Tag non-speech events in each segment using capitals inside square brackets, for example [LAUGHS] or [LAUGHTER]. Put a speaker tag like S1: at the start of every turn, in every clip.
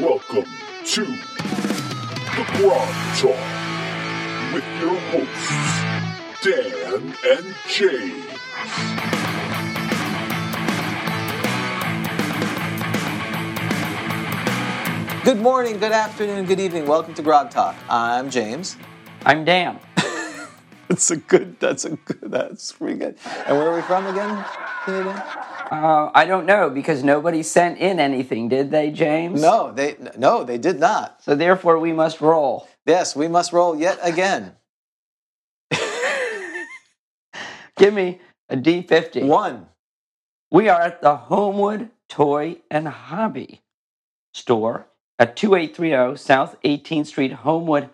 S1: Welcome to The Broad Talk with your hosts, Dan and Jay.
S2: Good morning, good afternoon, good evening. Welcome to Grog Talk. I'm James.
S3: I'm damn.
S2: That's a good, that's a good, that's pretty good. And where are we from again? Canada?
S3: Uh, I don't know because nobody sent in anything, did they, James?
S2: No, they, no, they did not.
S3: So therefore, we must roll.
S2: Yes, we must roll yet again.
S3: Give me a D50.
S2: One.
S3: We are at the Homewood Toy and Hobby Store at 2830 South 18th Street, Homewood,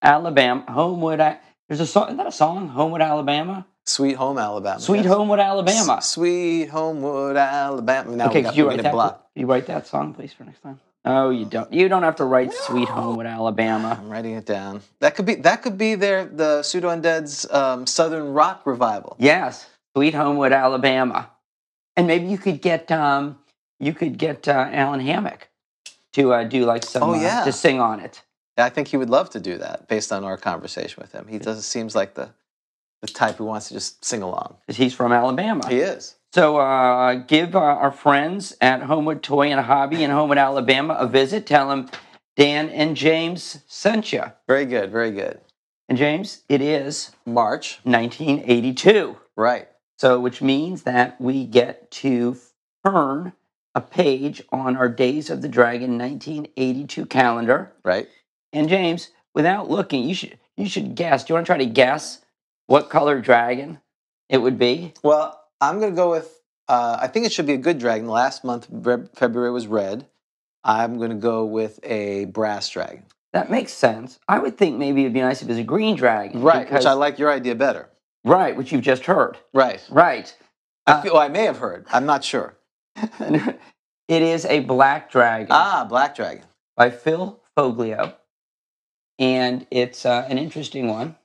S3: Alabama. Homewood, A- there's a song, isn't that a song? Homewood, Alabama?
S2: Sweet home, Alabama.
S3: Sweet
S2: Yes.
S3: Homewood, Alabama.
S2: S- Sweet homewood, Alabama. Now
S3: okay,
S2: we got
S3: could you
S2: we're
S3: write
S2: gonna
S3: that?
S2: block.
S3: You write that song, please, for next time. Oh, you don't. You don't have to write "Sweet Homewood, Alabama."
S2: I'm writing it down. That could be that could be their the pseudo undead's um, southern rock revival.
S3: Yes, Sweet Homewood, Alabama, and maybe you could get um, you could get uh, Alan Hammock to uh, do like some
S2: Oh,
S3: uh,
S2: yeah.
S3: to sing on it.
S2: I think he would love to do that based on our conversation with him. He does seems like the the type who wants to just sing along.
S3: 'cause He's from Alabama.
S2: He is.
S3: So uh, give uh, our friends at Homewood Toy and Hobby in Homewood, Alabama, a visit. Tell them Dan and James sent you.
S2: Very good, very good.
S3: And James, it is
S2: March.
S3: 1982.
S2: Right.
S3: So, which means that we get to turn a page on our Days of the Dragon 1982 calendar.
S2: Right.
S3: And James, without looking, you should you should guess. Do you want to try to guess what color dragon it would be?
S2: Well, I'm going to go with uh, I think it should be a good dragon. Last month Re- February was red. I'm going to go with a brass dragon.
S3: That makes sense. I would think maybe it'd be nice if it was a green dragon.
S2: Right,
S3: because-
S2: which I like your idea better.
S3: Right, which you've just heard.
S2: Right. Uh,
S3: Right. [LAUGHS]
S2: I feel I may have heard. I'm not sure.
S3: it is a black dragon
S2: Ah, black dragon.
S3: by Phil Foglio. And it's uh, an interesting one.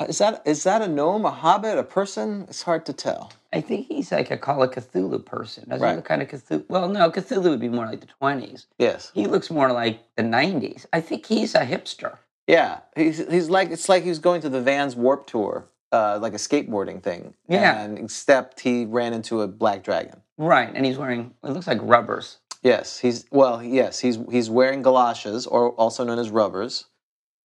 S2: Uh, Is that is that a gnome, a hobbit, a person? It's hard to tell.
S3: I think he's like a Call of Cthulhu person. Doesn't
S2: Right.
S3: he look kind of Cthulhu? Well, no, Cthulhu would be more like the 20s.
S2: Yes.
S3: He looks more like the 90s. I think he's a hipster.
S2: Yeah, he's he's like it's like he was going to the Vans Warp Tour, uh, like a skateboarding thing.
S3: Yeah.
S2: and except he ran into a black dragon.
S3: Right. And he's wearing, it looks like rubbers.
S2: Yes, he's well. Yes, he's he's wearing galoshes, or also known as rubbers,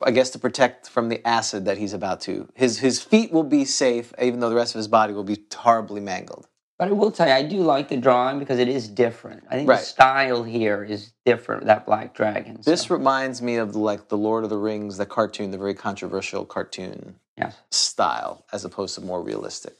S2: I guess to protect from the acid that he's about to. His his feet will be safe, even though the rest of his body will be horribly mangled.
S3: But I will tell you, I do like the drawing because it is different. I think
S2: Right.
S3: the style here is different, that Black Dragon. so-
S2: This reminds me of like the Lord of the Rings, the cartoon, the very controversial cartoon
S3: yes.
S2: style as opposed to more realistic.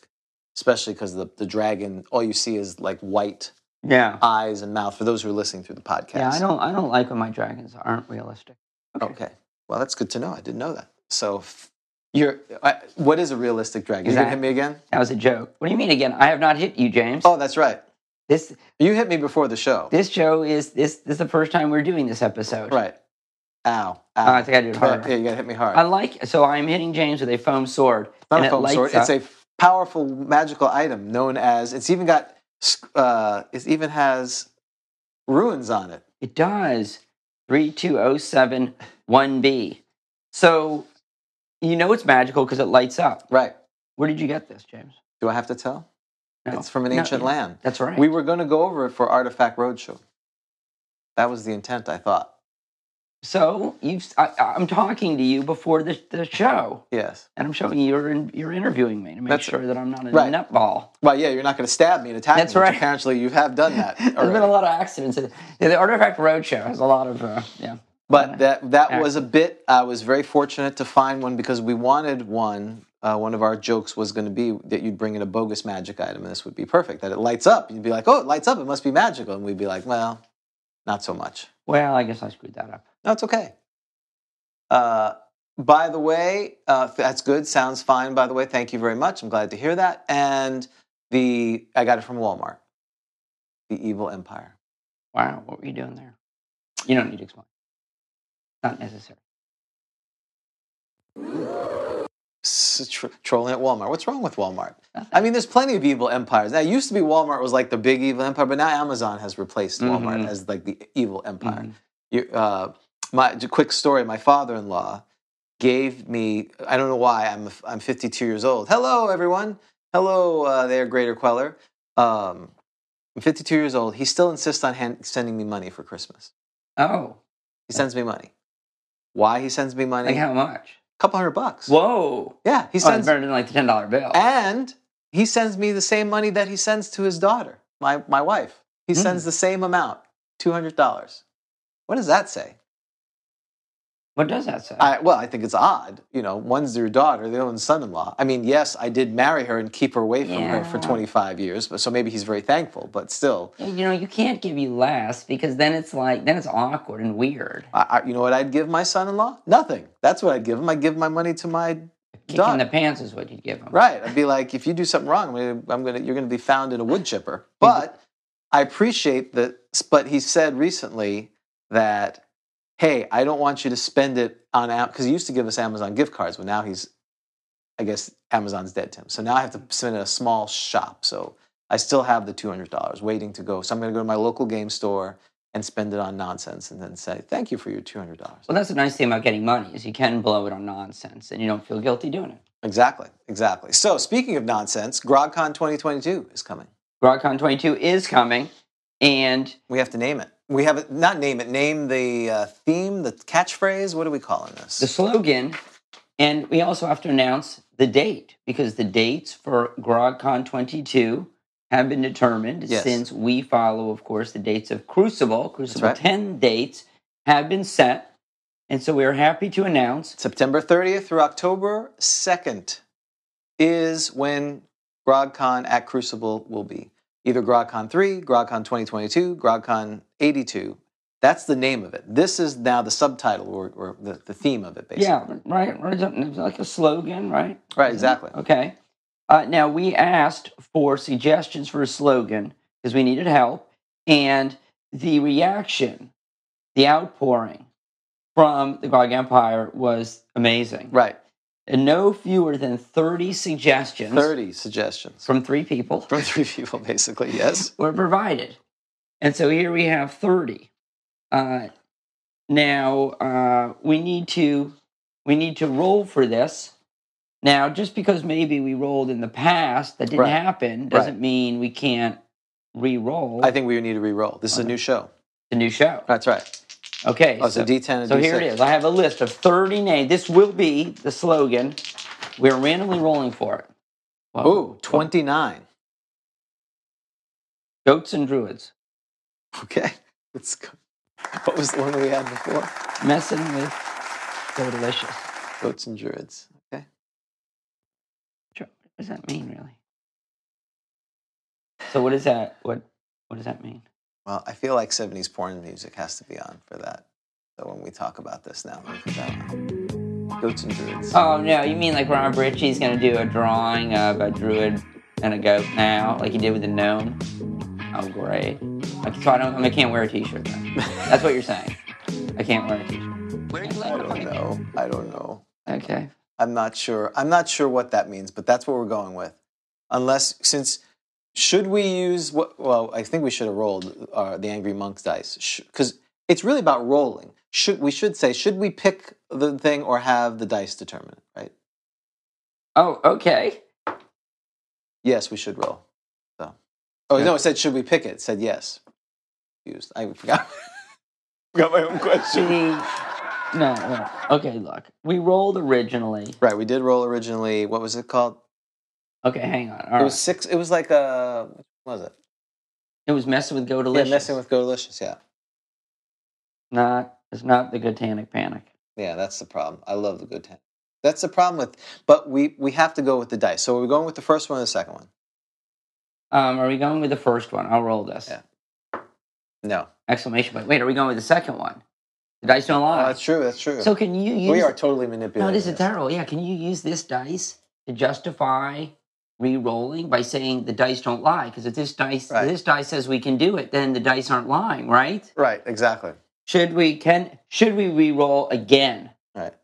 S2: Especially because the, the dragon, all you see is like white
S3: Yeah.
S2: eyes and mouth for those who are listening through the podcast.
S3: Yeah, I don't, I don't like when my dragons aren't realistic.
S2: Okay. Well, that's good to know. I didn't know that. So, f- you're, I, what is a realistic dragon? You're going to hit me again?
S3: That was a joke. What do you mean again? I have not hit you, James.
S2: Oh, that's right.
S3: This,
S2: You hit me before the show.
S3: this show is, this, this is the first time we're doing this episode.
S2: Right. Ow.
S3: Oh,
S2: Ow.
S3: I think I did harder.
S2: yeah, you got to hit me hard.
S3: I like so I'm hitting James with a foam sword.
S2: It's not
S3: and
S2: a
S3: it
S2: foam
S3: lights
S2: sword.
S3: up.
S2: It's a powerful magical item known as, it's even got, sc- uh, it even has ruins on it.
S3: It does three two oh seven one B. So you know it's magical because it lights up.
S2: Right.
S3: Where did you get this, James?
S2: Do I have to tell?
S3: No.
S2: It's from an
S3: No,
S2: ancient
S3: yeah.
S2: land.
S3: That's right.
S2: We were going to go over it for Artifact Roadshow. That was the intent, I thought.
S3: So you've, I, I'm talking to you before the, the show,
S2: Yes.
S3: and I'm showing you you're, in, you're interviewing me to make
S2: That's-
S3: sure that I'm not a
S2: right.
S3: nutball.
S2: Well, yeah, you're not going to stab me and attack
S3: That's
S2: me. which
S3: right.
S2: Apparently, you have done that.
S3: [LAUGHS] There's been
S2: already.
S3: a lot of accidents. Yeah, the Artifact Roadshow has a lot of uh, yeah.
S2: But that that was a bit. I was very fortunate to find one because we wanted one. Uh, one of our jokes was going to be that you'd bring in a bogus magic item, and this would be perfect. That it lights up. You'd be like, "Oh, it lights up. It must be magical." And we'd be like, "Well, not so much.
S3: Well, I guess I screwed that up.
S2: No, it's okay." Uh, by the way, uh, that's good. Sounds fine. By the way, thank you very much. I'm glad to hear that. And the I got it from Walmart. The Evil Empire.
S3: Wow, what were you doing there? You don't need to explain. Not necessary.
S2: s- tr- trolling at Walmart. What's wrong with Walmart? I mean, there's plenty of evil empires. Now, it used to be Walmart was like the big evil empire, but now Amazon has replaced Walmart
S3: Mhm.
S2: as like the evil empire.
S3: Mhm.
S2: You, uh, my j- quick story: my father-in-law gave me. I don't know why. I'm I'm 52 years old. Hello, everyone. Hello uh, there, Greater Queller. Um, I'm 52 years old. He still insists on hand, sending me money for Christmas.
S3: Oh,
S2: He sends me money. Why he sends me money?
S3: like how much?
S2: a couple hundred bucks.
S3: Whoa.
S2: Yeah, he
S3: He oh, it's
S2: sends
S3: better than like the ten dollar bill.
S2: And he sends me the same money that he sends to his daughter, my, my wife. He
S3: Hmm.
S2: sends the same amount, $200. What does that say?
S3: what does that say?
S2: I, well, I think it's odd. You know, one's your daughter, the other's son in law. I mean, yes, I did marry her and keep her away from her for
S3: Yeah.
S2: 25 years, but so maybe he's very thankful, but still.
S3: you know, you can't give you less because then it's like then it's awkward and weird.
S2: I, I, you know what I'd give my son in law? Nothing. That's what I'd give him. I'd give my money to my
S3: Kicking
S2: daughter.
S3: the pants is what you give them.
S2: Right. I'd be like, if you do something wrong, I'm gonna, I'm gonna you're gonna be found in a wood chipper. But I appreciate that. But he said recently that, hey, I don't want you to spend it on because he used to give us Amazon gift cards, but now he's, I guess Amazon's dead to him. So now I have to spend it at a small shop. So I still have the two hundred dollars waiting to go. So I'm gonna go to my local game store and spend it on nonsense, and then say thank you for your two hundred dollars.
S3: Well, that's the nice thing about getting money is you can blow it on nonsense and you don't feel guilty doing it.
S2: Exactly. Exactly. So speaking of nonsense, GrogCon 2022 is coming.
S3: Broadcon 22 is coming, and
S2: We have to name it. We have it, not name it. Name the uh, theme, the catchphrase. What are we calling this?
S3: the slogan, and we also have to announce the date because the dates for GrogCon 22 have been determined
S2: Yes.
S3: since we follow, of course, the dates of Crucible. Crucible
S2: right.
S3: 10 dates have been set, and so we are happy to announce
S2: September 30th through October 2nd is when GrogCon at Crucible will be. Either GrogCon 3, GrogCon 2022, GrogCon 82. That's the name of it. This is now the subtitle or, or the, the theme of it, basically.
S3: yeah, right, right, something like a slogan, right?
S2: Right, exactly.
S3: Okay. Uh, now we asked for suggestions for a slogan because we needed help, and the reaction, the outpouring from the Gog Empire was amazing.
S2: Right.
S3: And no fewer than thirty suggestions
S2: 30 suggestions
S3: from three people
S2: from three [LAUGHS] people, basically. Yes.
S3: were provided, and so here we have thirty. Uh, now uh, we need to we need to roll for this. Now, just because maybe we rolled in the past that didn't
S2: Right.
S3: happen doesn't mean we can't re-roll
S2: I think we need to re-roll. This is a new show.
S3: the new show.
S2: That's right.
S3: Okay,
S2: Oh, so, D10 and
S3: so
S2: D6.
S3: here it is. I have a list of 30 names. This will be the slogan. We're randomly rolling for it. Whoa.
S2: Ooh, 29.
S3: Goats and druids.
S2: [LAUGHS] Okay, let's go. What was the one we had before?
S3: Messing with so delicious.
S2: Goats and druids. Okay.
S3: What does that mean, really? So what is that? What what does that mean?
S2: Well, I feel like 70s porn music has to be on for that. So when we talk about this now, let me put that on. Goats and druids.
S3: Oh no, you mean like Rob Ritchie's gonna do a drawing of a druid and a goat now, like he did with the gnome? Oh great. Okay, so I don't I can't wear a t-shirt then. That's what you're saying. I can't wear a t-shirt.
S2: I don't know. I don't know.
S3: Okay.
S2: I'm not sure. I'm not sure what that means, but that's what we're going with. Unless, since, should we use what? Well, I think we should have rolled uh, the angry monk's dice because it's really about rolling. Should we should say should we pick the thing or have the dice determine it? Right?
S3: Oh, okay.
S2: Yes, we should roll. So, oh
S3: Yeah.
S2: no, it said should we pick it? It said yes. Used. I [LAUGHS] forgot. Got my own question.
S3: No, no. Okay, look. We rolled originally.
S2: Right, we did roll originally. What was it called?
S3: Okay, hang on. All right.
S2: It was six. It was like a what was it?
S3: messing with Go
S2: Yeah,
S3: Delicious.
S2: messing with Go Delicious. Yeah,
S3: not. It's not the Gotanic Panic.
S2: yeah, that's the problem. I love the good ten. That's the problem with. But we we have to go with the dice. So we're going with the first one or the second one.
S3: Um, are we going with the first one? I'll roll this.
S2: Yeah. No,
S3: Exclamation point. Wait, are we going with the second one? The dice don't
S2: oh,
S3: lie.
S2: that's true. That's true.
S3: So can you use?
S2: we are totally manipulating.
S3: No, this is
S2: this.
S3: terrible. Yeah, can you use this dice to justify re-rolling by saying the dice don't lie? Because if this dice
S2: Right.
S3: this dice says we can do it, then the dice aren't lying, right?
S2: Right. Exactly.
S3: Should we can should we re-roll again?
S2: Right.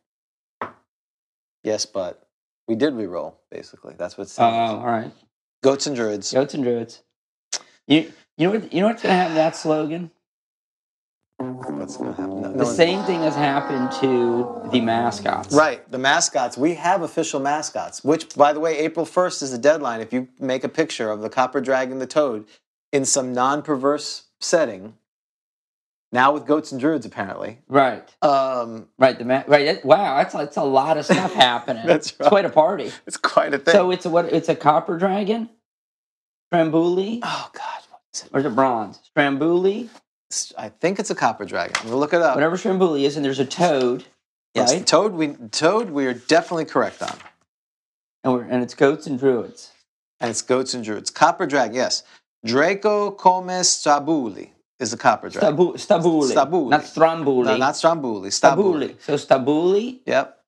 S2: Yes, but we did re-roll. Basically, that's what's
S3: Oh, all right.
S2: goats and druids.
S3: Goats and druids. You you know what you know what's gonna happen to that slogan?
S2: What's gonna happen? No, no
S3: The
S2: one-
S3: same thing has happened to the mascots.
S2: Right, the mascots. We have official mascots, which, by the way, April 1st is the deadline. If you make a picture of the copper dragon, the toad, in some non perverse setting, now with goats and druids, apparently.
S3: Right.
S2: Um,
S3: Right. The ma- right. That, wow, that's that's a lot
S2: [LAUGHS]
S3: of stuff happening.
S2: That's
S3: It's
S2: right.
S3: quite a party.
S2: it's quite a thing.
S3: So it's a what? It's a copper dragon, Strambuli,
S2: oh, God. What is it?
S3: or is it bronze? Strambuli,
S2: It's- I think it's a copper dragon. I'm going to look it up.
S3: whatever Strambuli is, and there's a toad,
S2: yes,
S3: right?
S2: toad, we, toad, we are definitely correct on.
S3: and we're, and it's goats and druids.
S2: And it's goats and druids. Copper dragon, yes. Draco Comes Stabuli is the copper dragon.
S3: Stabu, stabuli,
S2: Stabuli.
S3: not Strambuli.
S2: No, not Strambuli. Stabuli.
S3: Stabuli. So Stabuli,
S2: Yep.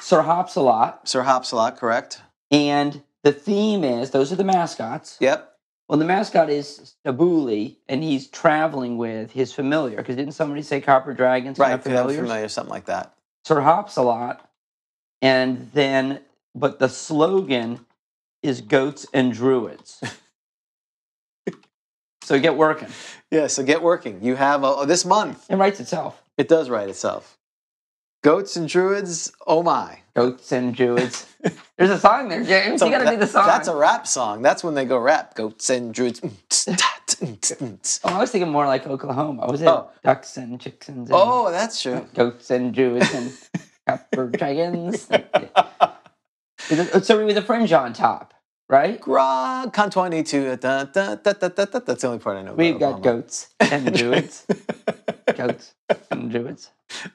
S3: Sir Hopsalot,
S2: Sir Hopsalot, correct?
S3: and the theme is those are the mascots.
S2: Yep.
S3: Well, the mascot is Stabuli, and he's traveling with his familiar. Because didn't somebody say copper dragons? are
S2: Right,
S3: not
S2: familiar,
S3: familiars?
S2: familiar, something like that.
S3: Sir Hops a lot, and then but the slogan is goats and druids. [LAUGHS] so get working.
S2: Yeah, so get working. You have uh, this month.
S3: It writes itself.
S2: It does write itself. Goats and Druids, oh my.
S3: Goats and druids. There's a song there, James. [LAUGHS] you got to do the song.
S2: That's a rap song. That's when they go rap. Goats and Druids. mm, [LAUGHS] tss, ta, tss, mm, tss, mm, tss.
S3: Oh, I was thinking more like Oklahoma. Was it
S2: Oh.
S3: ducks and chickens? And
S2: oh, that's true.
S3: goats and
S2: [LAUGHS]
S3: druids and copper dragons. so we with a fringe on top, right?
S2: Grog, con 22. Da, da, da, da, da, da. That's the only part I know. about
S3: We've got
S2: Oklahoma.
S3: goats and druids.
S2: [LAUGHS]
S3: goats and druids.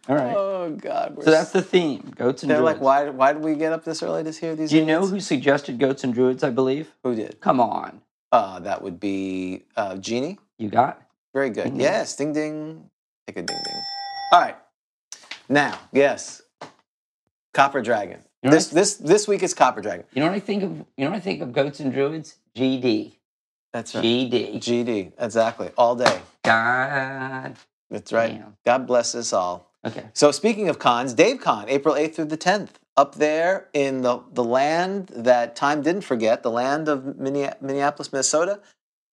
S3: All right.
S2: Oh, God. We're
S3: So that's the theme, goats and
S2: they're
S3: druids.
S2: like, why, why did we get up this early to hear these?
S3: Do you know
S2: idiots?
S3: who suggested goats and druids? I believe.
S2: who did?
S3: Come on,
S2: Uh, that would be uh, Genie.
S3: you got.
S2: Very good.
S3: Ding ding.
S2: Yes, ding ding. Take a ding ding. All right. Now, yes. Copper Dragon.
S3: You know,
S2: This
S3: what
S2: this this week is Copper Dragon.
S3: I, you know what I think of? You know what I think of goats and druids? GD,
S2: That's right.
S3: GD.
S2: GD. Exactly. All day.
S3: God
S2: That's right.
S3: damn.
S2: God bless us all.
S3: Okay.
S2: So speaking of cons, Dave Con, April 8th through the 10th, up there in the, the land that time didn't forget, the land of Minne- Minneapolis, Minnesota.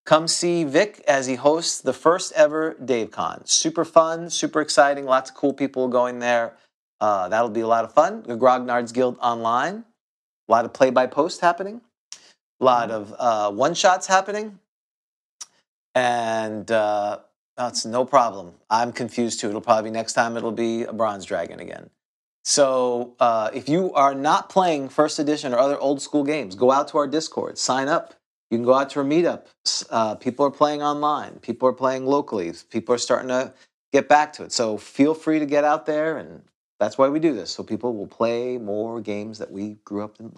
S2: Come see Vic as he hosts the first ever Dave Con. Super fun, super exciting, lots of cool people going there. Uh, that'll be a lot of fun. The Grognards Guild online, a lot of play by post happening, a lot of uh, one shots happening. And uh, that's no problem. I'm confused too. It'll probably next time it'll be a bronze dragon again. So uh, if you are not playing first edition or other old school games, go out to our Discord, sign up. You can go out to our meetup. S- Uh, people are playing online. People are playing locally. People are starting to get back to it. So feel free to get out there, and that's why we do this. So people will play more games that we grew up in,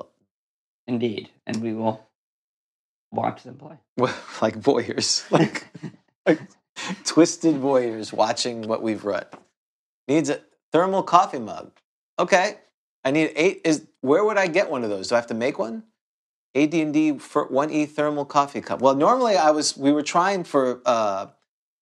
S3: Indeed, and we will watch them play.
S2: [LAUGHS] like voyeurs, [LAUGHS] like, like twisted voyeurs watching what we've read. Needs a thermal coffee mug. Okay, I need eight. Is where would I get one of those? Do I have to make one? AD and D one E thermal coffee cup. Well, normally I was we were trying for uh,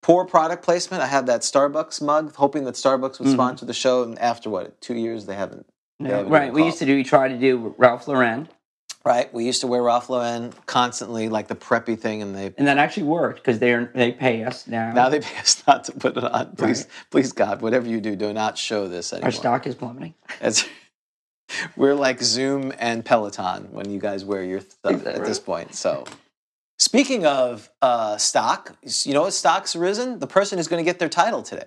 S2: poor product placement. I had that Starbucks mug, hoping that Starbucks would
S3: Mhm.
S2: sponsor the show. And after what two years, they haven't. Yeah, we
S3: No,
S2: do
S3: right. We
S2: call.
S3: used to do. We tried to do Ralph Lauren,
S2: Right? We used to wear Ralph Lauren constantly, like the preppy thing, and they
S3: and that actually worked because they are they pay us now.
S2: Now they pay us [LAUGHS] not to put it on. Please,
S3: Right.
S2: please, God, whatever you do, do not show this
S3: Our
S2: anymore.
S3: stock is plummeting.
S2: It's- [LAUGHS] we're like Zoom and Peloton when you guys wear your stuff
S3: Is that
S2: at
S3: right?
S2: this point. So, speaking of uh, stock, you know, what stock's risen. The person is going to get their title today.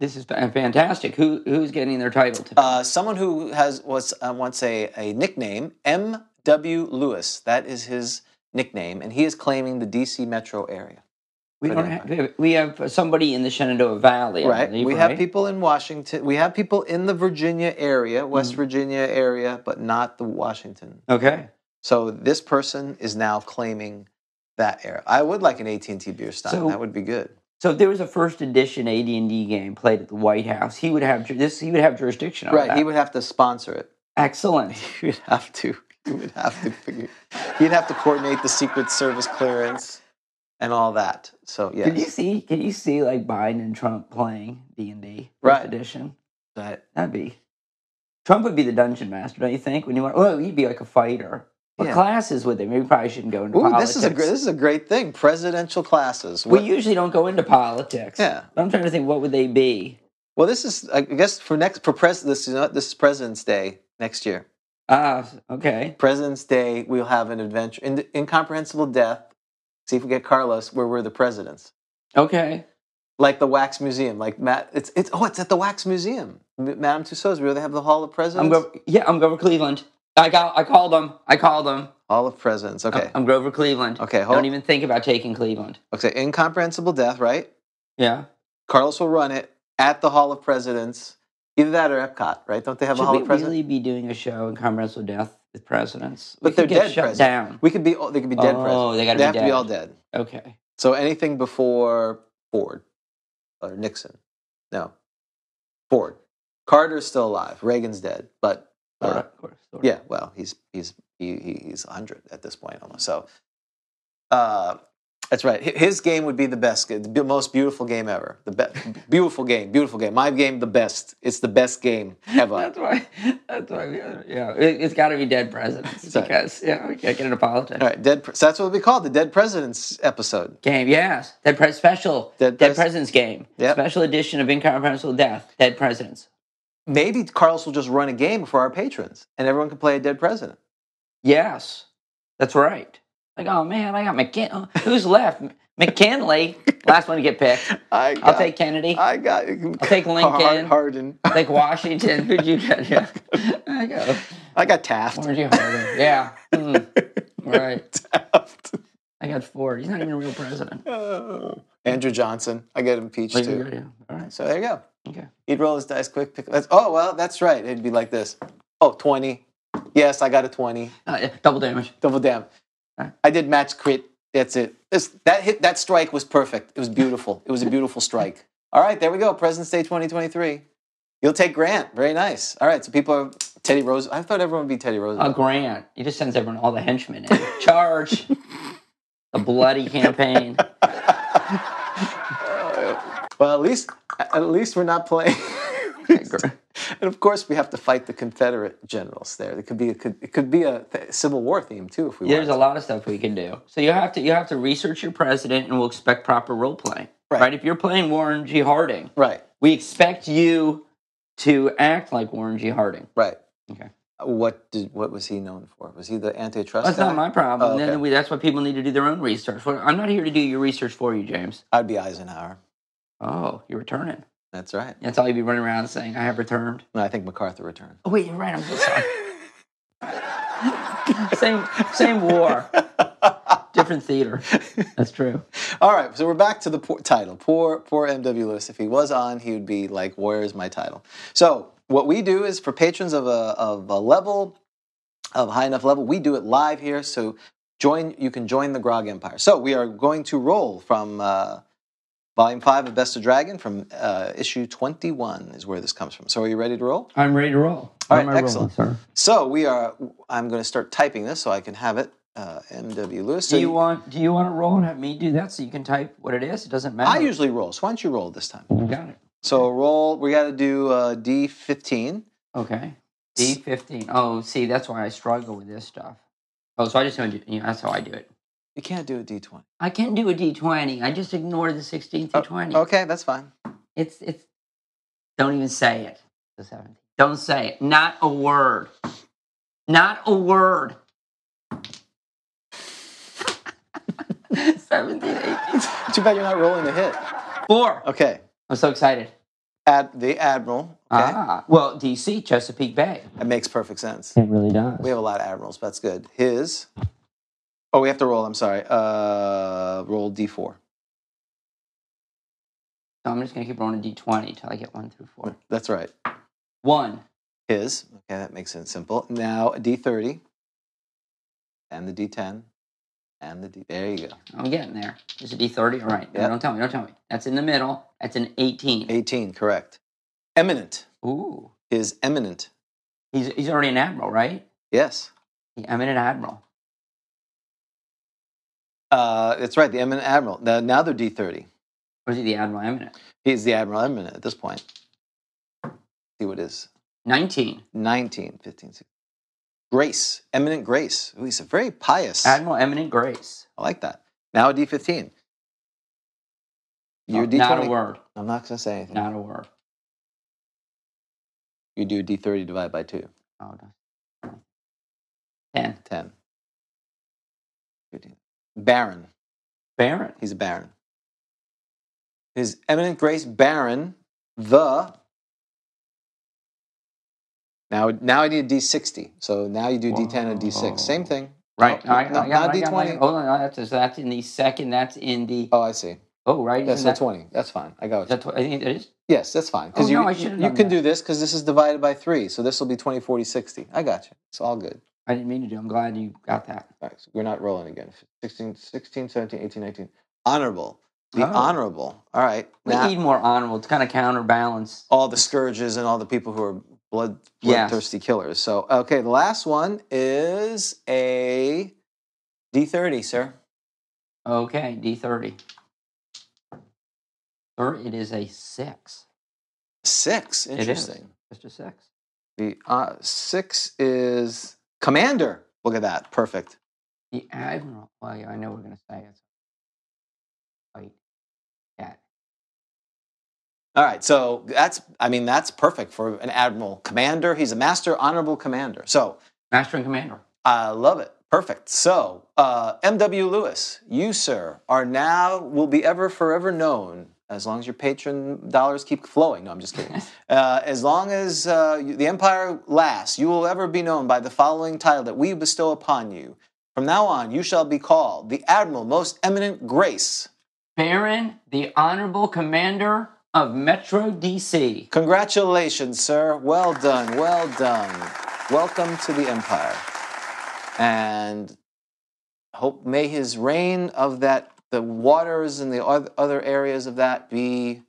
S3: This is fa- fantastic. Who who's getting their title today?
S2: Uh, someone who has was uh, once a, a nickname, M.W. Lewis. That is his nickname, and he is claiming the D.C. metro area.
S3: we don't
S2: forget
S3: have, we have somebody in the Shenandoah Valley, I
S2: right.
S3: believe,
S2: we have
S3: right?
S2: people in Washington. We have people in the Virginia area, West
S3: Mm-hmm.
S2: Virginia area, but not the Washington.
S3: Okay.
S2: So this person is now claiming that area. I would like an AT&T beer stein.
S3: So-
S2: that would be good.
S3: So if there was a first edition AD&D game played at the White House, he would have ju- this. He would have jurisdiction over
S2: Right.
S3: that.
S2: He would have to sponsor it. [LAUGHS]
S3: Excellent.
S2: He would have to. He would have to figure. He'd have to coordinate the Secret Service clearance and all that. So yes,
S3: Can you see? Can you see like Biden and Trump playing D and D
S2: Right.
S3: edition?
S2: that
S3: That'd be Trump would be the dungeon master, don't you think? When you want, well, he'd be like a fighter. What
S2: Yeah.
S3: classes would they? Maybe we probably shouldn't go into
S2: Ooh,
S3: politics.
S2: this is a great, this is a great thing. Presidential classes.
S3: We
S2: What-
S3: usually don't go into politics.
S2: Yeah.
S3: But I'm trying to think, what would they be?
S2: well, this is I guess for next for pres this is not this is President's Day next year.
S3: Ah, okay.
S2: President's Day, we'll have an adventure in incomprehensible death. See if we get Carlos where we're the presidents,
S3: Okay.
S2: like the Wax Museum, like Matt. It's it's oh, it's at the Wax Museum, M- Madame Tussauds. Where they have the Hall of
S3: I'm
S2: Presidents.
S3: Grover, yeah, I'm Grover Cleveland. I got, I called them. I called them.
S2: Hall of Presidents. Okay,
S3: I'm Grover Cleveland.
S2: okay, hold.
S3: Don't even think about taking Cleveland.
S2: Okay, incomprehensible death, right?
S3: Yeah.
S2: Carlos will run it at the Hall of Presidents. Either that or Epcot, right? Don't they have a
S3: Should
S2: Hall
S3: we
S2: of Presidents?
S3: really be doing a show in Comrades with Death with presidents?
S2: But
S3: we
S2: they're
S3: could get
S2: dead
S3: shut
S2: presidents.
S3: down.
S2: We could be. They could be dead
S3: oh,
S2: presidents.
S3: they
S2: They,
S3: gotta
S2: have
S3: be
S2: to be
S3: dead.
S2: all dead.
S3: Okay.
S2: So anything before Ford or Nixon, no, Ford. Carter's still alive. Reagan's dead, but uh,
S3: All right. Of course. All right.
S2: yeah, well, he's he's he, he- he's hundred at this point almost. So uh, that's right. Hi- His game would be the best, the be- most beautiful game ever. The best, beautiful game, beautiful game. My game, the best. It's the best game ever.
S3: That's why. That's why. we- Yeah, it, it's got to be dead presidents
S2: Sorry.
S3: because yeah, we can't get into politics.
S2: All right, dead. Pre- so that's what we called the Dead Presidents episode.
S3: Game, yes, dead pres special,
S2: Dead
S3: dead,
S2: pres-
S3: presidents game,
S2: Yep.
S3: special edition of incomprehensible death, dead presidents.
S2: Maybe Carlos will just run a game for our patrons, and everyone can play a dead president.
S3: Yes, that's right. Like, oh man, I got McKin. uh, Who's left? McKinley, last one to get picked.
S2: I got,
S3: I'll take Kennedy.
S2: I [LAUGHS] got.
S3: I'll take Lincoln.
S2: Harden.
S3: I'll take Washington. Who'd you get? Yeah. I go.
S2: I got Taft.
S3: Orange Harden. Yeah. Hmm. Right.
S2: Taft.
S3: I got Ford. He's not even a real president.
S2: Oh. [LAUGHS] Andrew Johnson. I get impeached
S3: Like,
S2: too.
S3: yeah, All right.
S2: So there you go.
S3: Okay.
S2: He'd roll his dice quick. Pick, that's, oh well, that's right. It'd be like this. Oh, 20. Yes, I got a 20.
S3: Uh, yeah, double damage.
S2: Double damn.
S3: Huh?
S2: I did match crit. That's it. This, that hit. That strike was perfect. It was beautiful. It was a beautiful strike. All right, there we go. President's Day 2023. You'll take Grant. Very nice. All right, so people are Teddy Rose. I thought everyone would be Teddy Rose.
S3: A Uh, Grant. He just sends everyone, all the henchmen in. Charge. the bloody campaign.
S2: Well, at least at least we're not playing. [LAUGHS] and of course, we have to fight the Confederate generals there. It could be it could, it could be a th- Civil War theme too if we
S3: There's
S2: want.
S3: a lot of stuff we can do. So you have to you have to research your president, and we'll expect proper role playing.
S2: Right.
S3: If you're playing Warren G. Harding,
S2: right,
S3: we expect you to act like Warren G. Harding.
S2: right.
S3: Okay.
S2: What did what was he known for? Was he the antitrust?
S3: That's
S2: guy?
S3: not my problem.
S2: Oh,
S3: And
S2: okay.
S3: Then we, that's why people need to do their own research. Well, I'm not here to do your research for you, James.
S2: I'd be Eisenhower.
S3: Oh, you're returning.
S2: That's right.
S3: That's all you'd be running around saying, I have returned.
S2: No, I think MacArthur returned.
S3: Oh, wait, you're right. I'm so sorry. [LAUGHS] same, same [LAUGHS] war, different theater. That's true.
S2: All right, so we're back to the poor title. Poor, poor M.W. Lewis. If he was on, he would be like, "Where is my title?" So what we do is for patrons of a of a level of high enough level, we do it live here. So join. You can join the Grog Empire. So we are going to roll from uh, Volume Five of Best of Dragon from uh, issue twenty one is where this comes from. So are you ready to roll?
S3: I'm ready to roll.
S2: All
S3: Where
S2: right,
S3: am I rolling,
S2: excellent.
S3: sir?
S2: So we are. I'm going to start typing this so I can have it. Uh, M.W. Lewis. So
S3: do you want do you want to roll and have me do that so you can type what it is? It doesn't matter.
S2: I usually roll. So why don't you roll this time?
S3: You got it.
S2: So roll. We got to do uh, D fifteen.
S3: Okay. D fifteen. Oh, see, that's why I struggle with this stuff. Oh, so I just don't do yeah, that's how I do it.
S2: You can't do a D twenty.
S3: I can do a D twenty. I just ignore the sixteen through twenty.
S2: Okay, that's fine.
S3: It's it's don't even say it. The seventeen. Don't say it. Not a word. Not a word. [LAUGHS] 17, 18,
S2: [LAUGHS] Too bad you're not rolling a hit.
S3: four.
S2: Okay.
S3: I'm so excited.
S2: Ad, the Admiral. Okay.
S3: Ah, well, D.C. Chesapeake Bay.
S2: That makes perfect sense.
S3: It really does.
S2: We have a lot of admirals, but that's good. His. Oh, we have to roll. I'm sorry. Uh, roll d4.
S3: so I'm just gonna keep rolling a D20 till I get one through four.
S2: That's right.
S3: One.
S2: His. Okay, that makes it simple. Now a d30, and the d10, and the d. There you go.
S3: I'm getting there. Is it D30? All right. No,
S2: Yeah.
S3: Don't tell me. Don't tell me. That's in the middle. That's an 18.
S2: 18, correct. Eminent.
S3: Ooh.
S2: His eminent.
S3: He's he's already an admiral, right?
S2: Yes.
S3: The eminent admiral.
S2: Uh, that's right. The eminent admiral. Now, now they're d30.
S3: Or is he the admiral eminent?
S2: He's the admiral eminent at this point. see what is
S3: 19.
S2: 19, 15, 16. Grace, eminent grace. Ooh, he's a very pious.
S3: Admiral eminent grace.
S2: I like that. Now a D15. You're
S3: Oh,
S2: D20.
S3: Not a word.
S2: I'm not going to say anything.
S3: Not a word.
S2: You do D30 divided by 2,
S3: Oh, no. 10.
S2: 10. 15. Baron.
S3: Baron.
S2: He's a baron. His eminent grace baron, the. Now, now I need a D60. So now you do D10 and D6. Same
S3: Whoa.
S2: thing.
S3: Right.
S2: Oh, No,
S3: I got-
S2: no,
S3: I got-
S2: not
S3: I got-
S2: D20.
S3: Hold on. no, That's, so that's in the second. That's in the.
S2: Oh, I see.
S3: Oh, right.
S2: That's
S3: isn't
S2: a 20. That's fine. I got
S3: Is
S2: it.
S3: that tw- I think it is.
S2: Yes, that's fine. Because
S3: Oh,
S2: you,
S3: no, I
S2: you,
S3: should've
S2: you
S3: done
S2: can
S3: that.
S2: do this because this is divided by three. So this will be 20, 40, 60. I got you. It's all good.
S3: I didn't mean to do. I'm glad you got that.
S2: All right, so we're not rolling again. 16, 16 17, 18, 19. Honorable. The
S3: Oh.
S2: honorable. All right.
S3: We
S2: Now,
S3: need more honorable to kind of counterbalance.
S2: all the scourges and all the people who are blood
S3: Yes.
S2: bloodthirsty killers. So, okay, the last one is a D30, sir.
S3: Okay, D30. Or it is a six.
S2: Six.
S3: It is.
S2: Interesting.
S3: Just a six.
S2: The uh, six is commander. Look at that. Perfect.
S3: The admiral. Well, yeah, I know we're gonna say it. Wait. Yeah.
S2: All right, so that's I mean that's perfect for an admiral commander. He's a master honorable commander. So
S3: Master and commander.
S2: I love it. Perfect. So uh, M.W. Lewis, you sir are now will be ever forever known as long as your patron dollars keep flowing. No, I'm just kidding. uh, as long as uh, you- the empire lasts, you will ever be known by the following title that we bestow upon you. From now on, you shall be called the Admiral Most Eminent Grace.
S3: Baron, the honorable commander of Metro DC.
S2: Congratulations, sir. Well done. Well done. Welcome to the empire. And hope may his reign of that the waters and the oth- other areas of that be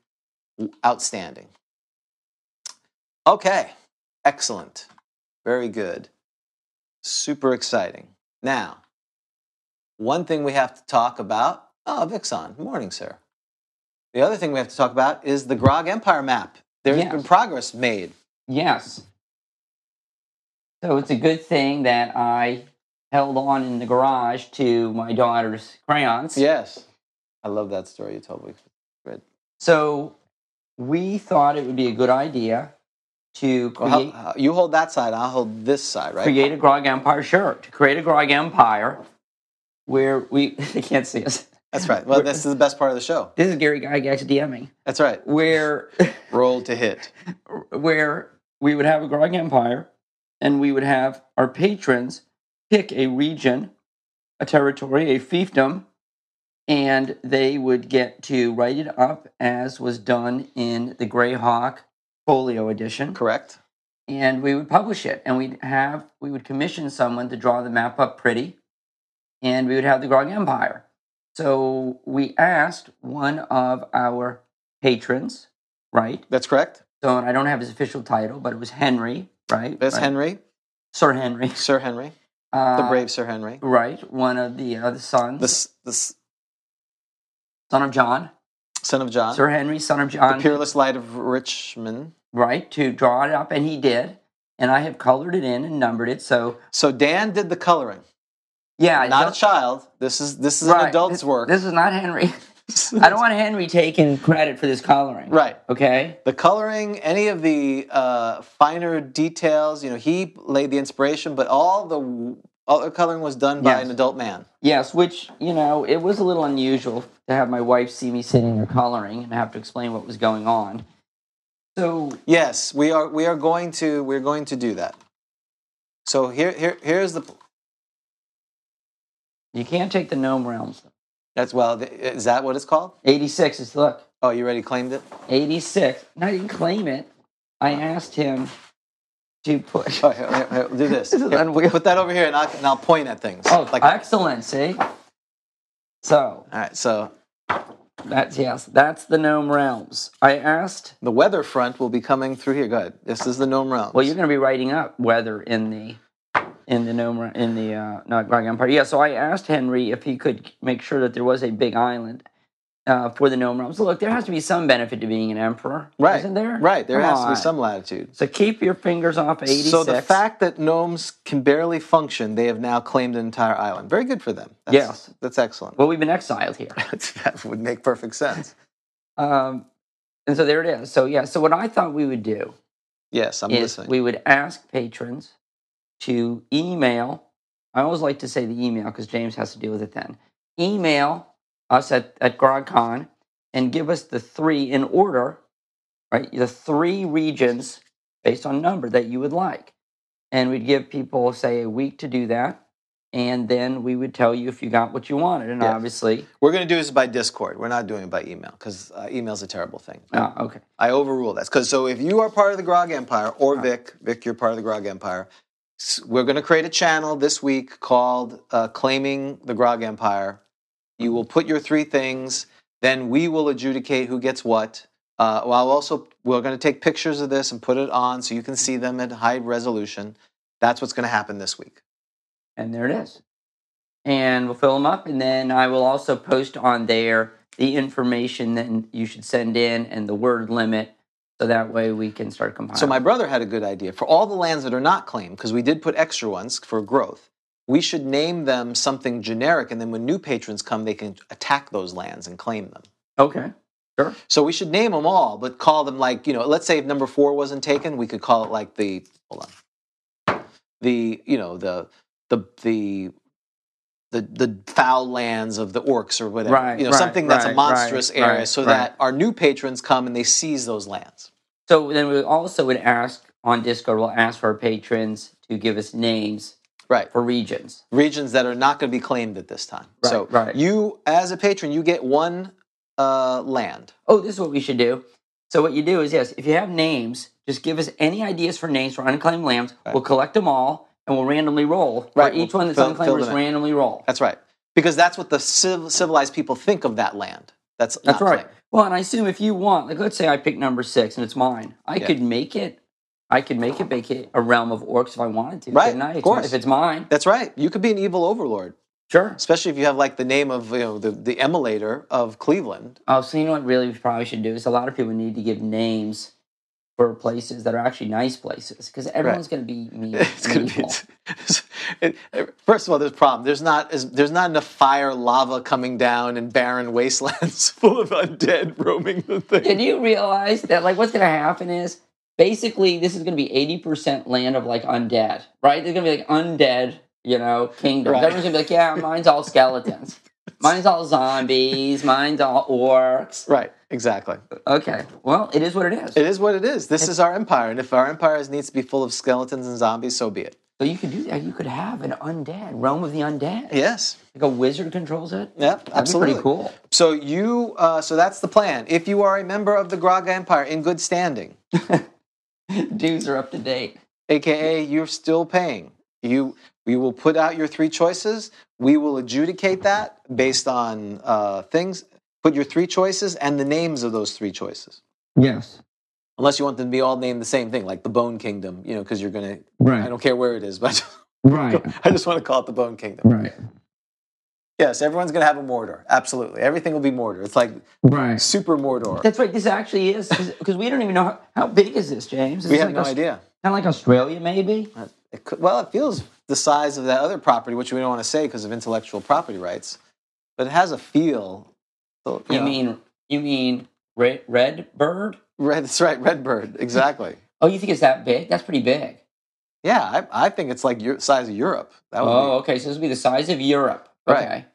S2: outstanding. Okay. Excellent. Very good. Super exciting. Now, one thing we have to talk about. Oh, Vixon. Morning, sir. The other thing we have to talk about is the Grog Empire map. There's
S3: Yes.
S2: been progress made.
S3: Yes. So it's a good thing that I held on in the garage to my daughter's crayons.
S2: Yes. I love that story you told me.
S3: So we thought it would be a good idea to
S2: Well,
S3: create,
S2: how- how- you hold that side, I'll hold this side, right?
S3: create a Grog Empire shirt, to create a Grog Empire where we [LAUGHS] they can't see us.
S2: That's right.
S3: [LAUGHS]
S2: Well, this is the best part of the show.
S3: This is Gary Gygax DMing.
S2: That's right. [LAUGHS]
S3: Where
S2: Roll to hit.
S3: where we would have a Grog Empire and we would have our patrons pick a region, a territory, a fiefdom, and they would get to write it up as was done in the Greyhawk folio edition.
S2: Correct?
S3: and we would publish it and we'd have we would commission someone to draw the map up pretty and we would have the grog empire so we asked one of our patrons right
S2: That's correct.
S3: so and i don't have his official title but it was henry right
S2: That's
S3: Right.
S2: Henry,
S3: sir henry
S2: Sir Henry, the
S3: Uh,
S2: brave Sir Henry.
S3: right one of the uh, the sons
S2: The, s- the s-
S3: son of john
S2: son of John.
S3: sir henry son of
S2: the
S3: john
S2: peerless light of Richmond.
S3: right to draw it up and he did and i have colored it in and numbered it so
S2: So Dan did the coloring.
S3: yeah I
S2: Not
S3: don't-
S2: a child. This is this is an
S3: Right.
S2: adult's
S3: This-
S2: work.
S3: This is not Henry.
S2: [LAUGHS]
S3: I don't want Henry taking credit for this coloring.
S2: right.
S3: Okay.
S2: The coloring, any of the uh, finer details, you know, he laid the inspiration, but all the all the coloring was done by
S3: Yes.
S2: an adult man.
S3: Yes, which you know, it was a little unusual to have my wife see me sitting there coloring and have to explain what was going on. So
S2: Yes, we are. We are going to. We're going to do that. So here, here, here's the.
S3: you can't take the gnome realms.
S2: That's well. th- Is that what it's called?
S3: 86 is look.
S2: Oh, you already claimed it.
S3: 86. And I didn't claim it. I asked him to put. [LAUGHS]
S2: Oh, here, here, here, do this.
S3: This is
S2: Here,
S3: unreal.
S2: Put that over here, and I'll, and I'll point at things.
S3: Oh,
S2: like
S3: excellent. See? So
S2: all right. So
S3: that's yes, that's the gnome realms. I asked.
S2: the weather front will be coming through here. Go ahead. This is the gnome realm.
S3: Well, you're going to be writing up weather in the in the gnome re- in the uh, not Grog Empire. Yeah. So I asked Henry if he could make sure that there was a big island. Uh, for the gnome realms, look, there has to be some benefit to being an emperor,
S2: right.
S3: Isn't there?
S2: Right. There
S3: Come
S2: has to be
S3: on.
S2: some latitude.
S3: So keep your fingers off 86.
S2: So the fact that gnomes can barely function, they have now claimed an entire island. Very good for them. That's,
S3: Yes.
S2: that's excellent. [LAUGHS]
S3: well, we've been exiled here.
S2: that would make perfect sense.
S3: Um, and so there it is. So yeah. So what I thought we would do
S2: Yes, I'm
S3: is
S2: listening.
S3: we would ask patrons to email. I always like to say the email because James has to deal with it then. Email us at, at GrogCon and give us the three in order, right? The three regions based on number that you would like. And we'd give people, say, a week to do that. And then we would tell you if you got what you wanted. And
S2: Yes.
S3: obviously,
S2: We're going to do this by Discord. We're not doing it by email because uh, email's a terrible thing.
S3: oh, okay.
S2: I overrule that. Because so if you are part of the Grog Empire or
S3: Right.
S2: Vic, Vic, you're part of the Grog Empire. s- We're going to create a channel this week called uh, "Claiming the Grog Empire." You will put your three things. Then we will adjudicate who gets what. Uh, while also, we're going to take pictures of this and put it on so you can see them at high resolution. That's what's going to happen this week.
S3: and there it is. And we'll fill them up, and then I will also post on there the information that you should send in and the word limit, so that way we can start compiling.
S2: So my brother had a good idea for all the lands that are not claimed because we did put extra ones for growth. We should name them something generic, and then when new patrons come, they can attack those lands and claim them.
S3: okay, sure,
S2: So we should name them all, but call them like you know. Let's say if number four wasn't taken, we could call it like the hold on, the you know the the the the the foul lands of the orcs or whatever.
S3: Right,
S2: you know
S3: right,
S2: something that's a
S3: right,
S2: monstrous
S3: right,
S2: area,
S3: right,
S2: so
S3: right.
S2: that our new patrons come and they seize those lands.
S3: So then we also would ask on Discord, we'll ask for our patrons to give us names
S2: Right.
S3: for regions.
S2: regions that are not going to be claimed at this time.
S3: Right,
S2: so
S3: right.
S2: you, as a patron, you get one uh, land.
S3: Oh, this is what we should do. So what you do is yes, if you have names, just give us any ideas for names for unclaimed lambs.
S2: Right.
S3: We'll collect them all and we'll randomly roll.
S2: Right,
S3: For each one that's
S2: fill-
S3: unclaimed,
S2: fill
S3: we'll just
S2: them in.
S3: randomly roll.
S2: That's right, because that's what the civ- civilized people think of that land. That's
S3: That's
S2: not
S3: right.
S2: claimed.
S3: Well, and I assume if you want, like, let's say I pick number six and it's mine, I
S2: Yeah.
S3: could make it. I could make it make it a realm of orcs if I wanted to.
S2: Right,
S3: couldn't I?
S2: of
S3: It's-
S2: course.
S3: If it's mine,
S2: That's right. You could be an evil overlord,
S3: sure.
S2: especially if you have like the name of you know the, the emulator of Cleveland. [LAUGHS]
S3: Oh, so you know what? Really, we probably should do is a lot of people need to give names for places that are actually nice places because everyone's going to be
S2: [LAUGHS]
S3: mean.
S2: It's
S3: and
S2: going to be.
S3: evil.
S2: it's- [LAUGHS] it- First of all, there's a problem. There's not as- there's not enough fire, lava coming down, and barren wastelands [LAUGHS] full of undead roaming the thing.
S3: Did you realize that like what's gonna happen is basically this is gonna be eighty percent land of like undead, right? There's gonna be like undead, you know, kingdoms.
S2: Right.
S3: Everyone's gonna be like, yeah, mine's all skeletons, mine's all zombies, mine's all orcs.
S2: Right. Exactly.
S3: Okay, well, it is what it is.
S2: It is what it is. This is our empire, and if our empire needs to be full of skeletons and zombies, so be it.
S3: so you could do that. You could have an undead realm of the undead.
S2: Yes.
S3: Like a wizard controls it.
S2: Yeah.
S3: That'd be
S2: absolutely.
S3: pretty cool. [LAUGHS]
S2: So you, uh, so that's the plan. If you are a member of the Graga Empire in good standing,
S3: Dues are up to date.
S2: aka you're still paying, you we will put out your three choices. We will adjudicate that based on uh, things. Put your three choices and the names of those three choices.
S3: Yes.
S2: Unless you want them to be all named the same thing, like the Bone Kingdom, you know, because you're gonna. I
S3: Right.
S2: don't care where it is, but [LAUGHS]
S3: Right.
S2: I just want to call it the Bone Kingdom.
S3: Right.
S2: Yes, everyone's going to have a Mordor. Absolutely. Everything will be Mordor. It's like
S3: Right.
S2: super Mordor.
S3: That's right. This actually is because we don't even know how, how big is this, James.
S2: We have no idea.
S3: Kind of like Australia, maybe.
S2: Uh, It could, well, it feels the size of that other property, which we don't want to say because of intellectual property rights, but it has a feel. so,
S3: You
S2: know,
S3: mean you mean red, red bird?
S2: Red, that's [LAUGHS] right, Redbird. Exactly.
S3: Oh, you think it's that big? That's pretty big.
S2: yeah, I, I think it's like your size of Europe. That would
S3: Oh, okay. So this would be the size of Europe.
S2: Right.
S3: Okay.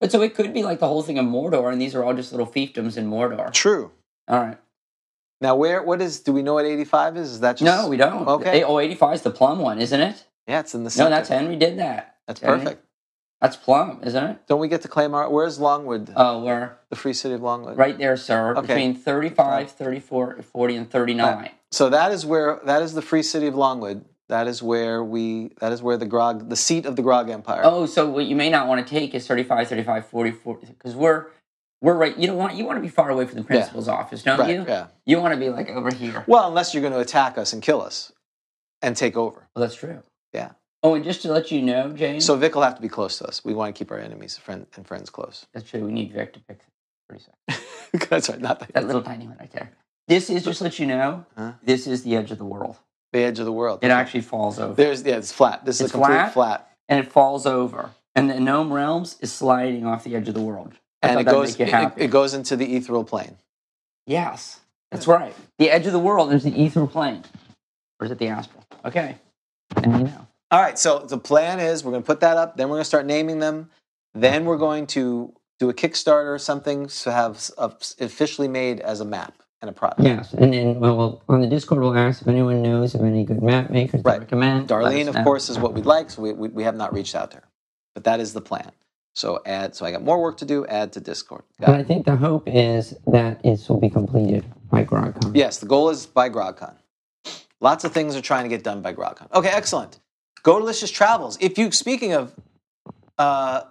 S3: But so it could be like the whole thing of Mordor, and these are all just little fiefdoms in
S2: be
S3: Mordor.
S2: true.
S3: All right.
S2: Now, where? What is? Do we know what eighty-five is? Is that just?
S3: No, we don't.
S2: Okay.
S3: They- oh, 85 is the plum one, isn't it?
S2: yeah, it's in the
S3: No,
S2: center.
S3: that's Henry did that.
S2: That's
S3: Henry.
S2: perfect.
S3: That's plum, isn't it?
S2: Don't we get to claim our? Where's Longwood?
S3: Oh, we're
S2: the free city of Longwood.
S3: right there, sir.
S2: Okay.
S3: Between 35, 34, 40, and 39.
S2: So that is where that is the free city of Longwood. That is where we. That is where the grog, the seat of the grog empire.
S3: Oh, so what you may not want to take is 35, 35, 40, because we're we're right. You don't want you want to be far away from the principal's office, don't
S2: right.
S3: you?
S2: Yeah.
S3: You want to be like over here. Well,
S2: Well, unless you're going to attack us and kill us, and take over.
S3: that's true.
S2: Yeah.
S3: Oh, and just to let you know, James.
S2: So Vic will have to be close to us. We want to keep our enemies friend, and friends close. [LAUGHS]
S3: that's true. We need Vic to pick pretty soon.
S2: That's right. Not the,
S3: That little tiny one right there. This is just to let you know.
S2: Huh?
S3: This is the edge of the world.
S2: the edge of the world.
S3: It actually falls over,
S2: There's yeah, it's flat. This is
S3: It's
S2: a complete flat,
S3: flat? and it falls over, and the gnome realms is sliding off the edge of the world. I
S2: and
S3: thought
S2: it
S3: that'd
S2: goes
S3: make
S2: it,
S3: you happy.
S2: it goes into the ethereal plane.
S3: Yes, that's right. The edge of the world is the ether plane. Or is it the astral? Okay. And you know.
S2: All right. So the plan is we're going to put that up. Then we're going to start naming them. Then we're going to do a Kickstarter or something to have s- of- officially made as a map and a product.
S3: Yes, and then well, we'll on the Discord we'll ask if anyone knows of any good map makers
S2: Right.
S3: to recommend. Let
S2: Darlene,
S3: us
S2: of
S3: know.
S2: course, is what we'd like. So we, we, we have not reached out to her, but that is the plan. So add. So I got more work to do. Add to Discord. Got
S3: But
S2: it.
S3: I think the hope is that it will be completed by GrogCon.
S2: Yes, the goal is by GrogCon. Lots of things are trying to get done by GrogCon. Okay, excellent. Go Delicious Travels. If you speaking of uh,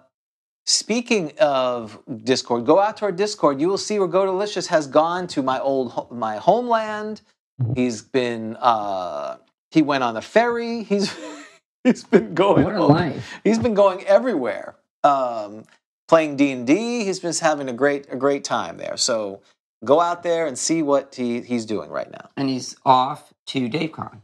S2: speaking of Discord, go out to our Discord. You will see where Go Delicious has gone to my old ho- my homeland.
S3: Mm-hmm.
S2: He's been uh, he went on a ferry. He's [LAUGHS] he's been going
S3: What a
S2: over-
S3: life!
S2: he's been going everywhere um, playing d&d he's been having a great a great time there so go out there and see what he, he's doing right now
S3: And he's off to DaveCon.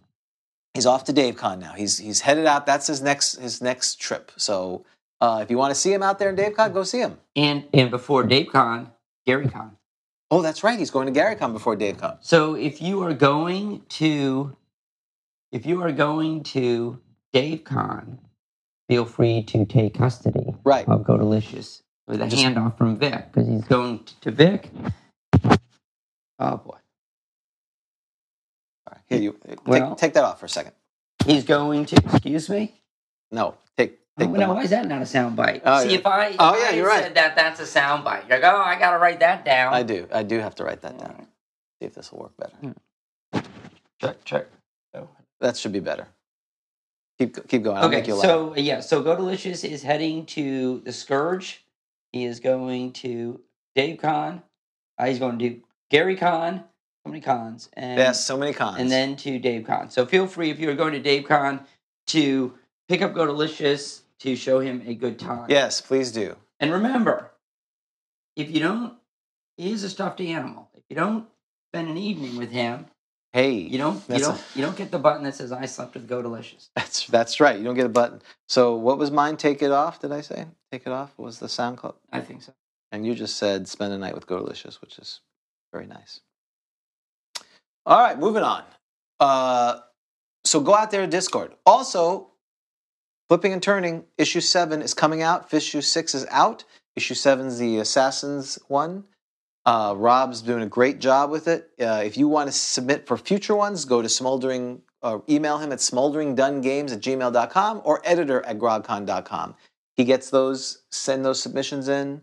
S2: he's off to davecon now he's he's headed out that's his next his next trip so uh, if you want to see him out there in davecon go see him
S3: And and before DaveCon, GaryCon.
S2: oh that's right he's going to garycon before davecon
S3: So if you are going to, if you are going to DaveCon, feel free to take custody
S2: right
S3: of Go Delicious with a
S2: Just-
S3: handoff from Vic because he's going t- to Vic. Oh boy,
S2: All right, here you take,
S3: Well-
S2: take that off for a second
S3: he's going to. Excuse me.
S2: no take
S3: Oh,
S2: take the
S3: no,
S2: mic.
S3: why is that not a sound bite?
S2: Oh,
S3: See,
S2: yeah.
S3: if I
S2: Oh,
S3: if
S2: yeah,
S3: I
S2: you're right.
S3: said that that's a sound bite. You're like, oh, I gotta write that down.
S2: i do i do have to write that down see if this will work better
S3: Check, check.
S2: that should be better keep, keep going I'll
S3: Okay,
S2: make you laugh.
S3: so uh, yeah, so Go Delicious is heading to the Scourge. He is going to Dave Con. Uh, he's going to do Gary Con. So many cons, and
S2: yes so many cons
S3: and then to Dave Con. So feel free if you're going to Dave Con to pick up Go Delicious to show him a good time.
S2: Yes, please do.
S3: And remember, if you don't, he is a stuffed animal. If you don't spend an evening with him,
S2: Hey,
S3: you don't you
S2: That's a-
S3: don't you don't get the button that says "I slept with Go Delicious."
S2: [LAUGHS] that's that's right. You don't get a button. So what was mine? Take it off. Did I say take it off? Was the sound club?
S3: I think so.
S2: And you just said spend a night with Go Delicious, which is very nice. All right, moving on. Uh, so go out there to Discord. Also, flipping and turning. Issue seven is coming out. Issue six is out. Issue seven's the Assassins one. Uh, Rob's doing a great job with it. Uh, if you want to submit for future ones, go to smoldering, uh, email him at smolderingdungames at gmail.com or editor at grogcon.com. He gets those, send those submissions in.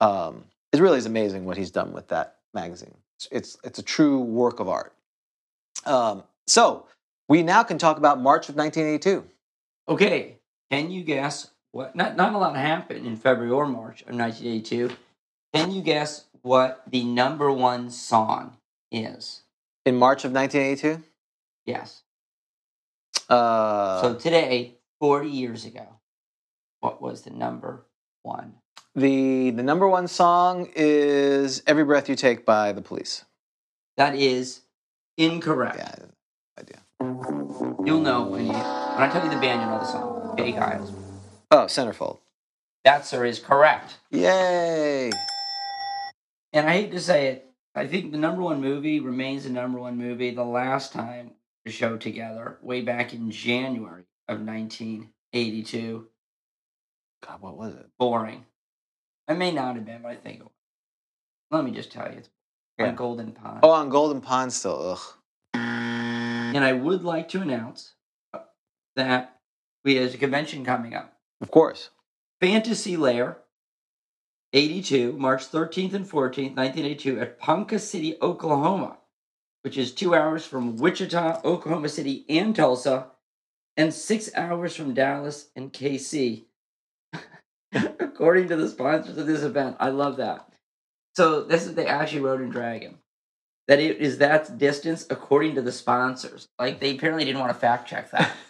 S2: Um, it really is amazing what he's done with that magazine. It's, it's, it's a true work of art. Um, so we now can talk about March of 1982.
S3: Okay, can you guess what? Not not a lot happened in February or March of 1982. Can you guess what the number one song is?
S2: In March of 1982?
S3: Yes.
S2: Uh,
S3: so today, 40 years ago, what was the number one?
S2: the, the number one song is Every Breath You Take by The Police.
S3: That is incorrect.
S2: Yeah, idea.
S3: You'll know when you when I tell you the band, you know the song. Big Isles.
S2: Oh, centerfold.
S3: That sir is correct.
S2: Yay!
S3: And I hate to say it, I think the number one movie remains the number one movie. The last time the show together, way back in January of 1982,
S2: God, what was it?
S3: boring. I may not have been, but I think it was. Let me just tell you, it's
S2: Yeah.
S3: on Golden Pond.
S2: Oh, on Golden Pond still. Ugh.
S3: And I would like to announce that we there's a convention coming up.
S2: Of [LAUGHS] course.
S3: Fantasy Lair 82, March 13th and 14th, 1982, at Ponca City, Oklahoma, which is two hours from Wichita, Oklahoma City, and Tulsa, and six hours from Dallas and KC, [LAUGHS] according to the sponsors of this event. I love that. So, this is the Ashy Road and Dragon. That it is that distance according to the sponsors. Like, they apparently didn't want to fact check that. [LAUGHS]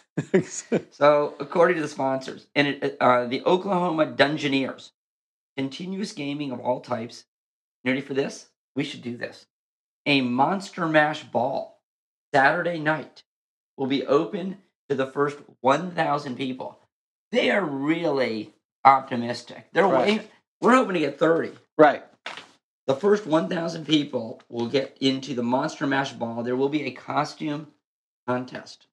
S3: So, according to the sponsors, and it, uh, the Oklahoma Dungeoneers, continuous gaming of all types. You ready for this? We should do this. A Monster Mash Ball, Saturday night, will be open to the first 1,000 people. They are really optimistic. They're
S2: Right.
S3: way, we're hoping to get 30.
S2: right.
S3: The first 1,000 people will get into the Monster Mash Ball. There will be a costume contest.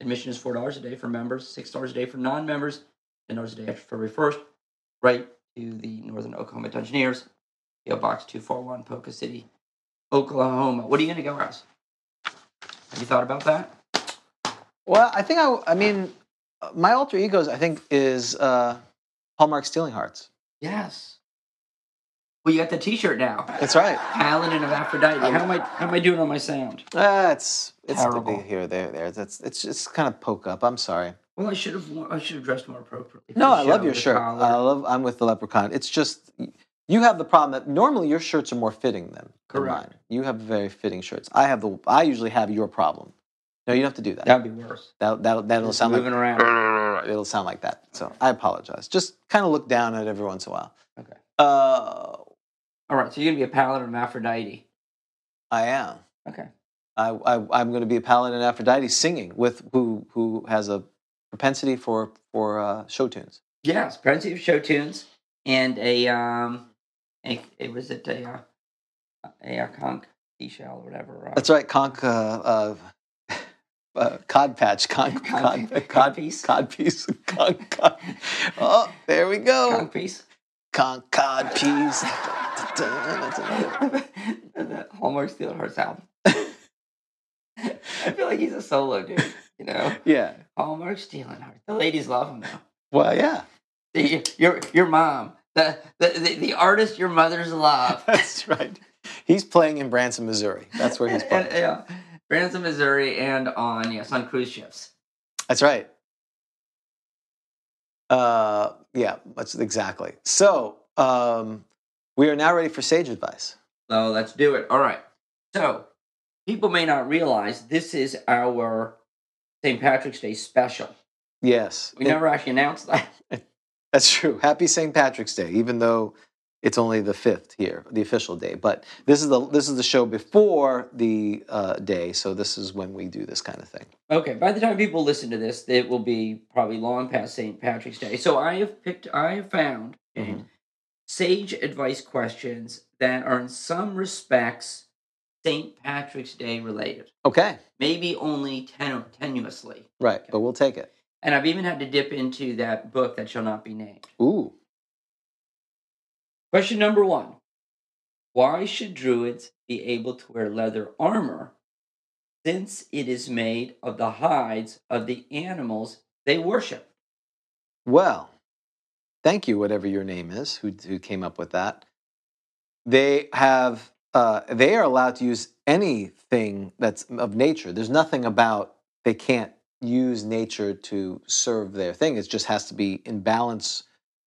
S3: Admission is $4 a day for members, $6 a day for non members, $10 a day after February 1st. Right to the Northern Oklahoma Dungeoneers, PO Box 241, Polka City, Oklahoma. What are you going to go as? Have you thought about that?
S2: Well, I think I. I mean, uh, my alter egos. I think is uh, Hallmark Stealing Hearts.
S3: Yes. Well, you got the t shirt now.
S2: That's right.
S3: Paladin of Aphrodite. How am I, how am I doing on my sound?
S2: Uh, it's it's
S3: Terrible.
S2: here, there, there. That's it's just kind of poke up. I'm sorry.
S3: Well, I should have. worn- I should have dressed more appropriately. for
S2: No,
S3: the
S2: I love
S3: show,
S2: your
S3: the
S2: shirt.
S3: collar.
S2: I love. I'm with the leprechaun. It's just you have the problem that normally your shirts are more fitting than, than
S3: Correct.
S2: mine. You have very fitting shirts. I have the. I usually have your problem. No, you don't have to do that.
S3: That'd be worse.
S2: That that that'll
S3: Just
S2: sound
S3: moving
S2: like
S3: around.
S2: it'll sound like that. So I apologize. Just kind of look down at it every once in a while.
S3: Okay.
S2: Uh,
S3: All right, so you're gonna be a paladin of Aphrodite.
S2: I am.
S3: Okay.
S2: I, I I'm going to be a paladin Aphrodite singing with who who has a propensity for for uh, show tunes.
S3: Yes, plenty of show tunes and a um, a, a was it a uh, a, a conch seashell or whatever. Uh,
S2: That's right, conch, uh, uh, uh, cod patch, conch,
S3: [LAUGHS] Cod-
S2: cod,
S3: cod
S2: cod,
S3: piece.
S2: piece, cod piece, conch, cod. Oh, there we go, [LAUGHS]
S3: conch piece.
S2: conch, cod piece.
S3: [LAUGHS]
S2: That's another-
S3: the Hallmark
S2: [LAUGHS]
S3: Steelhearts album. I feel like he's a solo dude. You know,
S2: yeah.
S3: Hallmark Steelheart. The ladies love him though.
S2: Well, yeah.
S3: The, your your mom, the, the the the artist your
S2: [LAUGHS]
S3: mother's love.
S2: That's right. He's playing in Branson, Missouri. That's where he's
S3: And-
S2: playing.
S3: yeah, Branson, Missouri, and on yes on cruise ships.
S2: That's right. Uh, yeah, that's exactly. So um, we are now ready for sage advice.
S3: So let's do it. All right. So people may not realize this is our St. Patrick's Day special.
S2: Yes,
S3: We never actually announced that.
S2: [LAUGHS] That's true. Happy St. Patrick's Day, even though it's only the fifth here, the official day. But this is the this is the show before the uh, day, so this is when we do this kind of thing.
S3: Okay. By the time people listen to this, it will be probably long past St. Patrick's Day. So I have picked. I have found Jane, sage advice questions that are in some respects St. Patrick's Day related.
S2: Okay,
S3: Maybe only ten- tenuously.
S2: right, but we'll take it.
S3: And I've even had to dip into that book that shall not be named.
S2: Ooh,
S3: Question number one Why should druids be able to wear leather armor since it is made of the hides of the animals they worship?
S2: well, thank you, whatever your name is, who who came up with that. They have uh, they are allowed to use anything that's of nature. There's nothing about they can't use nature to serve their thing. It just has to be in balance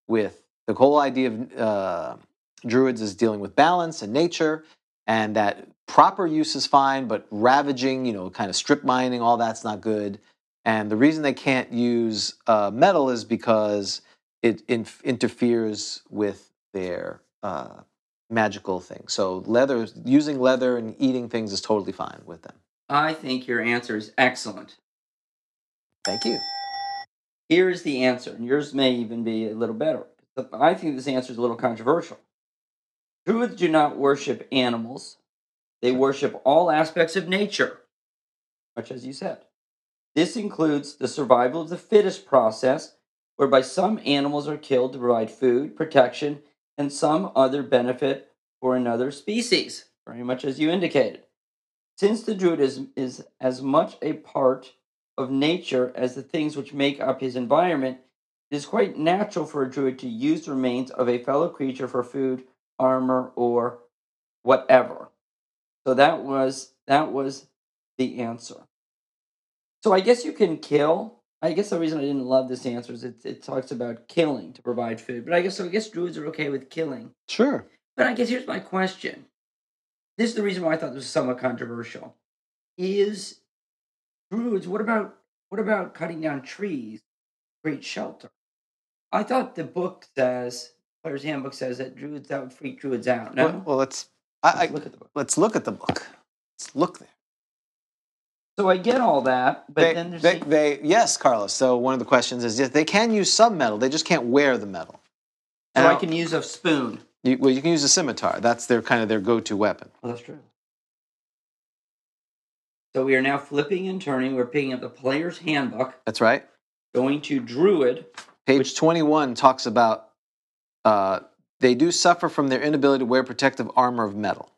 S2: with the whole idea of uh, druids is dealing with balance and nature, and that proper use is fine, but ravaging, you know, kind of strip mining, all that's not good. And the reason they can't use uh, metal is because it inf- interferes with their uh, magical thing. So leather, using leather and eating things is totally fine with them.
S3: I think your answer is excellent.
S2: Thank you.
S3: Here is the answer, and yours may even be a little better. But I think this answer is a little controversial. Druids do not worship animals, they worship all aspects of nature, much as you said. This includes the survival of the fittest process, whereby some animals are killed to provide food, protection, and some other benefit for another species. very much as you indicated. Since the Druid is, is as much a part of nature as the things which make up his environment, it is quite natural for a Druid to use the remains of a fellow creature for food, armor, or whatever. So that was that was the answer. So I guess you can kill. I guess the reason I didn't love this answer is it, it talks about killing to provide food. But I guess so I guess druids are okay with killing.
S2: Sure.
S3: But I guess here's my question. This is the reason why I thought this was somewhat controversial. Is druids, what about what about cutting down trees to create shelter? I thought the book says Player's Handbook says that druids that would freak druids out. No?
S2: Well, well, let's. I, I,
S3: Let's look at the book.
S2: let's look at the book. Let's look there.
S3: So I get all that, but
S2: they,
S3: then there's
S2: they,
S3: the-
S2: they- yes, Carlos. So one of the questions is yes, they can use some metal. They just can't wear the metal. And
S3: so I
S2: I'll-
S3: can use a spoon.
S2: you, well, you can use a scimitar. That's their kind of their go-to weapon.
S3: Well, that's true. So we are now flipping and turning. We're picking up the player's handbook,
S2: That's right.
S3: going to Druid.
S2: Page
S3: Which-
S2: 21 talks about uh, they do suffer from their inability to wear protective armor of metal.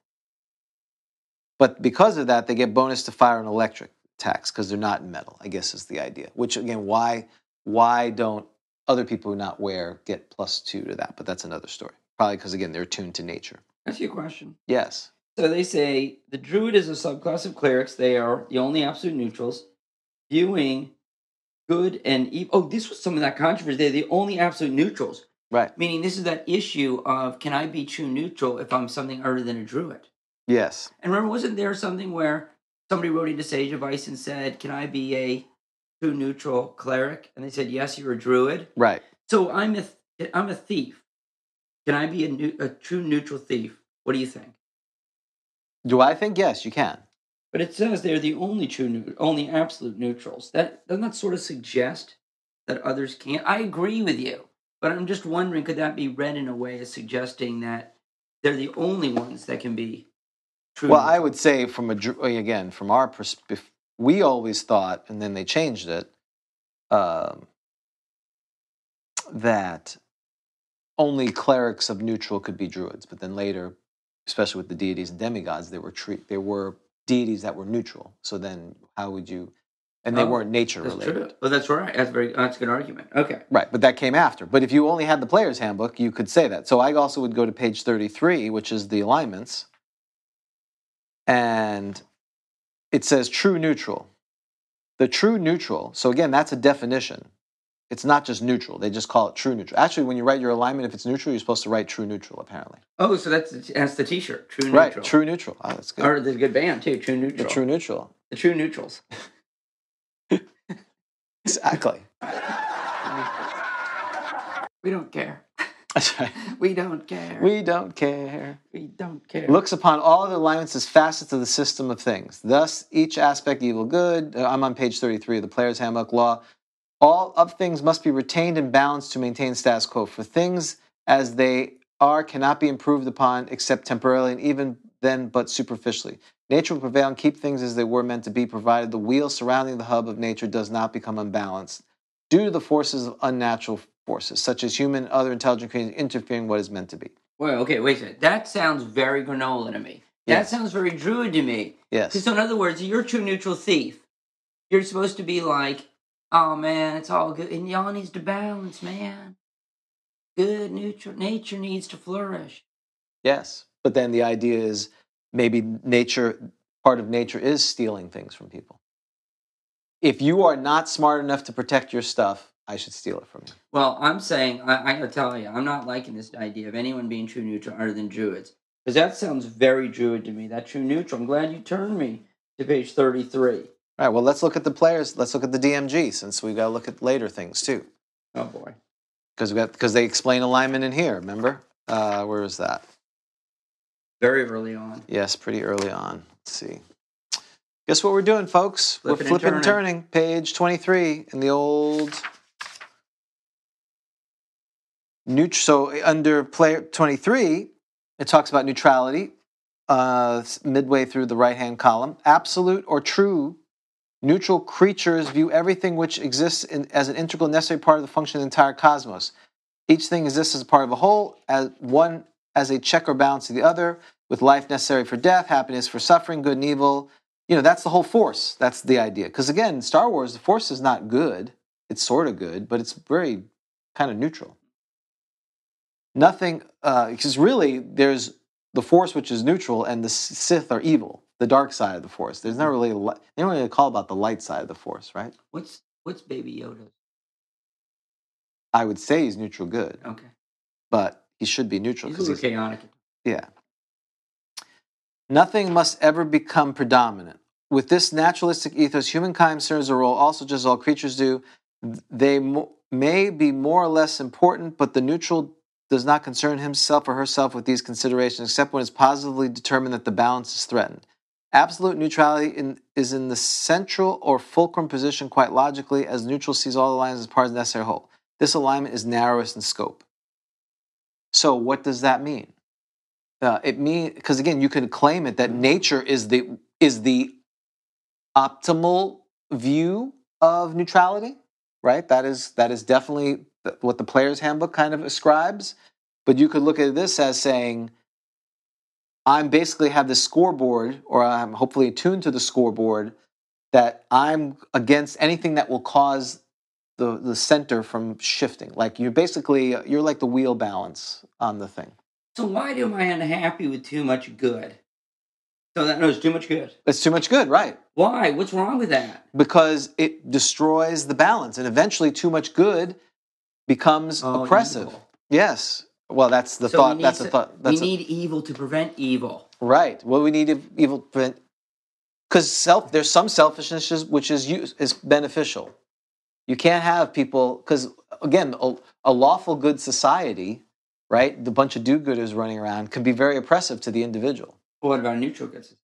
S2: But because of that, they get bonus to fire and electric attacks because they're not in metal, I guess is the idea. Which, again, why, why don't other people who not wear get plus two to that? But that's another story. Probably because, again, they're attuned to nature.
S3: That's your question.
S2: Yes.
S3: So they say the Druid is a subclass of clerics. They are the only absolute neutrals, viewing good and evil. Oh, this was some of that controversy. They're the only absolute neutrals,
S2: Right.
S3: meaning this is that issue of can I be true neutral if I'm something other than a Druid?
S2: Yes.
S3: And remember, wasn't there something where somebody wrote into Sage Advice and said, Can I be a true neutral cleric? And they said, Yes, you're a druid.
S2: Right.
S3: So I'm a, th- I'm a thief. Can I be a, new, a true neutral thief? What do you think?
S2: Do I think? Yes, you can.
S3: But it says they're the only true, neu- only absolute neutrals. That doesn't that sort of suggest that others can't? I agree with you, but I'm just wondering, could that be read in a way as suggesting that they're the only ones that can be true?
S2: Well, I would say from a dr- again from our perspective, we always thought, and then they changed it, um, that only clerics of neutral could be druids. But then later, especially with the deities and demigods, there were tre- there were deities that were neutral. So then, how would you? And they
S3: Oh,
S2: weren't nature
S3: That's
S2: related,
S3: true. Well, that's right. That's very. That's a good argument. Okay.
S2: right? But that came after. But if you only had the player's handbook, you could say that. So I also would go to page thirty-three, which is the alignments, and it says true neutral. The true neutral, so again, that's a definition. It's not just neutral. They just call it true neutral. Actually, when you write your alignment, if it's neutral, you're supposed to write true neutral, apparently.
S3: Oh, so that's the, that's the T-shirt. True neutral.
S2: Right, true neutral. Oh, that's good.
S3: Or the good band too. True
S2: The
S3: neutral.
S2: true neutral.
S3: The true neutrals. [LAUGHS]
S2: Exactly.
S3: We don't care. [LAUGHS]
S2: That's right.
S3: We don't care.
S2: We don't care.
S3: we don't care.
S2: looks upon all other alignments as facets of the system of things. Thus, each aspect, evil, good. uh, I'm on page 33 of the Player's Handbook Law. All of things must be retained and balanced to maintain status quo. For things as they are cannot be improved upon except temporarily and even then but superficially. Nature will prevail and keep things as they were meant to be, provided the wheel surrounding the hub of nature does not become unbalanced due to the forces of unnatural forces, such as human and other intelligent creatures interfering what is meant to be.
S3: Well, okay. Wait a second. That sounds very granola to me. That
S2: Yes.
S3: sounds very druid to me.
S2: Yes.
S3: So in other words, you're a true neutral thief. You're supposed to be like, oh man, it's all good, and y'all needs to balance, man. Good neutral nature needs to flourish.
S2: Yes. But then the idea is maybe nature, part of nature is stealing things from people. If you are not smart enough to protect your stuff, I should steal it from you.
S3: Well, I'm saying, I, I gotta tell you, I'm not liking this idea of anyone being true neutral other than Druids. Because that sounds very Druid to me, that true neutral. I'm glad you turned me to page
S2: All
S3: 33.
S2: right, well, let's look at the players. Let's look at the DMG since we've got to look at later things too.
S3: Oh boy.
S2: Because we got because they explain alignment in here, remember? Uh, where is that?
S3: Very early on.
S2: Yes, pretty early on. Let's see. Guess what we're doing, folks?
S3: Flipping and
S2: we're flipping and turning. Page 23 in the old. Neut- so under player 23, it talks about neutrality uh, midway through the right hand column. Absolute or true neutral creatures view everything which exists in, as an integral, and necessary part of the function of the entire cosmos. Each thing exists as a part of a whole, as one as a check or balance to the other. with life necessary for death, happiness for suffering, good and evil. You know, that's the whole force. That's the idea. Because again, Star Wars, the force is not good. It's sort of good, but it's very kind of neutral. Nothing, because really, there's the force which is neutral, and the Sith are evil, the dark side of the force. There's not really, a li- they don't really call about the light side of the force, right?
S3: What's what's Baby Yoda?
S2: I would say he's neutral good,
S3: Okay,
S2: but he should be neutral
S3: he's a
S2: because
S3: little
S2: he's
S3: chaotic.
S2: Yeah. Nothing must ever become predominant. With this naturalistic ethos, humankind serves a role, also just as all creatures do. They mo- may be more or less important, but the neutral does not concern himself or herself with these considerations, except when it's positively determined that the balance is threatened. Absolute neutrality in, is in the central or fulcrum position quite logically, as neutral sees all the lines as part of the necessary whole. This alignment is narrowest in scope. So, what does that mean? Uh, it means because again, you could claim it that nature is the is the optimal view of neutrality, right? That is that is definitely th- what the player's handbook kind of ascribes. But you could look at this as saying, I'm basically have this scoreboard, or I'm hopefully attuned to the scoreboard that I'm against anything that will cause the the center from shifting. Like you basically you're like the wheel balance on the thing.
S3: So why am I unhappy with too much good? So that knows too much good.
S2: It's too much good, right?
S3: Why? What's wrong with that?
S2: because it destroys the balance and eventually too much good becomes
S3: Oh,
S2: oppressive
S3: evil.
S2: yes well that's the
S3: So we
S2: thought
S3: need
S2: that's a
S3: to-
S2: thought that's
S3: we
S2: a-
S3: need evil to prevent evil.
S2: right well we need ev- evil because self there's some selfishness is- which is use, is beneficial you can't have people because again a, a lawful good society right the bunch of do-gooders running around can be very oppressive to the individual
S3: What about neutral goods?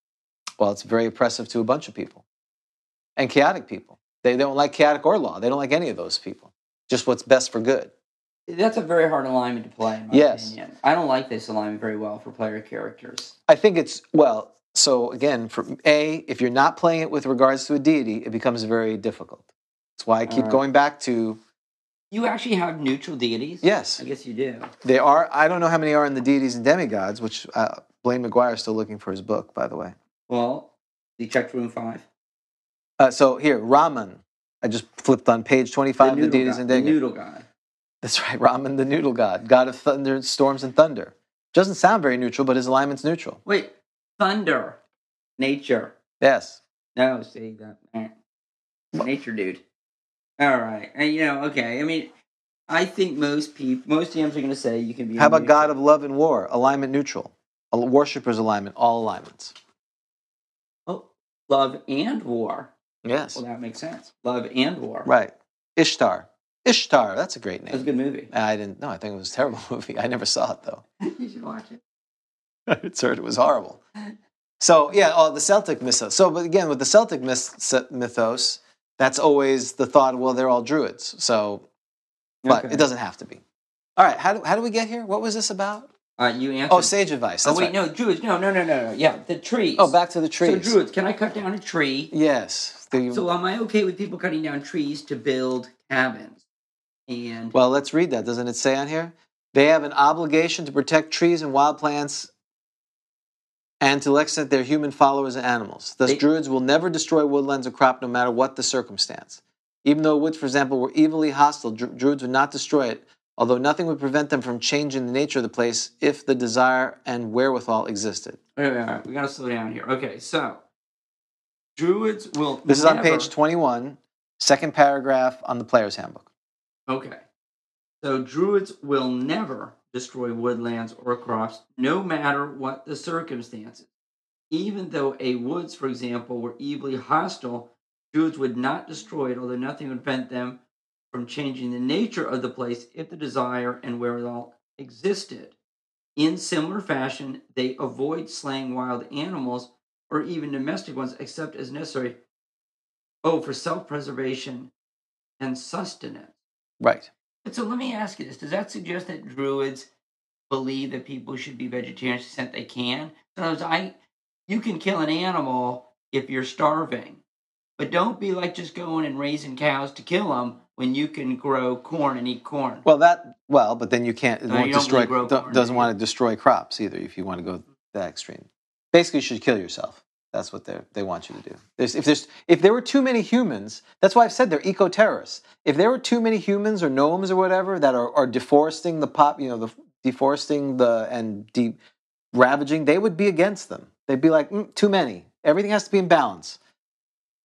S2: well it's very oppressive to a bunch of people and chaotic people they don't like chaotic or law they don't like any of those people just what's best for good
S3: That's a very hard alignment to play, in my
S2: Yes.
S3: opinion. I don't like this alignment very well for player characters.
S2: i think it's well so again for a if you're not playing it with regards to a deity it becomes very difficult that's why i keep
S3: Alright.
S2: going back to
S3: You actually have neutral deities?
S2: yes
S3: I guess you do.
S2: they are i don't know how many are in the deities and demigods which uh, blaine mcguire is still looking for his book by the way
S3: Well, you checked room five.
S2: uh, so here raman i just flipped on page 25 of the
S3: noodle
S2: deities
S3: guy,
S2: and
S3: the
S2: demigods
S3: noodle guy.
S2: That's [LAUGHS] right, Raman, the noodle god, god of thunder, storms, and thunder. Doesn't sound very neutral, but his alignment's neutral.
S3: Wait, thunder, nature.
S2: Yes.
S3: No, see that eh. nature dude. All right, and you know, okay. I mean, I think most people, most DMs are going to say you can be.
S2: How about
S3: neutral.
S2: god of love and war? Alignment neutral. A worshipper's alignment, all alignments.
S3: oh, love and war?
S2: Yes.
S3: Well, that makes sense. Love and war.
S2: Right. Ishtar. Ishtar, that's a great
S3: That's a
S2: name.
S3: good movie.
S2: I didn't know. I think it was a terrible [LAUGHS] movie. I never saw it, though.
S3: [LAUGHS] you should watch it.
S2: I just heard it was horrible. So, yeah, oh, the Celtic mythos. So, but again, with the Celtic myth- mythos, that's always the thought, well, they're all druids. So but
S3: Okay.
S2: it doesn't have to be. All right, how do, how do we get here? What was this about?
S3: Uh, you answer.
S2: Oh, sage advice.
S3: oh
S2: That's
S3: wait,
S2: right.
S3: no, Druids. No, no, no, no, no. Yeah, the trees.
S2: Oh, back to the trees.
S3: So Druids, can I cut down a tree?
S2: Yes. The-
S3: So am I okay with people cutting down trees to build cabins? And
S2: well, let's read that. Doesn't it say on here? They have an obligation to protect trees and wild plants and to the extent their human followers and animals. Thus,
S3: They-
S2: druids will never destroy woodlands or crop no matter what the circumstance. Even though woods, for example, were evilly hostile, dru- druids would not destroy it, although nothing would prevent them from changing the nature of the place if the desire and wherewithal existed.
S3: Wait, wait, wait, we gotta slow down here. Okay, so druids will.
S2: This is on
S3: never-
S2: page 21, second paragraph on the player's handbook.
S3: Okay, so druids will never destroy woodlands or crops, no matter what the circumstances. Even though a woods, for example, were evilly hostile, druids would not destroy it, although nothing would prevent them from changing the nature of the place if the desire and wherewithal existed. In similar fashion, they avoid slaying wild animals or even domestic ones except as necessary. Oh, for self preservation and sustenance.
S2: Right.
S3: But so let me ask you this Does that suggest that druids believe that people should be vegetarians to the extent they can? In other words, I, you can kill an animal if you're starving, but don't be like just going and raising cows to kill them when you can grow corn and eat corn.
S2: Well, that, well, but then you can't, it
S3: No,
S2: won't
S3: you don't really
S2: destroy,
S3: grow
S2: do-
S3: corn, do
S2: doesn't
S3: you?
S2: want to destroy crops either if you want to go that extreme. Basically, you should kill yourself. That's what they they want you to do. There's, if there's if there were too many humans, that's why I've said they're eco terrorists. If there were too many humans or gnomes or whatever that are, are deforesting the pop, you know, the deforesting the and de- ravaging, they would be against them. They'd be like, mm, too many. Everything has to be in balance.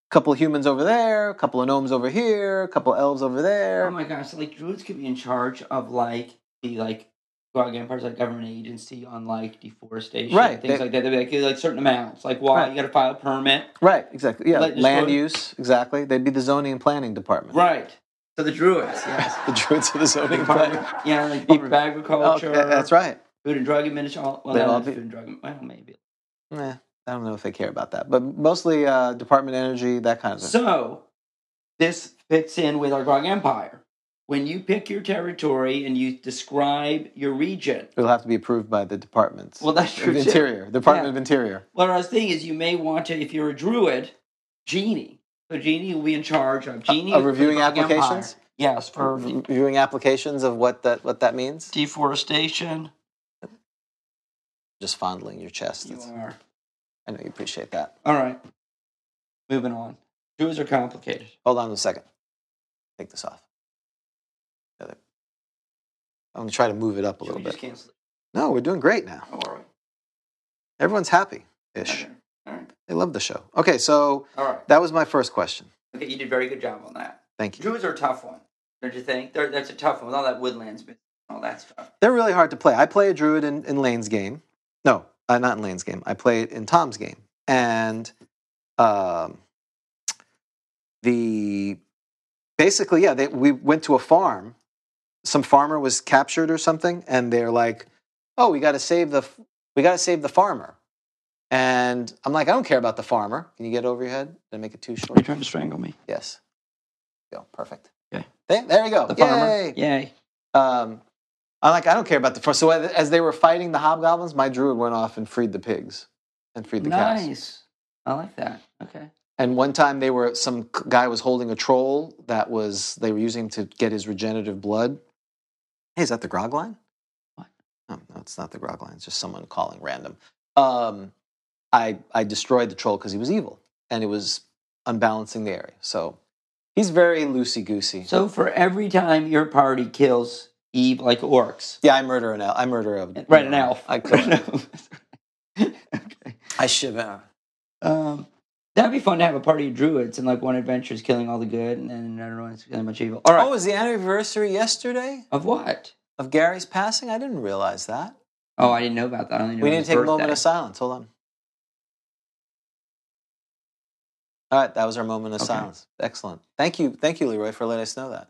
S2: A couple of humans over there, a couple of gnomes over here, a couple of elves over there.
S3: Oh my gosh! So like druids could be in charge of like the like Gulag Empire's like government agency on like deforestation,
S2: Right,
S3: Things
S2: they-
S3: like that. They'd be like, like certain amounts. Like, why
S2: Right.
S3: you got to file a permit?
S2: Right, exactly. Yeah,
S3: Like, just
S2: land
S3: go-
S2: use, exactly. They'd be the zoning and planning department.
S3: Right. So the druids, yes.
S2: [LAUGHS] The druids of the zoning and
S3: Department,
S2: planning. [LAUGHS]
S3: yeah, like Department of
S2: Oh,
S3: Agriculture.
S2: that's right.
S3: Food and Drug Administration. all- Well,
S2: They'll all
S3: not
S2: be-
S3: food and drug. Well, maybe.
S2: Nah, I don't know if they care about that, but mostly uh, Department of Energy, that kind of thing.
S3: So this fits in with our Gulag Empire. When you pick your territory and you describe your region,
S2: It'll have to be approved by the departments.
S3: well, that's true.
S2: of
S3: too.
S2: Interior, Department of Interior.
S3: What I was thinking is you may want to, if you're a druid, genie. So genie will be in charge of genie
S2: of reviewing
S3: for the Rock Empire.
S2: applications?
S3: Yes, for de-
S2: Reviewing applications of what that what that means.
S3: deforestation.
S2: Just fondling your chest.
S3: You
S2: That's-
S3: are
S2: I know you appreciate that.
S3: all right. Moving on. Druids are complicated.
S2: Hold on a second. Take this off. The other- I'm gonna try to move it up a
S3: Should
S2: little
S3: we just
S2: bit.
S3: cancel it?
S2: No, we're doing great now.
S3: Oh, all right.
S2: Everyone's happy ish.
S3: Okay. All right.
S2: They love the show. Okay, so
S3: All right.
S2: that was my first question.
S3: Okay, you did a very good job on that.
S2: Thank you.
S3: Druids are a tough one. Don't you think? They're, that's a tough one with all that woodlands business and all that stuff.
S2: They're really hard to play. I play a druid in, in Lane's game. No, uh, not in Lane's game. I play it in Tom's game. And um, the basically, yeah, they, we went to a farm. Some farmer was captured or something, and they're like, "Oh, we got to save the f- we got to save the farmer." And I'm like, "I don't care about the farmer. Can you get over your head? Did I make it too short?"
S3: trying to strangle me?
S2: Yes. Go. Perfect.
S3: Okay.
S2: There, there we go.
S3: The
S2: Yay!
S3: farmer. Yay.
S2: Um, I'm like, I don't care about the first. So as as they were fighting the hobgoblins, my druid went off and freed the pigs and freed the cows.
S3: Nice. I like that. Okay.
S2: And one time they were some c- guy was holding a troll that was they were using to get his regenerative blood. Hey, is that the grog line?
S3: What?
S2: Oh, no, it's not the grog line. It's just someone calling random. Um, I I destroyed the troll because he was evil and it was unbalancing the area. So he's very loosey goosey.
S3: So for every time your party kills Eve like orcs,
S2: Yeah, I murder an elf. I murder a
S3: right? An elf.
S2: I kill
S3: [LAUGHS]
S2: an elf.
S3: okay.
S2: I shiver.
S3: Um, that'd be fun to have a party of druids and like one adventure is killing all the good and then another one's killing a bunch of evil. All right.
S2: Oh, was the anniversary yesterday
S3: of what?
S2: of Gary's passing? I didn't realize that.
S3: Oh, I didn't know about that. I only knew
S2: we
S3: it
S2: need to
S3: was
S2: take a moment
S3: birthday.
S2: of silence. Hold on. All right, that was our moment of
S3: Okay.
S2: silence. Excellent. Thank you, thank you, Leroy, for letting us know that.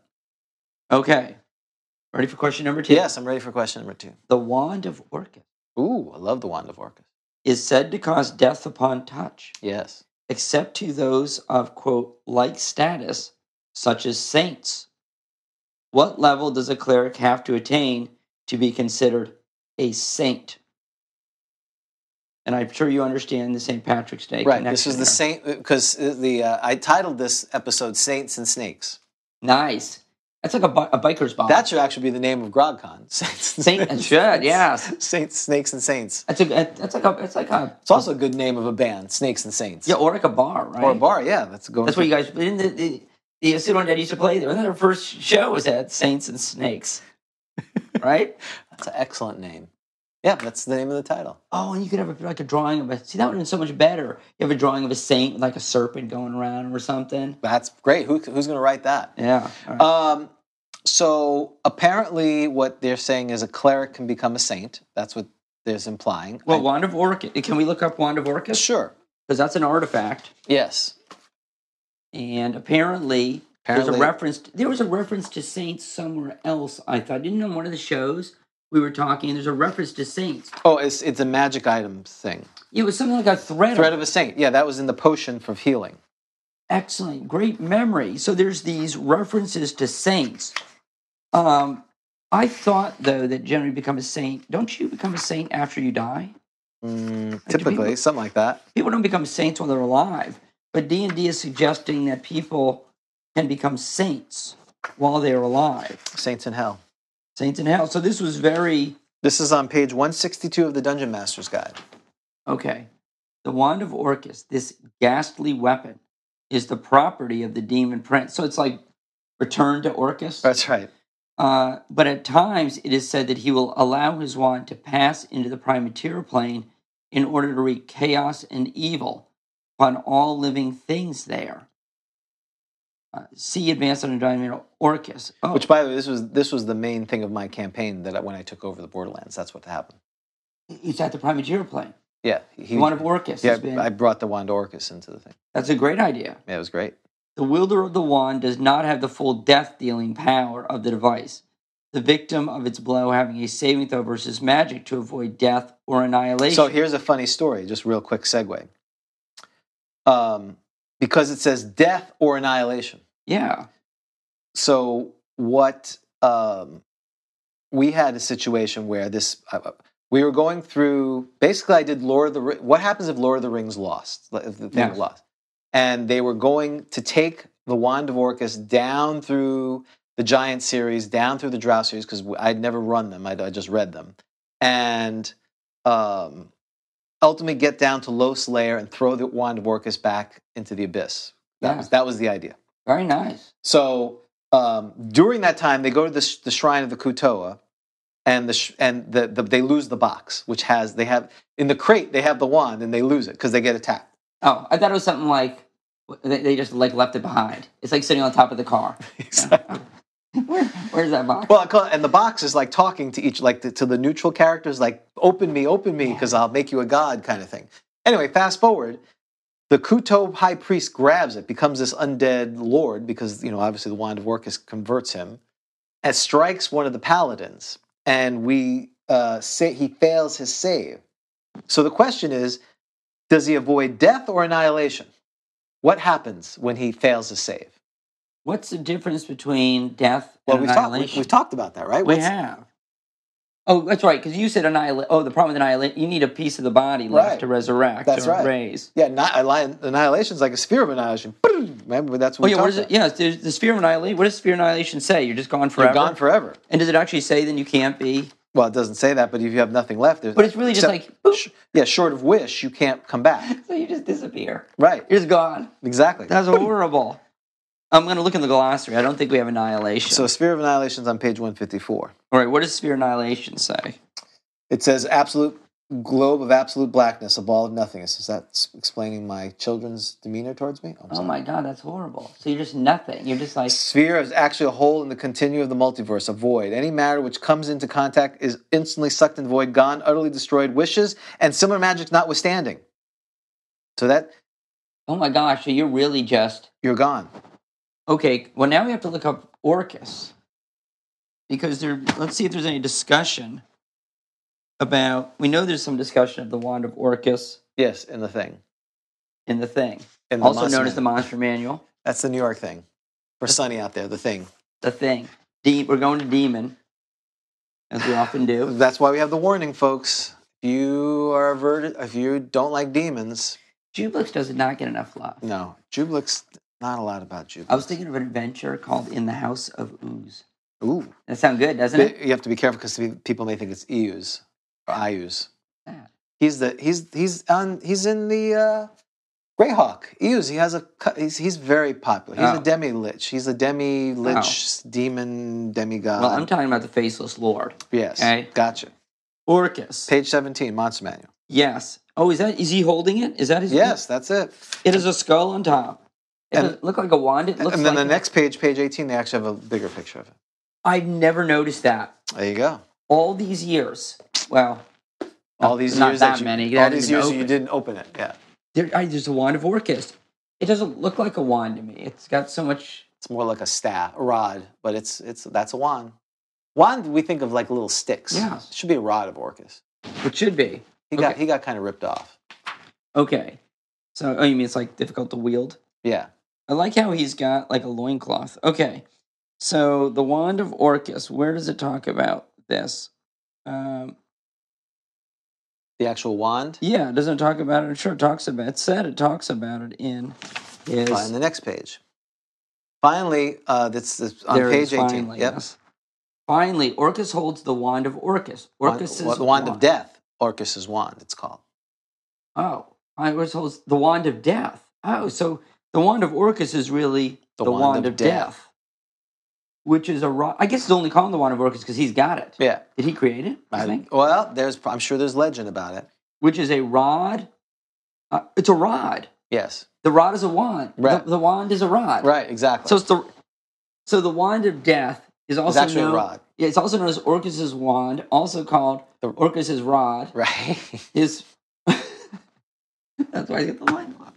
S3: Okay. Ready for question number two?
S2: Yes, I'm ready for question number two.
S3: The wand of Orcus
S2: Ooh, I love the wand of Orcus.
S3: is said to cause death upon touch,
S2: Yes.
S3: except to those of quote like status, such as saints. What level does a cleric have to attain to be considered a saint? And I'm sure you understand the St. Patrick's Day.
S2: right. This
S3: connection
S2: is the
S3: there.
S2: saint because the uh, I titled this episode "Saints and Snakes."
S3: Nice. That's like a, bi- a biker's bomb.
S2: That should actually be the name of GrogCon. [LAUGHS] Saints and
S3: Saint- it
S2: Snakes.
S3: should, yes.
S2: Saints, snakes, and saints.
S3: that's a that's like a it's like a
S2: It's also a good name of a band, Snakes and Saints.
S3: yeah or like a bar right
S2: Or a bar, yeah. That's going.
S3: That's what you guys. But in the, the, the Sidon Dad used to play there. And then our first show was at Saints and Snakes, right?
S2: That's an excellent name. Yeah, that's the name of the title.
S3: Oh, and you could have a, like a drawing of a. See, that would have been so much better. You have a drawing of a saint with like a serpent going around or something.
S2: That's great. Who, who's going to write that?
S3: Yeah. all right.
S2: Um, so apparently, what they're saying is a cleric can become a saint. That's what there's implying.
S3: well, Wand of Orcus. Can we look up Wand of
S2: I-
S3: Orcus?
S2: sure.
S3: Because that's an artifact,
S2: Yes.
S3: and apparently. There's
S2: Apparently-
S3: a reference. there was a reference to saints somewhere else. I thought. I didn't know one of the shows we were talking. And there's a reference to saints.
S2: Oh, it's it's a magic item thing.
S3: It was something like a thread.
S2: Thread of a saint. Yeah, that was in the potion for healing.
S3: Excellent, great memory. So there's these references to saints. Um, I thought though that generally become a saint. Don't you become a saint after you die?
S2: Mm,
S3: do
S2: typically,
S3: people-
S2: something like that.
S3: People don't become saints while they're alive, but D and D is suggesting that people can become saints while they are alive.
S2: Saints in hell.
S3: Saints in hell. So this was very
S2: This is on page 162 of the Dungeon Master's Guide.
S3: Okay. The Wand of Orcus, this ghastly weapon, is the property of the demon prince. So it's like return to Orcus.
S2: That's right.
S3: Uh, but at times it is said that he will allow his wand to pass into the primateer plane in order to wreak chaos and evil upon all living things there. Uh, see Advance on a Diamond Orcus. Oh,
S2: Which, by the way, this was this was the main thing of my campaign that I, when I took over the Borderlands, that's what happened.
S3: it's at the primateer plane.
S2: Yeah, he,
S3: The Wand of Orcus.
S2: yeah,
S3: has been,
S2: I brought the Wand Orcus into the thing.
S3: that's a great idea.
S2: Yeah, it was great.
S3: The wielder of the wand does not have the full death dealing power of the device, the victim of its blow having a saving throw versus magic to avoid death or annihilation.
S2: So here's a funny story, just real quick segue. Um, because it says death or annihilation.
S3: yeah.
S2: So what um, we had a situation where this uh, we were going through. Basically, I did Lord of the Ri- what happens if Lord of the Rings lost like, if the thing
S3: Yes.
S2: lost, and they were going to take the Wand of Orcus down through the Giant series, down through the Drow series because I'd never run them. I'd, I just read them, and um, ultimately get down to Los Lair and throw the Wand of Orcus back into the abyss. That
S3: Yeah.
S2: was that was the idea.
S3: Very nice.
S2: So um, during that time, they go to the, sh- the shrine of the Kutoa, and the sh- and the, the they lose the box, which has they have in the crate they have the wand, and they lose it because they get attacked. [LAUGHS]
S3: Oh, I thought it was something like they they just like left it behind. It's like sitting on top of the car. [LAUGHS] Where, where's that box?
S2: well, I call- and the box is like talking to each like to, to the neutral characters, like open me, open me, because I'll make you a god kind of thing. Anyway, fast forward. The Kuto high priest grabs it, becomes this undead lord, because, you know, obviously the Wand of Orcus converts him, and strikes one of the paladins. And we uh, say he fails his save. So the question is does he avoid death or annihilation? What happens when he fails his save?
S3: What's the difference between death
S2: Well,
S3: and
S2: we've talked, we
S3: annihilation?
S2: we've talked about that, right?
S3: We
S2: What's-
S3: have. Oh, that's right. Because you said annihilate. Oh, the problem with annihilate, you need a piece of the body left
S2: Right.
S3: to resurrect
S2: That's
S3: or
S2: right.
S3: raise.
S2: Yeah, not, annihilation is like a sphere of annihilation. Remember, that's
S3: Oh
S2: what we
S3: yeah, what
S2: talked
S3: is it?
S2: about.
S3: Yeah, the, the sphere of annihilation. What does sphere of annihilation say? You're just gone forever.
S2: You're gone forever.
S3: And does it actually say then you can't be?
S2: Well, it doesn't say that, but if you have nothing left, there's,
S3: But it's really just
S2: Except-
S3: like, boop,
S2: sh- yeah, short of wish, you can't come
S3: [LAUGHS]
S2: back.
S3: so you just disappear.
S2: Right,
S3: You're just gone.
S2: exactly. [LAUGHS]
S3: That's horrible. I'm gonna look in the glossary. I don't think we have annihilation.
S2: So, Sphere of Annihilation is on page 154.
S3: All right, what does sphere of annihilation say?
S2: It says, absolute globe of absolute blackness, a ball of nothingness. Is that s- explaining my children's demeanor towards me? I'm
S3: Oh
S2: sorry.
S3: my god, that's horrible. So you're just nothing. You're just like
S2: Sphere is actually a hole in the continuum of the multiverse, a void. Any matter which comes into contact is instantly sucked in void, gone, utterly destroyed, wishes, and similar magic notwithstanding. So that
S3: oh my gosh. So you're really just
S2: you're gone.
S3: okay. Well, now we have to look up Orcus because there. Let's see if there's any discussion about. We know there's some discussion of the wand of Orcus
S2: Yes, in the thing.
S3: in the thing.
S2: In the
S3: also
S2: Moss
S3: known
S2: Man.
S3: as the Monster Manual.
S2: That's the New York thing. For Sunny out there, the thing.
S3: The thing. De- we're going to Demon, as we often do.
S2: That's why we have the warning, folks. If you are averted, if you don't like demons,
S3: Jublix does not get enough love.
S2: no. Jublix, not a lot about
S3: I
S2: Jublix.
S3: was thinking of an adventure called In the House of Ooze.
S2: Ooh.
S3: That sounds good, doesn't
S2: But
S3: it?
S2: you have to be careful because people may think it's EUs or IUs.
S3: Yeah.
S2: He's the he's he's on he's in the uh, Greyhawk. EUs. He has a cu- he's he's very popular. He's
S3: Oh.
S2: a demi lich. He's a demi lich demon demigod.
S3: Well, I'm talking about the Faceless Lord.
S2: yes.
S3: okay.
S2: Gotcha.
S3: Orcus.
S2: Page seventeen, Monster Manual.
S3: Yes. Oh, is that is he holding it? Is that his
S2: Yes, that's it.
S3: It is a skull on top. It
S2: And-
S3: doesn't look like a wand. It looks
S2: and then
S3: like
S2: the next page, page 18, they actually have a bigger picture of it.
S3: I've never noticed that.
S2: There you go.
S3: All these years. Well,
S2: All these
S3: Oh, not
S2: years
S3: that
S2: that you,
S3: many.
S2: All
S3: That
S2: these
S3: didn't
S2: years that
S3: open.
S2: you didn't open it. Yeah,
S3: there, I, there's a wand of Orcus. It doesn't look like a wand to me. It's got so much
S2: it's more like a staff, a rod, but it's it's that's a wand. Wand we think of like little sticks.
S3: Yeah.
S2: It should be a rod of Orcus.
S3: It should be.
S2: He got
S3: Okay.
S2: he got kind of ripped off.
S3: Okay. So, oh, you mean it's like difficult to wield?
S2: Yeah,
S3: I like how he's got like a loincloth. Okay. So, the Wand of Orcus, where does it talk about this? Um,
S2: the actual wand.
S3: yeah, it doesn't talk about it. It sure talks about it. Said it talks about it in his.
S2: On uh, the next page. Finally, uh, that's that's on
S3: there it is,
S2: page 18.
S3: Finally,
S2: yep.
S3: yes. Finally, Orcus holds the Wand of Orcus.
S2: Wand-
S3: Orcus is
S2: wa- the wand, of death. Orcus's wand. It's called.
S3: Oh, I was told the wand of death. Oh, so the wand of Orcus is really the, wand, of, death. which is a rock. I guess it's only called the wand of Orcus because he's got it.
S2: Yeah.
S3: Did he create it? I
S2: I-
S3: think.
S2: well, there's I'm sure there's legend about it.
S3: Which is a rod. Uh, it's a rod.
S2: Yes.
S3: The rod is a wand.
S2: Right.
S3: The, the wand is a rod.
S2: Right. Exactly.
S3: So it's the so the wand of death is also
S2: actually a
S3: known,
S2: rod.
S3: Yeah, it's also known as Orcus's wand, also called
S2: The-
S3: Orcus's rod.
S2: [LAUGHS]
S3: [LAUGHS]
S2: right.
S3: Is that's why I get the line. wrong.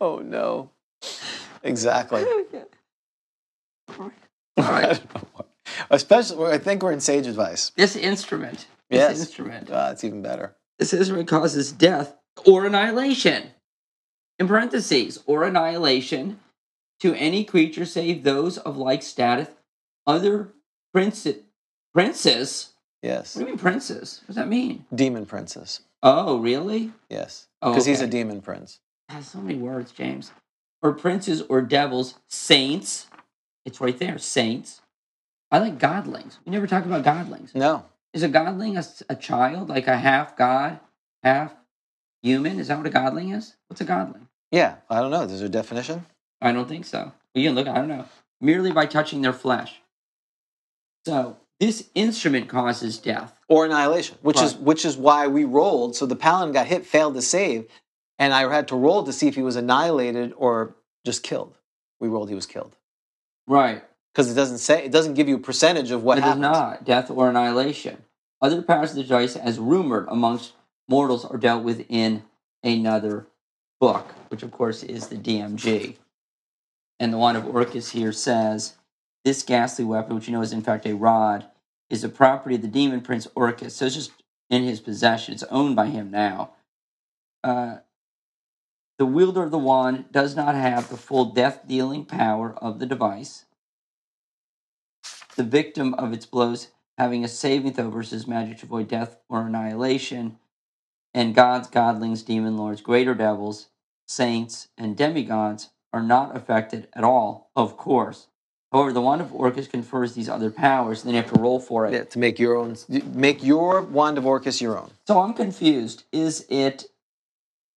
S2: oh no. Exactly.
S3: [LAUGHS] All right.
S2: [LAUGHS] Especially, well, I think we're in sage advice.
S3: This instrument. This
S2: Yes.
S3: instrument.
S2: Ah, it's even better.
S3: This instrument causes death or annihilation. In parentheses, or annihilation to any creature save those of like status, other princes. Princes?
S2: Yes.
S3: What do you mean princes? What does that mean?
S2: Demon princess.
S3: Oh, really?
S2: Yes.
S3: Oh,
S2: Because he's a
S3: okay.
S2: demon prince.
S3: Has so many words, James. Or princes or devils, saints. It's right there, saints. I like godlings. We never talk about godlings.
S2: No.
S3: Is a godling a, s- a child, like a half god, half human? Is that what a godling is? What's a godling?
S2: Yeah. I don't know. Is there a definition?
S3: I don't think so. You can look, I don't know. Merely by touching their flesh. So, this instrument causes death.
S2: Or annihilation, which is
S3: Right.
S2: which is why we rolled. So the paladin got hit, failed to save, and I had to roll to see if he was annihilated or just killed. We rolled. He was killed
S3: Right.
S2: because it doesn't say. It doesn't give you a percentage of what
S3: it
S2: happens.
S3: does not death or annihilation. Other powers of the dice, as rumored amongst mortals, are dealt with in another book, which of course is the DMG. And the wand of Orcus here says, "This ghastly weapon, which you know is in fact a rod, is the property of the demon prince Orcus. So it's just in his possession. It's owned by him now." Uh, the wielder of the wand does not have the full death dealing power of the device the victim of its blows having a saving throw versus magic to avoid death or annihilation, and gods, godlings, demon lords, greater devils, saints, and demigods are not affected at all, of course. However, the wand of Orcus confers these other powers, and then you have to roll for it.
S2: Yeah, to make your own, make your wand of Orcus your own.
S3: So I'm confused. Is it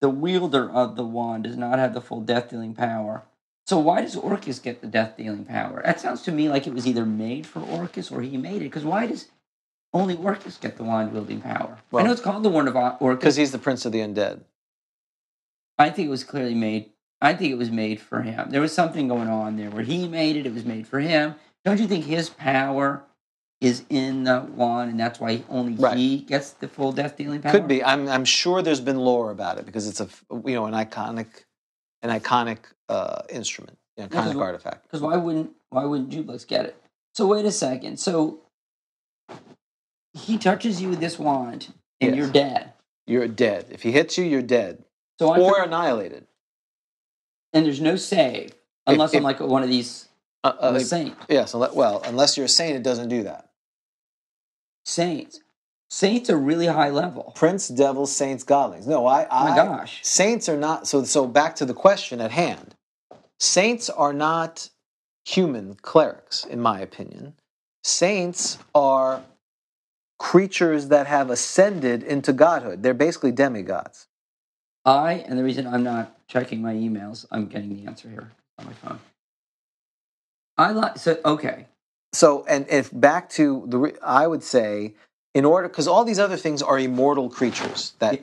S3: the wielder of the wand does not have the full death dealing power? So why does Orcus get the death dealing power? That sounds to me like it was either made for Orcus or he made it. Because why does only Orcus get the wand wielding power?
S2: Well-
S3: I know it's called the wand of O- Orcus.
S2: Because he's the prince of the undead.
S3: I think it was clearly made. I think it was made for him. There was something going on there where he made it. It was made for him. Don't you think his power is in the wand, and that's why only
S2: Right.
S3: he gets the full death dealing power?
S2: Could be. I'm, I'm sure there's been lore about it because it's a you know an iconic, an iconic uh, instrument, an
S3: Yeah, 'cause
S2: iconic
S3: wh-
S2: artifact.
S3: Because why wouldn't why wouldn't Jublex get it? So wait a second. So he touches you with this wand, and
S2: Yes.
S3: you're dead.
S2: You're dead. If he hits you, you're dead
S3: So I
S2: or annihilated.
S3: and there's no save unless
S2: if-
S3: I'm like one of these
S2: Uh, uh,
S3: I'm a
S2: like-
S3: saint
S2: yes. unle- Well, unless you're a saint, it doesn't do that.
S3: saints. Saints are really high level.
S2: Prince, devils, saints, godlings. No, I.
S3: Oh
S2: I
S3: my gosh.
S2: Saints are not. So so back to the question at hand. Saints are not human clerics, in my opinion. Saints are creatures that have ascended into godhood. They're basically demigods.
S3: I and the reason I'm not checking my emails, I'm getting the answer here on my phone. I like so okay.
S2: So and if back to the, re- I would say in order because all these other things are immortal creatures that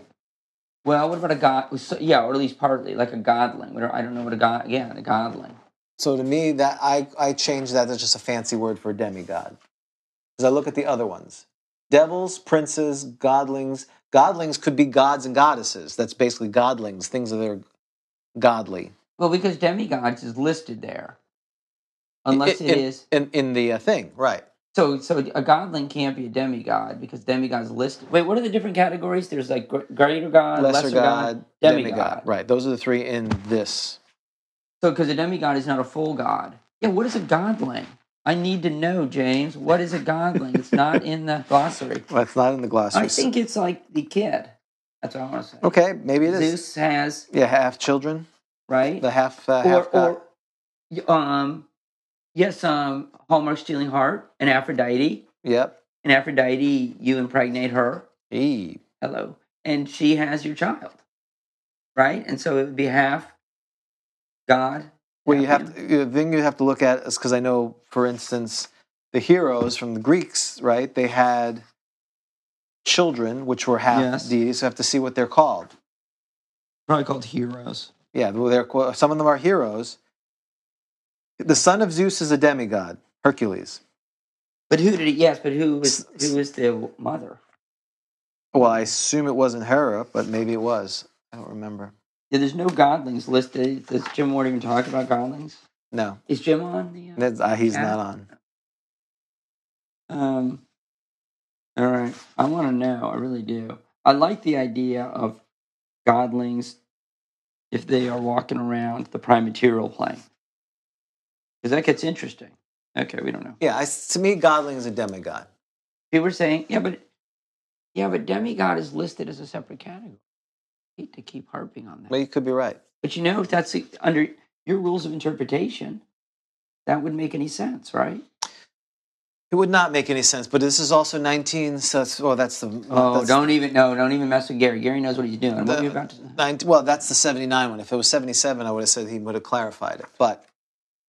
S3: Well, what about a god? So, yeah, or at least partly like a godling. What are- I don't know what a god. Yeah, a godling.
S2: So to me, that I I change that. That's just a fancy word for demigod. Because I look at the other ones, devils, princes, godlings. Godlings could be gods and goddesses. That's basically godlings, things that are godly.
S3: Well, because demigods is listed there, unless
S2: in,
S3: it
S2: in-
S3: is.
S2: in, in the uh, thing, right?
S3: So, so a godling can't be a demigod because demigod's listed. Wait, what are the different categories? There's like gr- greater god, lesser, god, demigod.
S2: right? Those are the three in this.
S3: So, because a demigod is not a full god. Yeah, what is a godling? I need to know, James. What is a godling? it's not in the glossary.
S2: That's not in the glossary.
S3: I think it's like the kid. That's what I want to say.
S2: okay, maybe it is.
S3: Zeus has
S2: Yeah, half children,
S3: right.
S2: the half uh,
S3: or,
S2: half god.
S3: or y- um, yes, um, Hallmark stealing heart and Aphrodite.
S2: yep,
S3: and Aphrodite, you impregnate her.
S2: Hey,
S3: hello and she has your child right and so it would be half god
S2: Well, you
S3: half
S2: have
S3: man.
S2: to, the thing you have to look at is because I know, for instance, the heroes from the Greeks, right? They had children which were half
S3: Yes.
S2: deities. So you have to see what they're called.
S3: probably called heroes
S2: Yeah, well, they're qu- some of them are heroes. The son of Zeus is a demigod, Hercules.
S3: but who did it yes but who was
S2: S-
S3: who was the mother
S2: Well, I assume it wasn't Hera, but maybe it was. I don't remember.
S3: yeah, there's no godlings listed does jim ward even talk about godlings
S2: No,
S3: is jim on the uh,
S2: that's, uh, he's
S3: Yeah.
S2: not on.
S3: Um, all right. I want to know. I really do. I like the idea of godlings if they are walking around the prime material plane. Because that gets interesting. Okay, we don't know.
S2: Yeah, I, to me, Godling is a demigod.
S3: People are saying, yeah, but yeah, but demigod is listed as a separate category. I hate to keep harping on
S2: Well,
S3: that.
S2: you could be right.
S3: But you know, if that's under your rules of interpretation, that wouldn't make any sense, right?
S2: It would not make any sense, but this is also 19. So that's, well, that's the
S3: Oh,
S2: that's
S3: don't even no, don't even mess with Gary. Gary knows what he's doing. what
S2: The-
S3: are we about to
S2: 19, well, that's the 79 one. If it was 77, I would have said he would have clarified it. But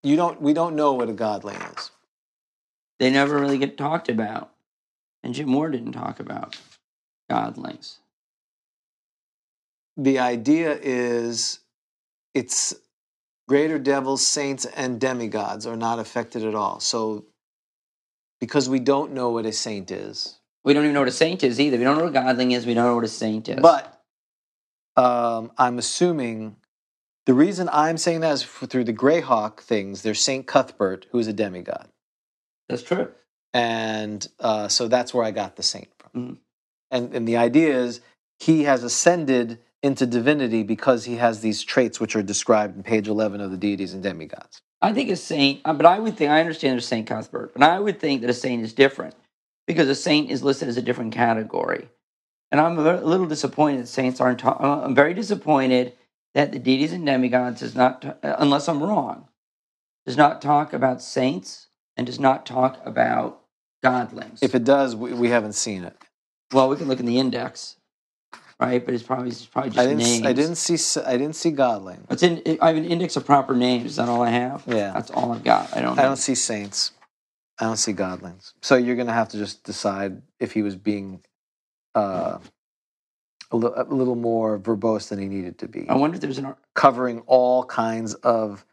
S2: you don't. We don't know what a godling is.
S3: they never really get talked about. And Jim Moore didn't talk about godlings.
S2: The idea is, it's greater devils, saints, and demigods are not affected at all. So, because we don't know what a saint is,
S3: We don't even know what a saint is either. We don't know what a godling is. We don't know what a saint is.
S2: But um, I'm assuming the reason I'm saying that is f through the Greyhawk things. There's Saint Cuthbert, who is a demigod,
S3: that's true.
S2: and uh, so that's where I got the saint from.
S3: Mhm.
S2: And and the idea is he has ascended into divinity because he has these traits which are described in page 11 of the deities and demigods.
S3: I think a saint, uh, but I would think, I understand there's Saint Cuthbert, but I would think that a saint is different because a saint is listed as a different category. And I'm a little disappointed that saints aren't, ta- uh, I'm very disappointed that the deities and demigods does not, ta- uh, unless I'm wrong, does not talk about saints and does not talk about godlings.
S2: If it does, we, we haven't seen it.
S3: Well, we can look in the index, right? But it's probably it's probably just
S2: I didn't.
S3: names.
S2: I didn't see. s- I didn't see godling.
S3: It's in. I have an index of proper names. Is that all I have?
S2: Yeah.
S3: that's all I've got. I don't.
S2: I
S3: know.
S2: don't see saints. I don't see godlings. So you're going to have to just decide if he was being uh, a, li- a little more verbose than he needed to be,
S3: I wonder if there's an. ar-
S2: covering all kinds of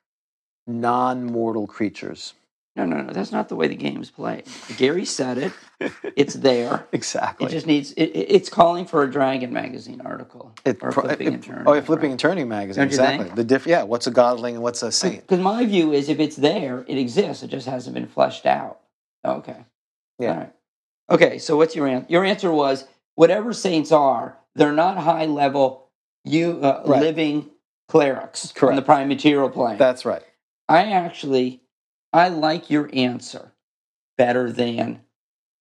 S2: non-mortal creatures.
S3: No, no, no. That's not the way the game is played. Gary said it. It's there.
S2: Exactly.
S3: It just needs. It, it- it's calling for a Dragon magazine article
S2: It
S3: or
S2: pro-
S3: flipping
S2: it-
S3: and turning.
S2: Oh, yeah, flipping and turning magazine.
S3: Don't you think?
S2: Exactly. The diff. Yeah, what's a godling and what's a saint?
S3: Because my view is, if it's there, it exists. It just hasn't been fleshed out. Okay.
S2: Yeah.
S3: All right. Okay. So what's your answer? Your answer was whatever saints are, they're not high level you uh,
S2: Right.
S3: living clerics on the
S2: Correct.
S3: prime material plane.
S2: That's right.
S3: I actually I like your answer better than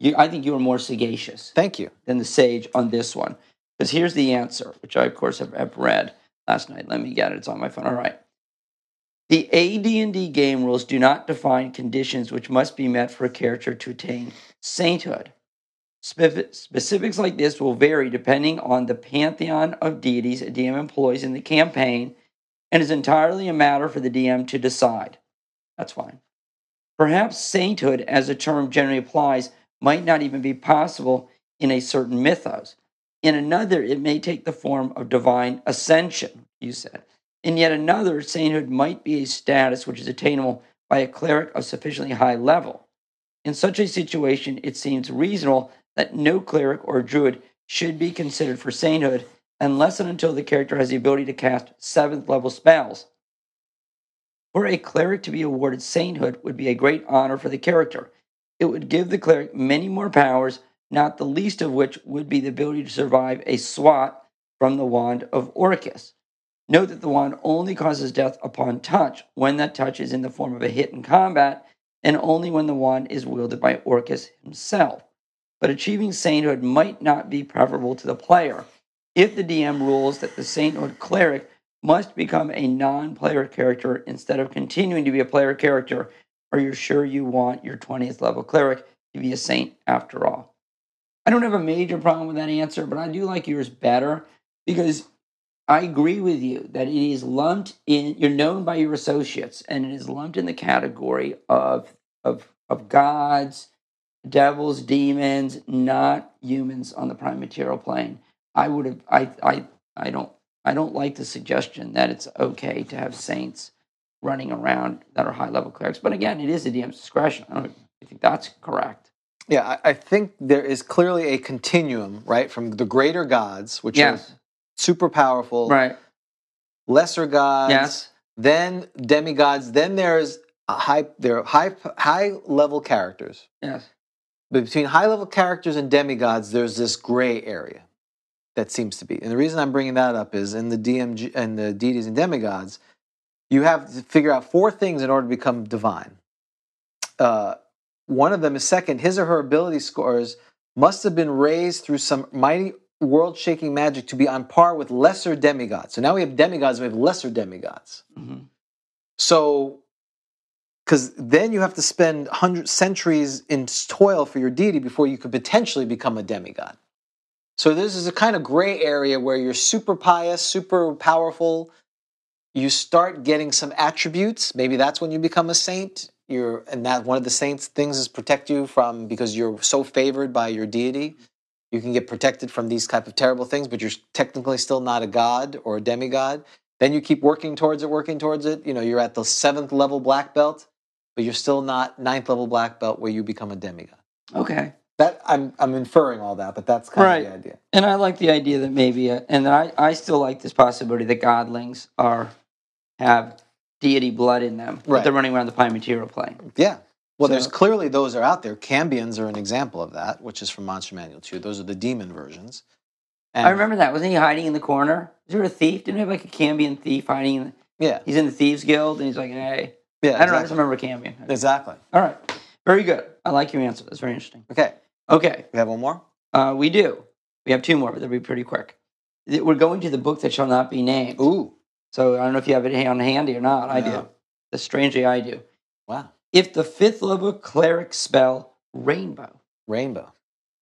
S3: you. I think you were more sagacious
S2: Thank you.
S3: than the sage on this one. Because here's the answer, which I, of course, have, have read last night. Let me get it. It's on my phone. All right. The AD&D game rules do not define conditions which must be met for a character to attain sainthood. Spef- Specifics like this will vary depending on the pantheon of deities a DM employs in the campaign and is entirely a matter for the DM to decide. That's fine. Perhaps sainthood, as a term generally applies, might not even be possible in a certain mythos. In another, it may take the form of divine ascension, you said. In yet another, sainthood might be a status which is attainable by a cleric of sufficiently high level. In such a situation, it seems reasonable that no cleric or druid should be considered for sainthood unless and until the character has the ability to cast seventh level spells. For a cleric to be awarded sainthood would be a great honor for the character. It would give the cleric many more powers, not the least of which would be the ability to survive a swat from the wand of Orcus. Note that the wand only causes death upon touch when that touch is in the form of a hit in combat, and only when the wand is wielded by Orcus himself. But achieving sainthood might not be preferable to the player if the DM rules that the sainthood cleric must become a non player character instead of continuing to be a player character, or you're sure you want your 20th level cleric to be a saint after all. I don't have a major problem with that answer, but I do like yours better because I agree with you that it is lumped in. You're known by your associates, and it is lumped in the category of of of gods, devils, demons, not humans on the prime material plane. I would have. I I I don't. I don't like the suggestion that it's okay to have saints running around that are high level clerics. But again, it is a DM's discretion. I don't I think that's correct.
S2: Yeah, I, I think there is clearly a continuum, right, from the greater gods, which are
S3: Yes.
S2: super powerful,
S3: Right.
S2: lesser gods,
S3: Yes.
S2: then demigods, then there's a high there are high high level characters.
S3: Yes.
S2: But between high level characters and demigods, there's this gray area that seems to be. And the reason I'm bringing that up is in the DMG and the deities and demigods, you have to figure out four things in order to become divine. Uh, one of them is second, his or her ability scores must have been raised through some mighty world shaking magic to be on par with lesser demigods. So now we have demigods, we have lesser demigods.
S3: Mhm.
S2: So, because then you have to spend hundred centuries in toil for your deity before you could potentially become a demigod. So this is a kind of gray area where you're super pious, super powerful. You start getting some attributes. Maybe that's when you become a saint. You're, and that one of the saints' things is protect you from because you're so favored by your deity. You can get protected from these type of terrible things, but you're technically still not a god or a demigod then you keep working towards it working towards it you know you're at the seventh level black belt but you're still not ninth level black belt where you become a demigod
S3: Okay.
S2: that i'm i'm inferring all that but that's kind
S3: Right.
S2: of the idea
S3: And I like the idea that maybe, uh, and I, I still like this possibility that godlings are have deity blood in them. But
S2: Right.
S3: they're running around the prime material plane.
S2: yeah well there's
S3: So-
S2: clearly those are out there cambians are an example of that which is from monster manual 2 those are the demon versions and,
S3: I remember that. Wasn't he hiding in the corner? Is there a thief? Didn't he have like a Cambion thief hiding? In the,
S2: yeah
S3: he's in the thieves guild, and he's like, hey,
S2: yeah
S3: I don't know. I just
S2: exactly.
S3: remember Cambion.
S2: exactly
S3: All right, very good. I like your answer. That's very interesting.
S2: okay
S3: Okay,
S2: we have one more
S3: uh, we do. We have two more, but they'll be pretty quick. Th- We're going to the book that shall not be named.
S2: ooh
S3: So I don't know if you have it on handy or not. I do.
S2: No.
S3: That's strangely I do.
S2: wow
S3: If the fifth level cleric spell Rainbow,
S2: rainbow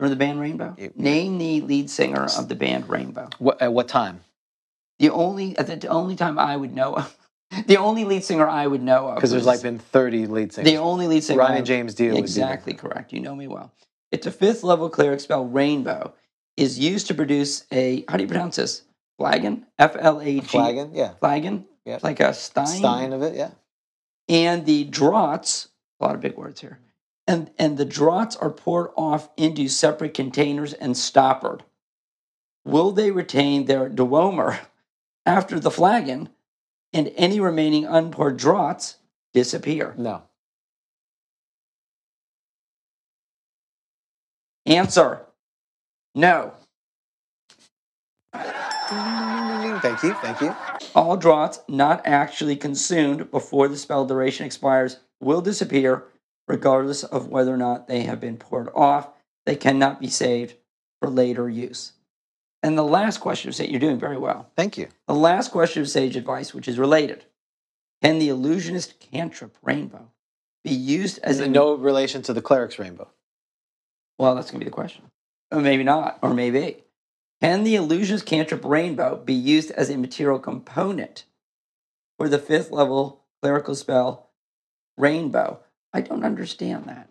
S3: remember the band Rainbow?
S2: Yep.
S3: Name the lead singer of the band Rainbow.
S2: what, at what time
S3: The only at the the only time I would know of, [LAUGHS] the only lead singer I would know of.
S2: because there's
S3: was-
S2: like been 30 lead
S3: the
S2: singers
S3: only lead singer. I
S2: ronnie
S3: would-
S2: james dio would be the-
S3: Exactly correct. You know me well. It's a fifth level cleric spell, Rainbow, is used to produce a how do you pronounce this? Flagon? F L A G.
S2: flagon yeah
S3: Flagon?
S2: Yep.
S3: It's like a stein.
S2: stein of it yeah
S3: And the draughts, a lot of big words here. And and the draughts are poured off into separate containers and stoppered. Will they retain their duomer after the flagon and any remaining unpoured draughts disappear?
S2: no
S3: Answer. No.
S2: Thank you, thank you.
S3: All draughts not actually consumed before the spell duration expires will disappear, regardless of whether or not they have been poured off. They cannot be saved for later use. And the last question of Sage, you're doing very well.
S2: Thank you.
S3: The last question of Sage advice, which is related Can the illusionist cantrip rainbow be used as a.
S2: no relation to the cleric's rainbow.
S3: Well, that's going to be the question. Or maybe not, or maybe. Can the illusionist cantrip rainbow be used as a material component for the fifth level clerical spell rainbow? I don't understand that.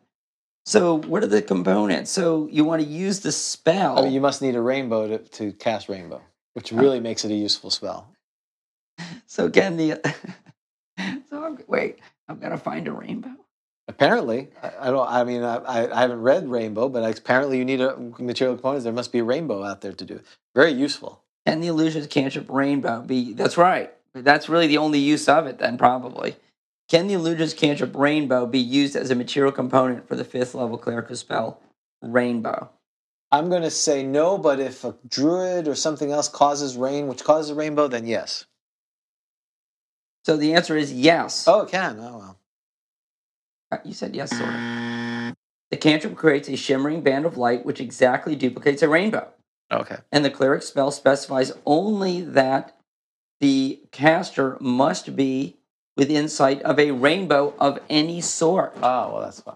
S3: So, what are the components? So, you want to use the spell.
S2: I mean, you must need a rainbow to, to cast rainbow, which really makes it a useful spell.
S3: so, can the. [LAUGHS] so, I'm, wait, I've got to find a rainbow.
S2: Apparently, I, I don't. I mean, I, I, I haven't read rainbow, but apparently you need a material components. There must be a rainbow out there to do. it. Very useful.
S3: Can the illusionist cantrip rainbow be? That's right. That's really the only use of it, then, probably. Can the illusionist cantrip rainbow be used as a material component for the fifth level clerical spell rainbow?
S2: I'm going to say no, but if a druid or something else causes rain, which causes a rainbow, then yes.
S3: So the answer is yes.
S2: Oh, it can. Oh well.
S3: Uh, You said yes, sort of. The cantrip creates a shimmering band of light which exactly duplicates a rainbow.
S2: Okay.
S3: And the cleric spell specifies only that the caster must be within sight of a rainbow of any sort.
S2: Oh well, that's fine.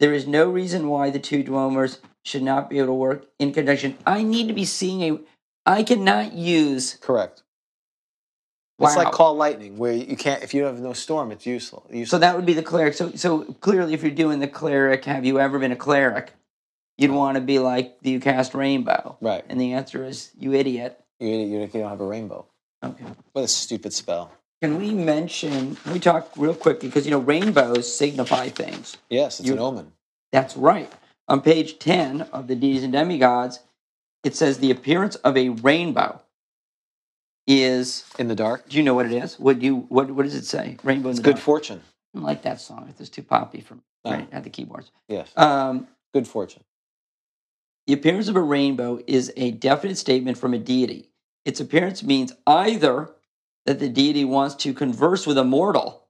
S3: There is no reason why the two Dwomers should not be able to work in conjunction. I need to be seeing a. I cannot use.
S2: Correct. It's
S3: Wow.
S2: like call lightning, where you can't if you have no storm, it's useless.
S3: so
S2: useless.
S3: that would be the cleric. So so clearly, if you're doing the cleric, have you ever been a cleric? You'd want to be like, do you cast rainbow?
S2: right.
S3: And the answer is, you idiot.
S2: You, you, you don't have a rainbow.
S3: Okay.
S2: What a stupid spell.
S3: Can we mention? Can we talk real quickly because you know rainbows signify things.
S2: Yes, it's
S3: You-
S2: an omen.
S3: That's right. On page 10 of the Deities and Demigods, it says the appearance of a rainbow is.
S2: In the dark,
S3: Do you know what it is? What do you what What does it say? Rainbow. in
S2: it's
S3: the
S2: good Oh.
S3: Dark.
S2: fortune.
S3: I don't like that song. It was too poppy for me.
S2: No.
S3: Right at the keyboards.
S2: Yes,
S3: Um,
S2: good fortune.
S3: the appearance of a rainbow is a definite statement from a deity. Its appearance means either that the deity wants to converse with a mortal,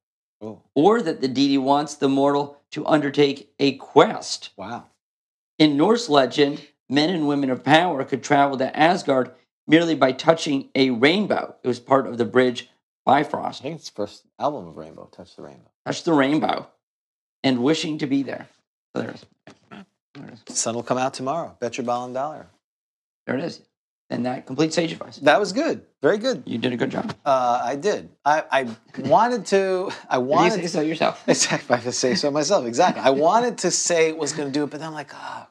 S2: Oh,
S3: or that the deity wants the mortal to undertake a quest.
S2: wow.
S3: In Norse legend, men and women of power could travel to Asgard merely by touching a rainbow. It was part of the bridge
S2: I
S3: Bifrost.
S2: think it's the first album of Rainbow, Touch the Rainbow.
S3: Touch the rainbow and wishing to be there. So there it is. There it is.
S2: Sun will come out tomorrow. Bet your ball and dollar.
S3: There it is. And that completes Sage Advice.
S2: That was good. Very good.
S3: You did a good job.
S2: Uh, I did. I, I wanted to. [LAUGHS] I
S3: You
S2: wanted.
S3: say so
S2: [LAUGHS]
S3: yourself.
S2: Exactly. I have to say so myself. Exactly. I wanted to say it was going to do it, but then I'm like, ah,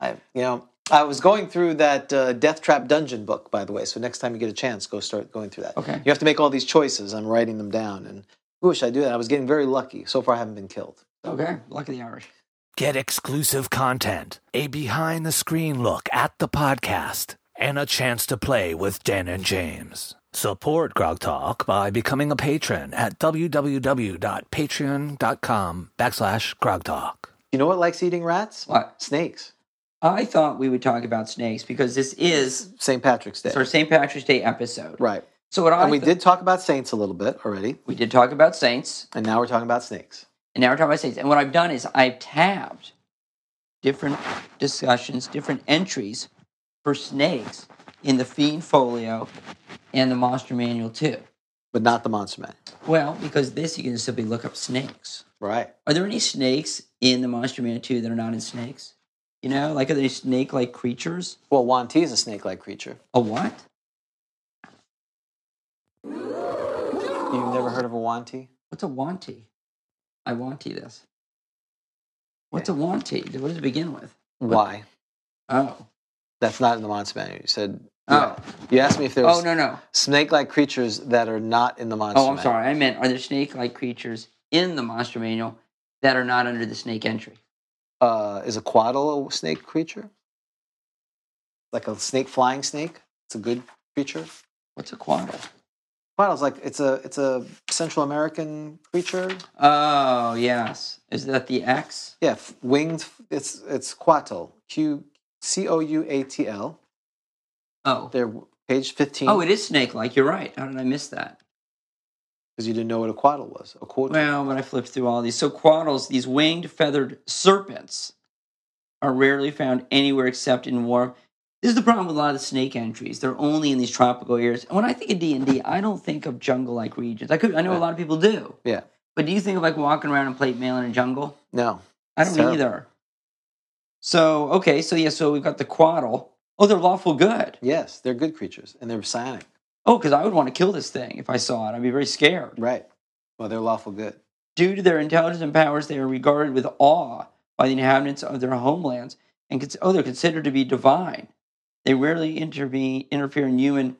S2: I, you know, I was going through that uh, Death Trap Dungeon book, by the way. So next time you get a chance, go start going through that.
S3: Okay.
S2: You have to make all these choices. I'm writing them down, and I wish I do that. I was getting very lucky. So far, I haven't been killed.
S3: Okay. Luck of the Irish.
S4: Get exclusive content, a behind the screen look at the podcast, and a chance to play with Dan and James. Support Grog Talk by becoming a patron at www.patreon.com backslash grogtalk.
S2: You know what likes eating rats?
S3: What?
S2: Snakes.
S3: I thought we would talk about snakes because this is
S2: St. Patrick's Day.
S3: it's our St. Patrick's Day episode.
S2: Right.
S3: So what I
S2: And we
S3: thought-
S2: did talk about saints a little bit already,
S3: we did talk about saints.
S2: and now we're talking about snakes.
S3: And now we're talking about states. And what I've done is I've tabbed different discussions, different entries for snakes in the Fiend Folio and the Monster Manual too.
S2: But not the Monster Man.
S3: Well, because this you can just simply look up snakes.
S2: Right.
S3: Are there any snakes in the Monster Manual too that are not in snakes? You know, like are they snake-like creatures?
S2: Well, Wanti is a snake like creature.
S3: A what?
S2: You've never heard of a Wanti?
S3: What's a wanty? I wanty this. What's a wanty? What does it begin with?
S2: Why?
S3: Oh.
S2: That's not in the Monster Manual. You said.
S3: Oh.
S2: You asked me if there was
S3: Oh no no.
S2: snake-like creatures that are not in the Monster
S3: Oh, I'm
S2: Manual.
S3: sorry. I meant are there snake-like creatures in the monster manual that are not under the snake entry?
S2: Uh, is a quaddle a snake creature? Like a snake, flying snake? It's a good creature.
S3: What's a quaddle?
S2: Quaddle's like it's a it's a Central American creature.
S3: Oh yes. Is that the X?
S2: Yeah, f- winged. f- It's it's quattle. Q C O U A T L.
S3: Oh.
S2: They're w- page fifteen.
S3: Oh, it is snake-like. You're right. How did I miss that?
S2: because you didn't know what a quaddle was. A quadrille.
S3: Well, but I flipped through all these. So quaddles, these winged feathered serpents, are rarely found anywhere except in warm. This is the problem with a lot of the snake entries. They're only in these tropical areas. And when I think of D and D, I don't think of jungle-like regions. I could, I know a lot of people do.
S2: Yeah.
S3: But do you think of like walking around and plate mail in a jungle?
S2: no,
S3: I don't
S2: So-
S3: either. So okay, so yeah, so we've got the quaddle. Oh, they're lawful good.
S2: yes, they're good creatures and they're psionic.
S3: Oh, because I would want to kill this thing if I saw it. I'd be very scared.
S2: Right. Well, they're lawful good.
S3: Due to their intelligence and powers, they are regarded with awe by the inhabitants of their homelands, and cons- oh, they're considered to be divine. They rarely intervene, interfere in human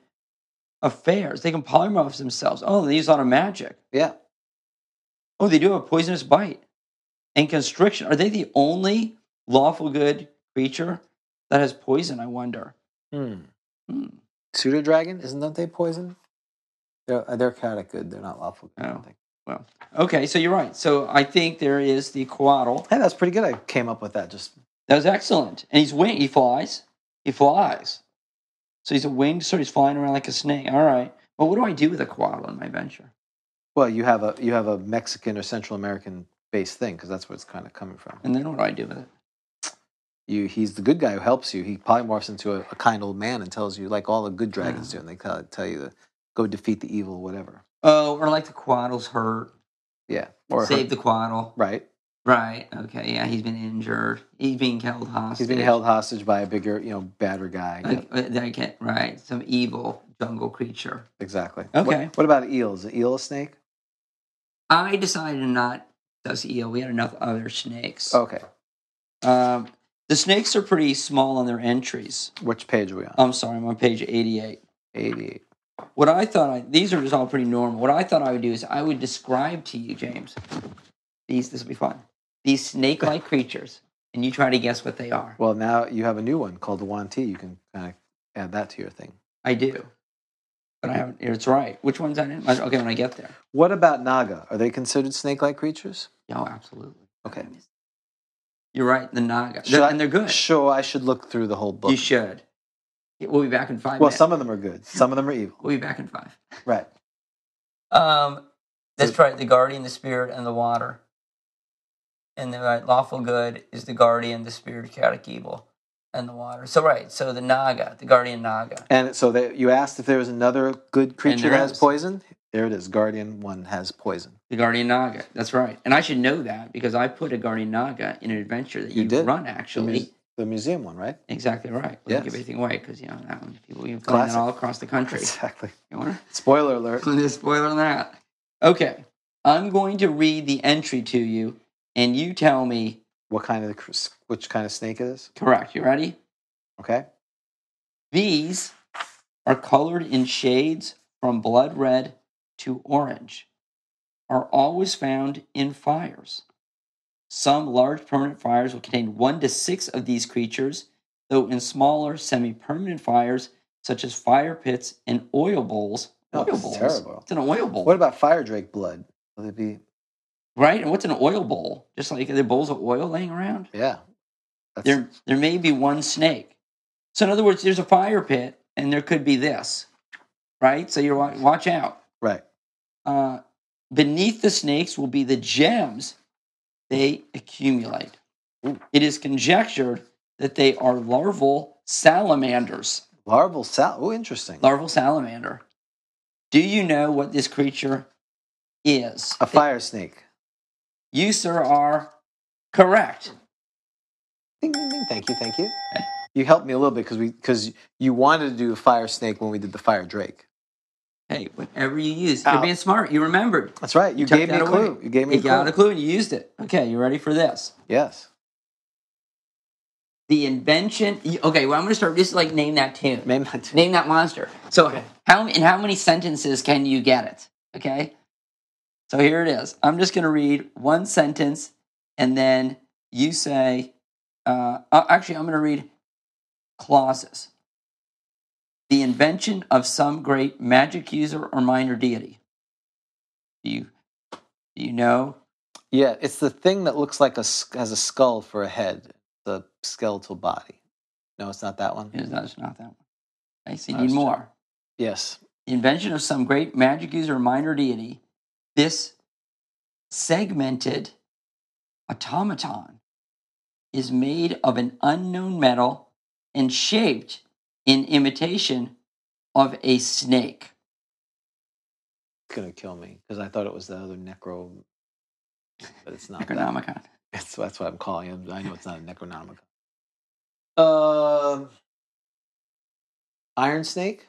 S3: affairs. They can polymorph themselves. Oh, they use a lot of magic.
S2: Yeah.
S3: Oh, they do have a poisonous bite and constriction. Are they the only lawful good creature that has poison? I wonder.
S2: Hmm.
S3: Hmm.
S2: Pseudo dragon isn't that they poison? They're uh, they're chaotic good. They're not lawful good. I don't
S3: Oh.
S2: think.
S3: Okay, so you're right. So I think there is the coatl.
S2: Hey, that's pretty good. I came up with that. Just
S3: That was excellent. And he's wing. He flies. He flies. So he's a winged so He's flying around like a snake. All right. Well, what do I do with a koala in my venture?
S2: well, you have a you have a Mexican or Central American based thing because that's where it's kind of coming from.
S3: And then what do I do with it?
S2: You he's the good guy who helps you. He polymorphs into a, a kind old man and tells you like all the good
S3: Mm.
S2: dragons do, and they tell, tell you to go defeat the evil, whatever.
S3: Oh, or like the quaddles hurt.
S2: Yeah. Or
S3: Save the quaddle.
S2: right.
S3: Right. Okay. Yeah, he's been injured. He's being held hostage.
S2: He's being held hostage by a bigger, you know, badder guy. Yep,
S3: Like, uh, they get- right. Some evil jungle creature.
S2: exactly.
S3: Okay.
S2: What, what about eels? An eel a snake?
S3: I decided to not does eel. We had enough other snakes.
S2: Okay.
S3: Um, the snakes are pretty small on their entries.
S2: Which page are we on?
S3: I'm sorry. I'm on page 88.
S2: 88.
S3: What I thought I these are just all pretty normal. What I thought I would do is I would describe to you, James. These this will be fun. These snake-like creatures, and you try to guess what they are.
S2: Well, now you have a new one called the Wanti. You can kind of add that to your thing.
S3: I do, but I haven't. It's right. Which ones I didn't? Okay, when I get there.
S2: What about Naga? Are they considered snake like creatures?
S3: Yeah, oh, absolutely.
S2: Okay.
S3: You're right. The Naga,
S2: Should
S3: They're-
S2: I-
S3: and they're good.
S2: Sure, I should look through the whole book.
S3: You should. Yeah, We'll be back in five.
S2: Well,
S3: minutes.
S2: some of them are good, some of them are evil.
S3: We'll be back in five.
S2: Right.
S3: Um, that's right. The guardian, the spirit, and the water. And the right, lawful good is the guardian, the spirit, chaotic evil, and the water. So right. So the Naga, the guardian Naga.
S2: And so they, you asked if there was another good creature
S3: there
S2: that has
S3: is.
S2: poison? There it is. Guardian 1 has poison.
S3: The guardian Naga. That's right. And I should know that because I put a guardian Naga in an adventure that
S2: You
S3: you
S2: did.
S3: run
S2: The,
S3: actually.
S2: muse- the museum one, right?
S3: Exactly right. We
S2: Yes.
S3: don't give anything away because you know that one people you play that
S2: Classic.
S3: all across the country.
S2: Exactly. [LAUGHS]
S3: You want
S2: Spoiler alert.
S3: to spoiler on that? Okay, I'm going to read the entry to you, and you tell me
S2: What kind of cr- which kind of snake it is?
S3: correct. You ready?
S2: Okay.
S3: These are colored in shades from blood red to orange, are always found in fires. Some large permanent fires will contain one to six of these creatures, though in smaller semi permanent fires, such as fire pits and oil bowls.
S2: Oh,
S3: oil
S2: this is
S3: bowls?
S2: terrible.
S3: It's an oil bowl.
S2: What about fire drake blood? Will it be?
S3: right? And what's an oil bowl? Just like the bowls of oil laying around?
S2: Yeah. That's,
S3: there there may be one snake. So in other words, there's a fire pit, and there could be this, right? So you are watch out.
S2: right.
S3: Uh, beneath the snakes will be the gems they accumulate.
S2: Ooh.
S3: It is conjectured that they are larval salamanders.
S2: Larval sal. Oh, interesting.
S3: Larval salamander. Do you know what this creature is?
S2: a fire snake.
S3: You sir are correct.
S2: Ding, ding, ding. Thank you, thank you. You helped me a little bit because we because you wanted to do a fire snake when we did the fire drake.
S3: Hey, whatever you use,
S2: Ow.
S3: you're being smart. You remembered.
S2: That's right. You,
S3: took
S2: gave me
S3: that
S2: a clue.
S3: away.
S2: You gave me
S3: You
S2: a clue.
S3: got a clue and you used it. Okay, you ready for this?
S2: Yes.
S3: The invention. y- Okay, well, I'm going to start. Just like name that tune. Name,
S2: Maybe not.
S3: that monster. So, how in how many sentences can you get it? Okay. So here it is. I'm just going to read one sentence, and then you say. Uh, uh, actually, I'm going to read clauses. The invention of some great magic user or minor deity. Do you do you know
S2: Yeah, it's the thing that looks like a s- has a skull for a head, the skeletal body. No, it's not that one.
S3: It is not, it's not that one. I see.
S2: No,
S3: Need
S2: it's
S3: more.
S2: Yes.
S3: The invention of some great magic user or minor deity. This segmented automaton is made of an unknown metal and shaped in imitation of a snake.
S2: It's gonna kill me because I thought it was the other necro, but it's not. that.
S3: Necronomicon.
S2: That's that's what I'm calling it. I know it's not a Necronomicon. Um, Iron Snake,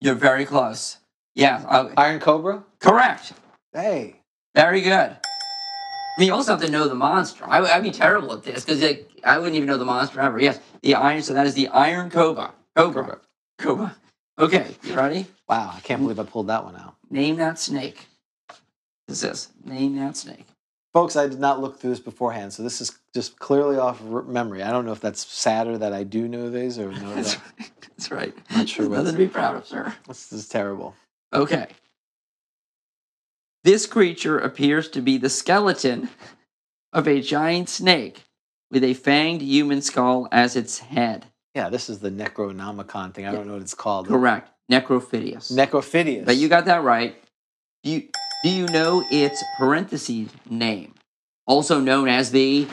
S3: You're very close. Yeah. I-
S2: Iron Cobra.
S3: correct.
S2: Hey,
S3: Very good. I mean, you also have to know the monster. I, would- I'd be terrible at this because I wouldn't even know the monster ever. Yes, the iron. So that is the iron cobra. Cobra. Cobra. Okay, you ready?
S2: wow! I
S3: Mm.
S2: can't believe I pulled that one out,
S3: Name that snake. This is name that snake.
S2: folks. I did not look through this beforehand, so this is just clearly off r- memory. I don't know if that's sadder that I do know these or no.
S3: That's [LAUGHS]
S2: That,
S3: right. That's right.
S2: Not sure
S3: There's
S2: what-
S3: nothing to be proud of, sir.
S2: this is terrible.
S3: Okay. This creature appears to be the skeleton of a giant snake with a fanged human skull as its head.
S2: Yeah, this is the Necronomicon thing. I don't know what it's called.
S3: Correct. Necrophidius.
S2: Necrophidius.
S3: But you got that right. Do you, do you know its parentheses name, also known as the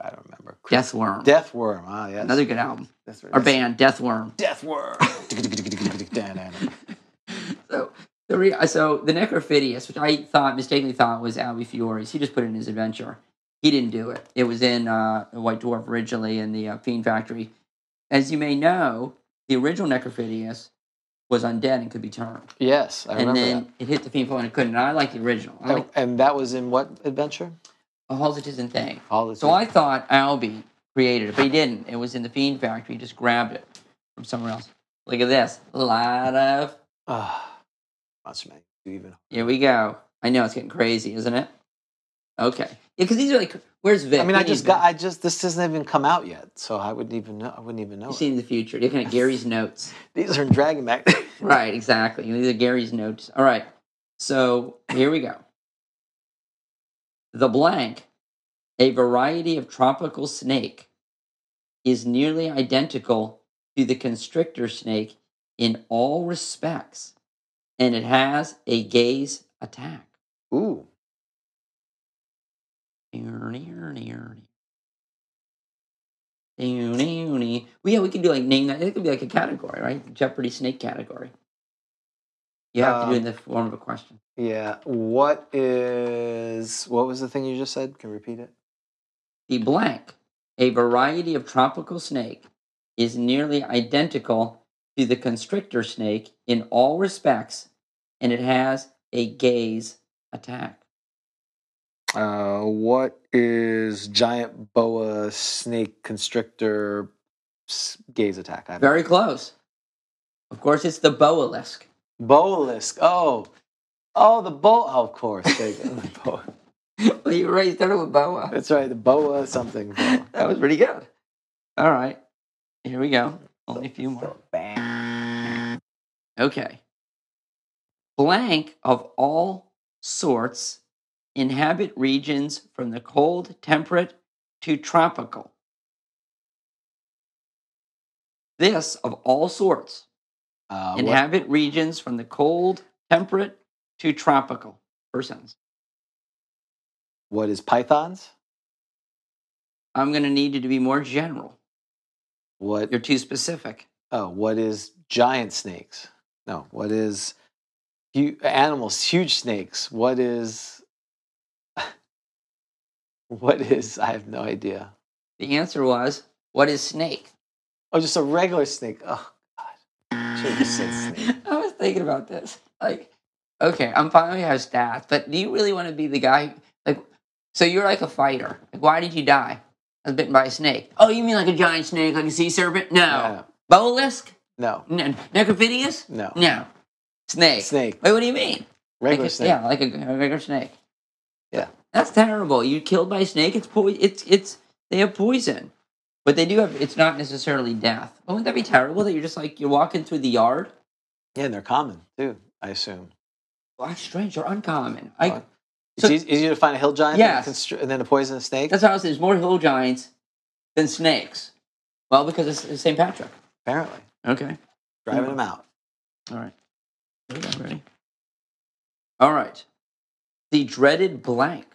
S2: I don't remember.
S3: Death Worm?
S2: Death Worm. Ah, yes.
S3: Another good album.
S2: That's right.
S3: [LAUGHS] Our band, Death Worm.
S2: Death Worm.
S3: so The re- so the Necrophidius, which I thought mistakenly thought was Albi Fiore's, he just put it in his adventure. He didn't do it. It was in uh, White Dwarf originally in the uh, Fiend Factory. As you may know, the original Necrophidius was undead and could be turned,
S2: Yes, I
S3: and
S2: remember Oh.
S3: then it hit the Fiend Point and it couldn't. And I like the original. I
S2: that.
S3: like
S2: and that was in what adventure?
S3: a Halston thing.
S2: All the
S3: So I thought Albie created it, but he didn't. It was in the Fiend Factory. He just grabbed it from somewhere else. Look at this. A lot of.
S2: Ah, monster man, you even
S3: Here we go. I know it's getting crazy, isn't it? Okay. Yeah, because these are like. Where's Vic?
S2: I mean,
S3: We
S2: I
S3: need
S2: just
S3: Vic.
S2: got. I just this doesn't even come out yet, so I wouldn't even know. I wouldn't even know.
S3: You've
S2: it.
S3: seen the future. You're looking at Gary's notes.
S2: These are in Dragon Back.
S3: Right, exactly. These are Gary's notes. All right. So here we go. The blank, a variety of tropical snake, is nearly identical to the constrictor snake in all respects, and it has a gaze attack.
S2: [LAUGHS] Ooh,
S3: Well, yeah, we could do like name that. It could be like a category, right? Jeopardy snake category. You have to do it in the form of a question.
S2: yeah. What is? What was the thing you just said? Can you repeat it?
S3: The blank, a variety of tropical snake, is nearly identical to the constrictor snake in all respects, and it has a gaze attack.
S2: Uh, what is giant boa snake constrictor s- gaze attack? I have
S3: Very close. Of course, it's the boalisk.
S2: Bolisk. Oh, oh, the boa. Oh, of course, There you go. [LAUGHS] Boa.
S3: [LAUGHS] well, you already started with boa.
S2: that's right. The boa something. Boa.
S3: [LAUGHS] that was pretty good. All right. Here we go. Only a few more. Okay. Blank of all sorts inhabit regions from the cold, temperate to tropical. This of all sorts
S2: Uh, what-
S3: inhabit regions from the cold, temperate to tropical. First sentence.
S2: what is pythons?
S3: I'm going to need you to be more general.
S2: What
S3: You're too specific.
S2: Oh, what is giant snakes? No, what is hu- animals? Huge snakes. What is? [LAUGHS] What is? I have no idea.
S3: The answer was what
S2: [LAUGHS]
S3: is snake?
S2: Oh, just a regular snake. Oh God, should have just said snake.
S3: [LAUGHS] I was thinking about this. Like, okay, I'm finally have stats, but do you really want to be the guy? Like, so you're like a fighter. Like, why did you die? I was bitten by a snake. Oh, you mean like a giant snake, like a sea serpent?
S2: No.
S3: No. Bolisk?
S2: No,
S3: No. Necrophidius?
S2: no,
S3: No. Snake.
S2: snake.
S3: Wait, what do you mean?
S2: Regular
S3: like a,
S2: snake.
S3: Yeah, like a, a regular snake.
S2: Yeah.
S3: That's terrible. You killed by a snake. It's po- It's it's they have poison, but they do have. It's not necessarily death. Wouldn't that be terrible that you're just like you're walking through the yard?
S2: Yeah, and they're common too. I assume.
S3: Why strange? They're uncommon. I
S2: Well, It's
S3: So-
S2: eas easier to find a hill giant than a
S3: Yes.
S2: constr- and then a poisonous snake.
S3: that's how I was saying. There's more hill giants than snakes. Well, because it's, it's St. Patrick.
S2: Apparently,
S3: Okay.
S2: driving
S3: Yeah.
S2: them out.
S3: All right. Here we go, Ready? All right. The dreaded blank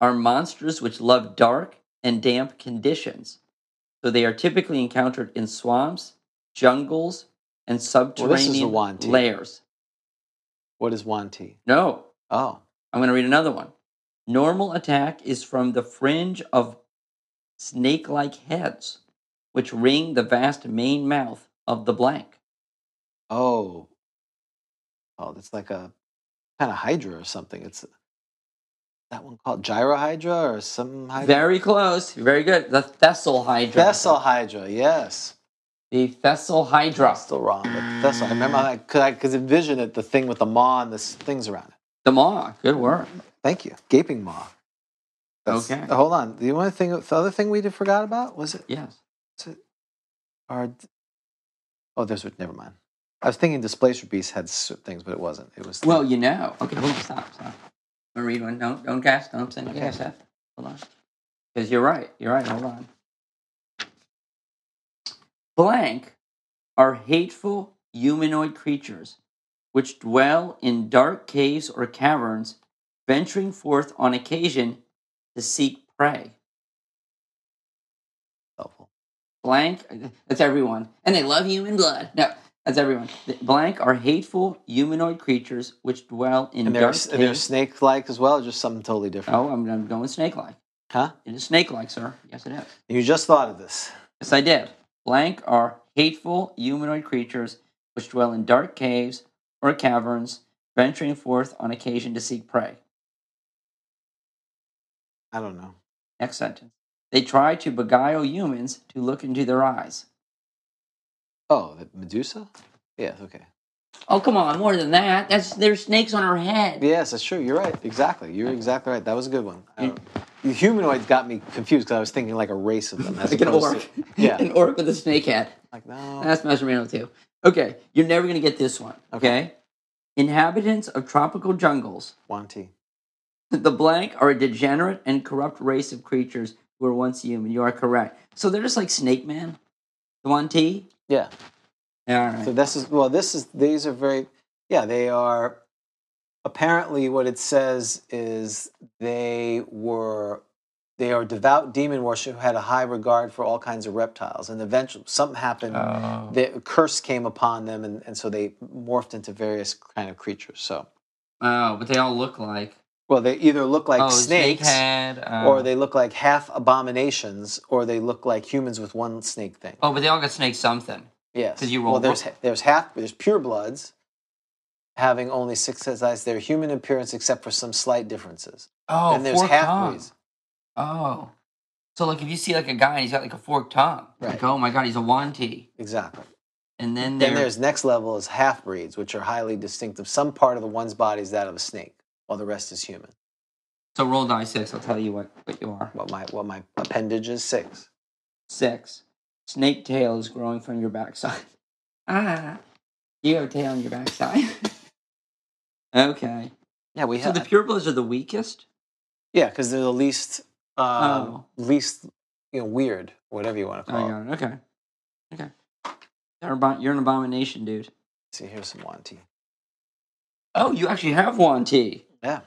S3: are monsters which love dark and damp conditions. So they are typically encountered in swamps, jungles, and subterranean
S2: one, too.
S3: layers.
S2: What is wanti?
S3: No,
S2: Oh,
S3: I'm going to read another one. Normal attack is from the fringe of snake like heads, which ring the vast main mouth of the blank.
S2: Oh. Oh, that's like a kind of hydra or something. It's that one called gyrohydra or some hydra.
S3: Very close. Very good. The Thessal Hydra.
S2: Vessel hydra, yes.
S3: The Thessal Hydra.
S2: Still wrong, but vessel. I
S3: Mm.
S2: remember I could, I could envision it, the thing with the maw and the s- things around it.
S3: The Maw. Good work.
S2: Thank you. Gaping maw.
S3: Okay.
S2: Hold on. The only thing, the other thing we did forgot about was it?
S3: Yes.
S2: Or, oh, there's what. Never mind. I was thinking displacer beast had s- things, but it wasn't. It was
S3: Well, you know. Okay, hold on. Stop. Stop. I'm going to read one. Don't, don't guess. Don't send
S2: Okay.
S3: okay. Hold on. Because you're right. You're right. Hold on. Blank are hateful humanoid creatures which dwell in dark caves or caverns, venturing forth on occasion to seek prey.
S2: helpful.
S3: blank. That's everyone, and they love human blood. No, That's everyone. The blank are hateful humanoid creatures which dwell in
S2: And they're,
S3: dark
S2: they're
S3: caves.
S2: snake like as well, or just something totally different?
S3: oh, I'm, I'm going snake-like.
S2: Huh?
S3: It is snake-like, sir. Yes, it is.
S2: You just thought of this.
S3: Yes, I did. Blank are hateful humanoid creatures which dwell in dark caves or caverns, venturing forth on occasion to seek prey.
S2: I don't know.
S3: Next sentence. They try to beguile humans to look into their eyes.
S2: Oh, the Medusa? Yes, okay.
S3: Oh, come on, more than that. That's there's snakes on her head.
S2: Yes, that's true. You're right. Exactly. You're exactly right. That was a good one. I don't- The humanoids got me confused because I was thinking like a race [LAUGHS] of them. As
S3: Like an
S2: opposed
S3: orc. [LAUGHS]
S2: To, [LAUGHS] yeah.
S3: An orc with a snake head.
S2: Like, no.
S3: That's Master Mano too. Okay, you're never gonna get this one. Okay. Inhabitants of tropical jungles,
S2: Wanty.
S3: the blank are a degenerate and corrupt race of creatures who were once human. You are correct. So they're just like Snake Man, the one T.
S2: Yeah.
S3: Yeah, all right.
S2: So this is well. This is these are very yeah. They are apparently what it says is they were they are devout demon worship who had a high regard for all kinds of reptiles, and eventually something happened. The curse came upon them, and, and so they morphed into various kind of creatures. So
S3: wow, Oh, but they all look like
S2: well, they either look like
S3: oh,
S2: snakes.
S3: Snake head, uh,
S2: or they look like half abominations, or they look like humans with one snake thing.
S3: Oh, but they all got snake something.
S2: Yes.
S3: 'Cause you
S2: well,
S3: roll-
S2: there's there's half there's purebloods having only six sets of eyes. Their human appearance, except for some slight differences.
S3: Oh,
S2: and there's
S3: forked
S2: half breeds.
S3: Oh. So like if you see like a guy and he's got like a forked tongue,
S2: Right.
S3: like oh my god, he's a wantee.
S2: Exactly.
S3: And then
S2: Then
S3: there-
S2: there's next level is half breeds, which are highly distinctive. Some part of the one's body is that of a snake, while the rest is human.
S3: so roll die six. I'll tell you what what you are.
S2: What my what my appendage is six.
S3: Six. Snake tail is growing from your backside. [LAUGHS] Ah, you have a tail on your backside. [LAUGHS] okay.
S2: Yeah, we
S3: So
S2: have.
S3: the purebloods are the weakest.
S2: yeah, because they're the least um,
S3: Oh.
S2: least you know weird, whatever you want to
S3: Oh, I
S2: call it.
S3: got it. Okay. Okay. You're, an abom- you're an abomination, dude.
S2: See, here's some wanty.
S3: Oh, you actually have wantee.
S2: Yeah.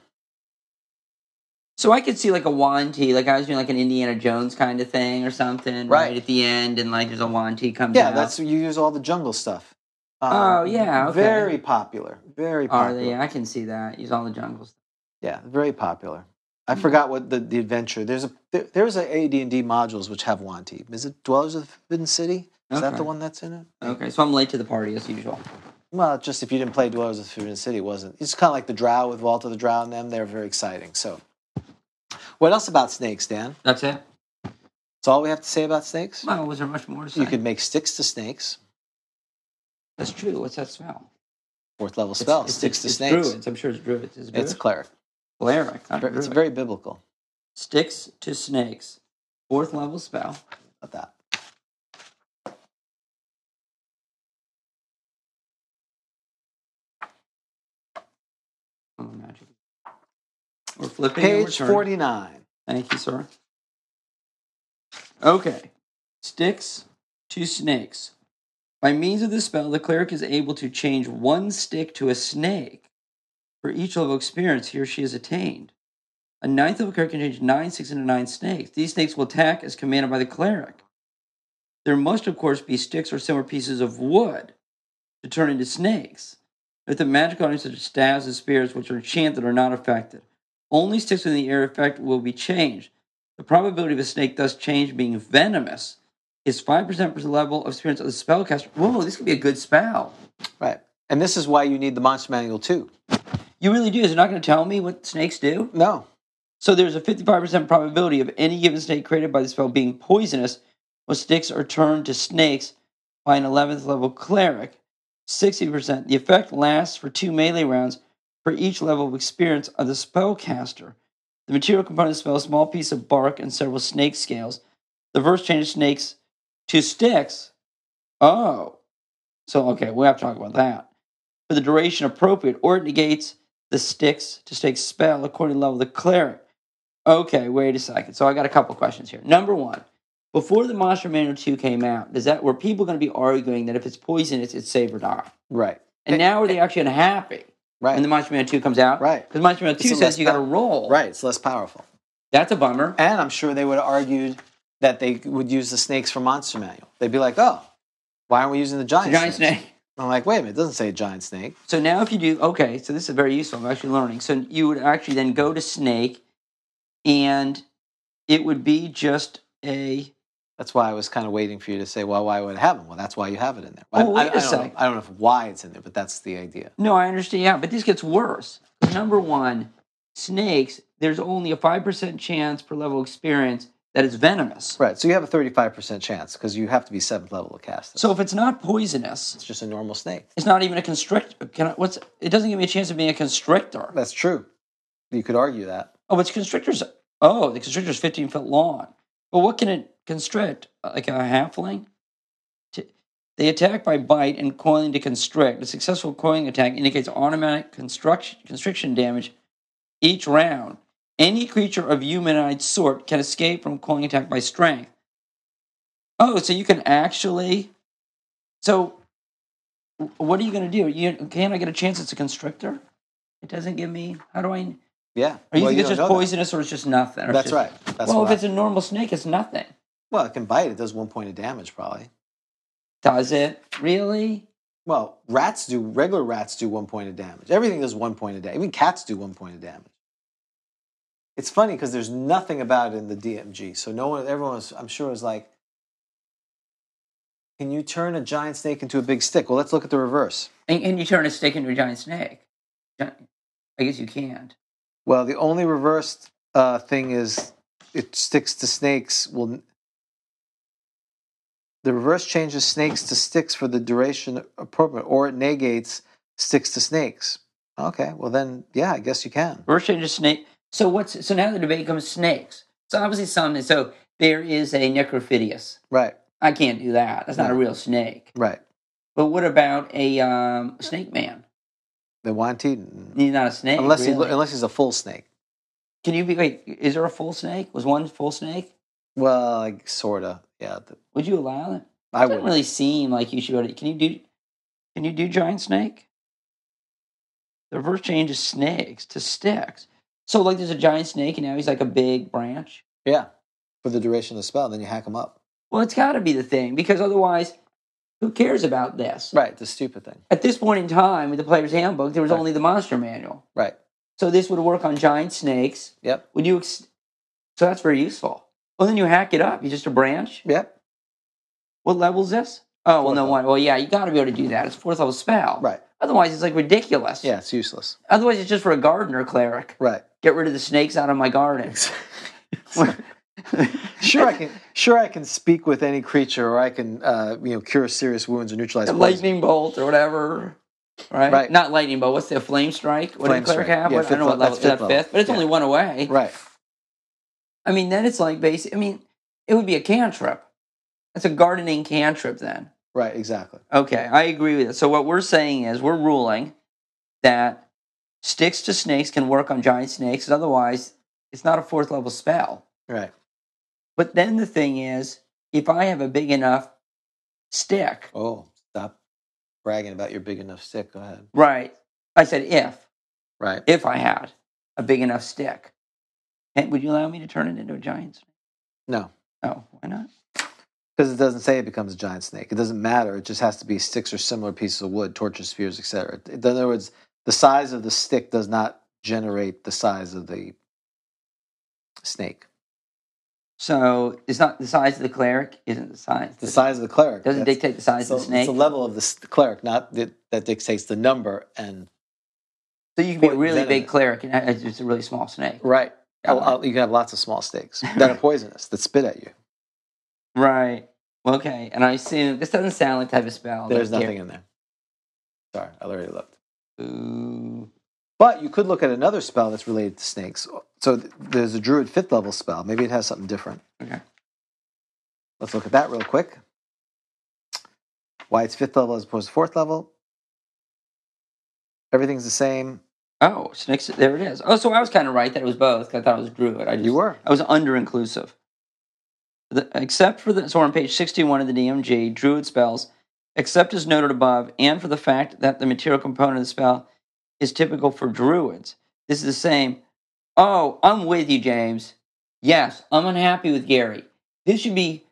S3: So I could see like a wantee, like I was doing like an Indiana Jones kind of thing or something, right,
S2: Right.
S3: at the end, and like there's a wantee comes
S2: Yeah,
S3: out.
S2: that's you use all the jungle stuff. Um,
S3: Oh, yeah, okay.
S2: very popular. Very popular.
S3: Are they? I can see that. He's on the jungles.
S2: Yeah, very popular.
S3: Hmm.
S2: I forgot what the, the adventure. There's a there, there's a AD and D modules which have Wanty. Is it Dwellers of the Forbidden City? Is that
S3: Okay.
S2: the one that's in it?
S3: Okay, so I'm late to the party as usual.
S2: Well, just if you didn't play Dwellers of the Forbidden City, it wasn't. It's kind of like the Drow with Walter the Drow and them. They're very exciting. So, what else about snakes, Dan?
S3: That's it.
S2: That's all we have to say about snakes.
S3: Well, was there much more to say?
S2: You could make sticks to snakes.
S3: That's true. What's that smell?
S2: Fourth level spell.
S3: It's-
S2: sticks
S3: it's-
S2: to
S3: it's
S2: snakes.
S3: Druids. I'm sure it's druids. It's,
S2: It's
S3: druids?
S2: cleric.
S3: cleric. not
S2: It's
S3: druid.
S2: very biblical.
S3: sticks to snakes. Fourth level spell.
S2: About that.
S3: Oh, magic. We're flipping. and we're
S2: Page
S3: turning.
S2: 49.
S3: Thank you, sir. Okay. Sticks to snakes. By means of this spell, the cleric is able to change one stick to a snake for each level of experience he or she has attained. A ninth level cleric can change nine sticks into nine snakes. These snakes will attack as commanded by the cleric. There must, of course, be sticks or similar pieces of wood to turn into snakes. If the magical items such as staves and spears, which are enchanted, are not affected, only sticks within the area effect will be changed. The probability of a snake thus changed being venomous is 5% per level of experience of the spellcaster. Whoa, this could be a good spell.
S2: Right. And this is why you need the Monster Manual too.
S3: You really do? Is it not going to tell me what snakes do?
S2: No.
S3: So there's a 55% probability of any given snake created by the spell being poisonous when sticks are turned to snakes by an 11th level cleric. 60%. The effect lasts for two melee rounds for each level of experience of the spellcaster. The material component of the spell is a small piece of bark and several snake scales. The verse changes snakes to sticks. Oh. So, okay, we'll have to talk about that. For the duration appropriate, or it negates the sticks to snake spell according to the level of the cleric. Okay, wait a second. So I got a couple questions here. Number one, before the Monster Manual 2 came out, is that were people going to be arguing that if it's poisonous, it's save or die?
S2: Right.
S3: And
S2: It-
S3: now are they actually unhappy
S2: Right.
S3: when the Monster Manual 2 comes out?
S2: Right.
S3: Because Monster Manual
S2: It's
S3: 2
S2: a
S3: says
S2: less
S3: you got to
S2: power-
S3: roll.
S2: right. It's less powerful.
S3: That's a bummer.
S2: And I'm sure they would have argued that they would use the snakes for Monster Manual. They'd be like, oh, why aren't we using the giant,
S3: Giant
S2: snakes?
S3: snake.
S2: I'm like, wait a minute, it doesn't say giant snake.
S3: So now if you do, okay, so this is very useful. I'm actually learning. So you would actually then go to snake and it would be just a,
S2: That's why I was kind of waiting for you to say, well, why would it have them? Well, that's why you have it in there. I-
S3: Oh,
S2: I, I
S3: wait a
S2: don't know-
S3: sec.
S2: I don't know if why it's in there, but that's the idea.
S3: no, I understand. Yeah, but this gets worse. Number one, snakes, there's only a 5% chance per level experience that it's venomous.
S2: Right. So you have a 35% chance because you have to be seventh level to cast it.
S3: So if it's not poisonous,
S2: it's just a normal snake.
S3: it's not even a constrict. Can I, what's it doesn't give me a chance of being a constrictor.
S2: That's true. You could argue that.
S3: Oh, it's constrictors. Oh, the constrictor's 15 foot long. But what can it constrict? Uh, Like a halfling? T- They attack by bite and coiling to constrict. A successful coiling attack indicates automatic construction, constriction damage each round. Any creature of humanoid sort can escape from coiling attack by strength. Oh, so you can actually. So, wh- what are you going to do? You, can I get a chance? It's a constrictor. It doesn't give me. How do I?
S2: Yeah.
S3: Or you
S2: Well,
S3: think
S2: don't
S3: it's just
S2: know that.
S3: poisonous or it's just nothing? or it's
S2: That's
S3: just-
S2: right. That's
S3: well,
S2: what
S3: if
S2: I-
S3: it's a normal snake, it's nothing.
S2: well, it can bite. It does one point of damage, probably.
S3: Does it? Really?
S2: Well, rats do, regular rats do one point of damage. Everything does one point of damage. Even cats do one point of damage. It's funny because there's nothing about it in the DMG. So no one, everyone was, I'm sure, was like, can you turn a giant snake into a big stick? Well, let's look at the reverse.
S3: And, and you turn a snake into a giant snake. Gi- I guess you can't.
S2: Well, the only reversed uh, thing is it sticks to snakes. Will the reverse changes snakes to sticks for the duration appropriate, or it negates sticks to snakes? Okay, well then, yeah, I guess you can.
S3: Reverse change of snake. So what's so now the debate comes snakes. So obviously something. So there is a necrophidius.
S2: Right,
S3: I can't do that. That's not a
S2: No.
S3: real snake.
S2: right.
S3: But what about a um, snake man?
S2: The wanted,
S3: He's not a snake.
S2: Mm, unless he,
S3: really.
S2: unless he's a full snake.
S3: can you be wait? Is there a full snake? Was one full snake?
S2: Well, like, sorta, yeah. th-
S3: Would you allow that?
S2: I
S3: doesn't
S2: would.
S3: really seem like you should go to. Can you do? Can you do giant snake? The reverse change is snakes to sticks. So like, there's a giant snake, and now he's like a big branch.
S2: yeah, for the duration of the spell, then you hack him up.
S3: Well, it's got to be the thing because otherwise, who cares about this?
S2: Right, the stupid thing.
S3: At this point in time, with the player's handbook, there was
S2: Right.
S3: only the monster manual.
S2: Right.
S3: So this would work on giant snakes.
S2: Yep.
S3: Would you? Ex- so that's very useful. Well, then you hack it up. You just a branch.
S2: Yep.
S3: What level is this? Oh, well,
S2: Fourth
S3: no
S2: level.
S3: one. Well, yeah, you got to be able to do that. It's a fourth level spell.
S2: Right.
S3: Otherwise, it's like ridiculous.
S2: Yeah, it's useless.
S3: Otherwise, it's just for a gardener cleric.
S2: Right.
S3: Get rid of the snakes out of
S2: [LAUGHS]
S3: my garden.
S2: Sure, I can. Sure, I can speak with any creature, or I can, uh, you know, cure serious wounds or neutralize
S3: A
S2: poison.
S3: lightning bolt or whatever. Right?
S2: Right.
S3: Not lightning bolt. What's the flame strike? What
S2: Flame
S3: did cleric
S2: strike.
S3: have?
S2: Yeah,
S3: What- I don't know what
S2: fifth level-
S3: level. Is that
S2: fifth level.
S3: fifth? But it's
S2: Yeah.
S3: only one away.
S2: Right.
S3: I mean, then it's like basic. I mean, it would be a cantrip. That's a gardening cantrip then.
S2: Right. Exactly.
S3: Okay, I agree with it. So what we're saying is we're ruling that sticks to snakes can work on giant snakes, and otherwise it's not a fourth level spell.
S2: Right.
S3: But then the thing is, if I have a big enough stick,
S2: Oh, stop bragging about your big enough stick. Go ahead.
S3: right? I said if
S2: Right.
S3: if I had a big enough stick, and would you allow me to turn it into a giant? snake?
S2: No,
S3: Oh, why not?
S2: because it doesn't say it becomes a giant snake. It doesn't matter. It just has to be sticks or similar pieces of wood, torture spears, etc. In other words, the size of the stick does not generate the size of the snake.
S3: So it's not the size of the cleric. Isn't the size?
S2: The size of the cleric
S3: doesn't
S2: That's-
S3: dictate the size
S2: So
S3: of the snake.
S2: It's the level of the s- cleric, not that that dictates the number. And
S3: so you can be a
S2: point
S3: really big
S2: venomous.
S3: cleric and it's just a really small snake.
S2: right,
S3: Yeah.
S2: Oh, you can have lots of small
S3: [LAUGHS]
S2: snakes that are poisonous that spit at you.
S3: Right. Well, Okay. And I assume this doesn't sound like the type of spell.
S2: There's
S3: that-
S2: nothing in there. Sorry, I already looked.
S3: Ooh.
S2: But you could look at another spell that's related to snakes. Oh, So th- there's a druid fifth level spell. Maybe it has something different.
S3: Okay.
S2: Let's look at that real quick. Why it's fifth level as opposed to fourth level. Everything's the same.
S3: Oh, snakes. There it is. Oh, so I was kind of right that it was both. 'cause I thought it was druid. I just,
S2: You were.
S3: I was under inclusive. Except for the so we're on page sixty-one of the DMG, druid spells, except as noted above, and for the fact that the material component of the spell is typical for druids. This is the same. Oh, I'm with you, James. Yes, I'm unhappy with Gary. This should be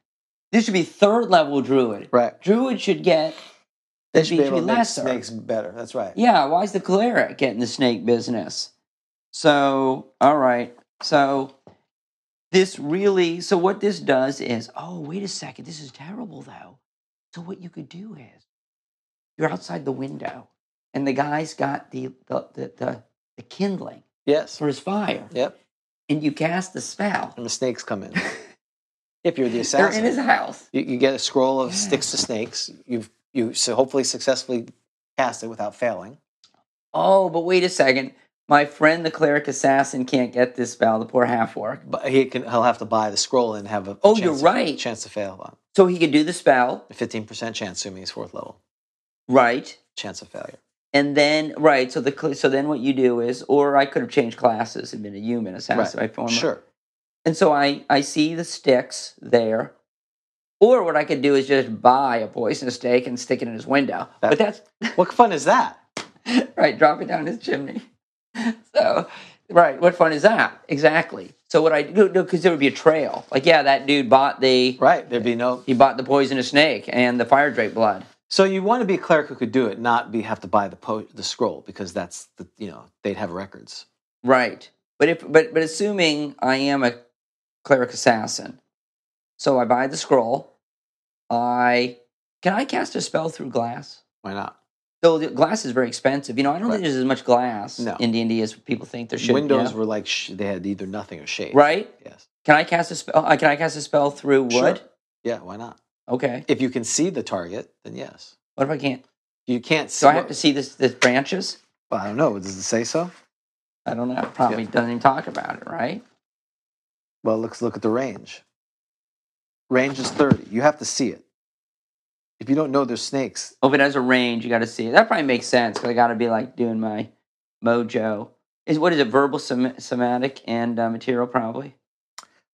S3: this should be third level druid.
S2: Right.
S3: Druid should get
S2: They should be
S3: be
S2: able to make
S3: lesser.
S2: snakes better. That's right.
S3: Yeah, why is the cleric getting the snake business? So, all right. So, this really, so what this does is, oh, wait a second, this is terrible though. So, what you could do is you're outside the window and the guy's got the, the, the, the, the kindling
S2: Yes.
S3: for his fire
S2: Yep.
S3: and you cast the spell.
S2: And the snakes come
S3: [LAUGHS]
S2: in. if you're the
S3: They're
S2: assassin,
S3: in his house.
S2: you, you get a scroll of
S3: Yeah.
S2: sticks to snakes. You've you so hopefully successfully cast it without failing.
S3: Oh, but wait a second. My friend, the cleric assassin, can't get this spell, the poor half orc.
S2: But he can he'll have to buy the scroll and have a
S3: Oh,
S2: chance
S3: you're right.
S2: chance to fail on
S3: So he could do the spell,
S2: a fifteen percent chance, assuming he's fourth level
S3: right?
S2: chance of failure.
S3: And then, right, so the cl- so then what you do is, or I could have changed classes and been a human assassin. I form a-
S2: Sure.
S3: And so I I see the sticks there, or what I could do is just buy a poisonous snake and stick it in his window. but that's
S2: What fun is that?
S3: [LAUGHS] right, drop it down his chimney. [LAUGHS] So, right, what fun is that? Exactly. So what I do because there would be a trail. Like, yeah, that dude bought the
S2: Right. There'd be no.
S3: he bought the poisonous snake and the fire drake blood.
S2: So you want to be a cleric who could do it, not be have to buy the po- the scroll because that's the you know they'd have records.
S3: Right. But if but but assuming I am a cleric assassin, so I buy the scroll. I can I cast a spell through glass?
S2: Why not?
S3: Though the glass is very expensive. You know, I don't
S2: Right.
S3: think there's as much glass
S2: No.
S3: in D and D as people think there should. you
S2: Windows
S3: know?
S2: were like sh- they had either nothing or shade.
S3: right.
S2: Yes.
S3: Can I cast a spell? Uh, can I cast a spell through
S2: Sure.
S3: wood?
S2: Yeah. Why not?
S3: Okay.
S2: If you can see the target, then yes.
S3: What if I can't?
S2: You can't see.
S3: So I have to see this, the branches?
S2: well, I don't know. Does it say so?
S3: I don't know. Probably doesn't even talk about it, right?
S2: Well, let's look at the range. Range is thirty. You have to see it. If you don't know there's snakes,
S3: Oh, if it has a range, you got to see it. That probably makes sense because I got to be like doing my mojo. Is what is it? Verbal, som- somatic, and uh, material, probably.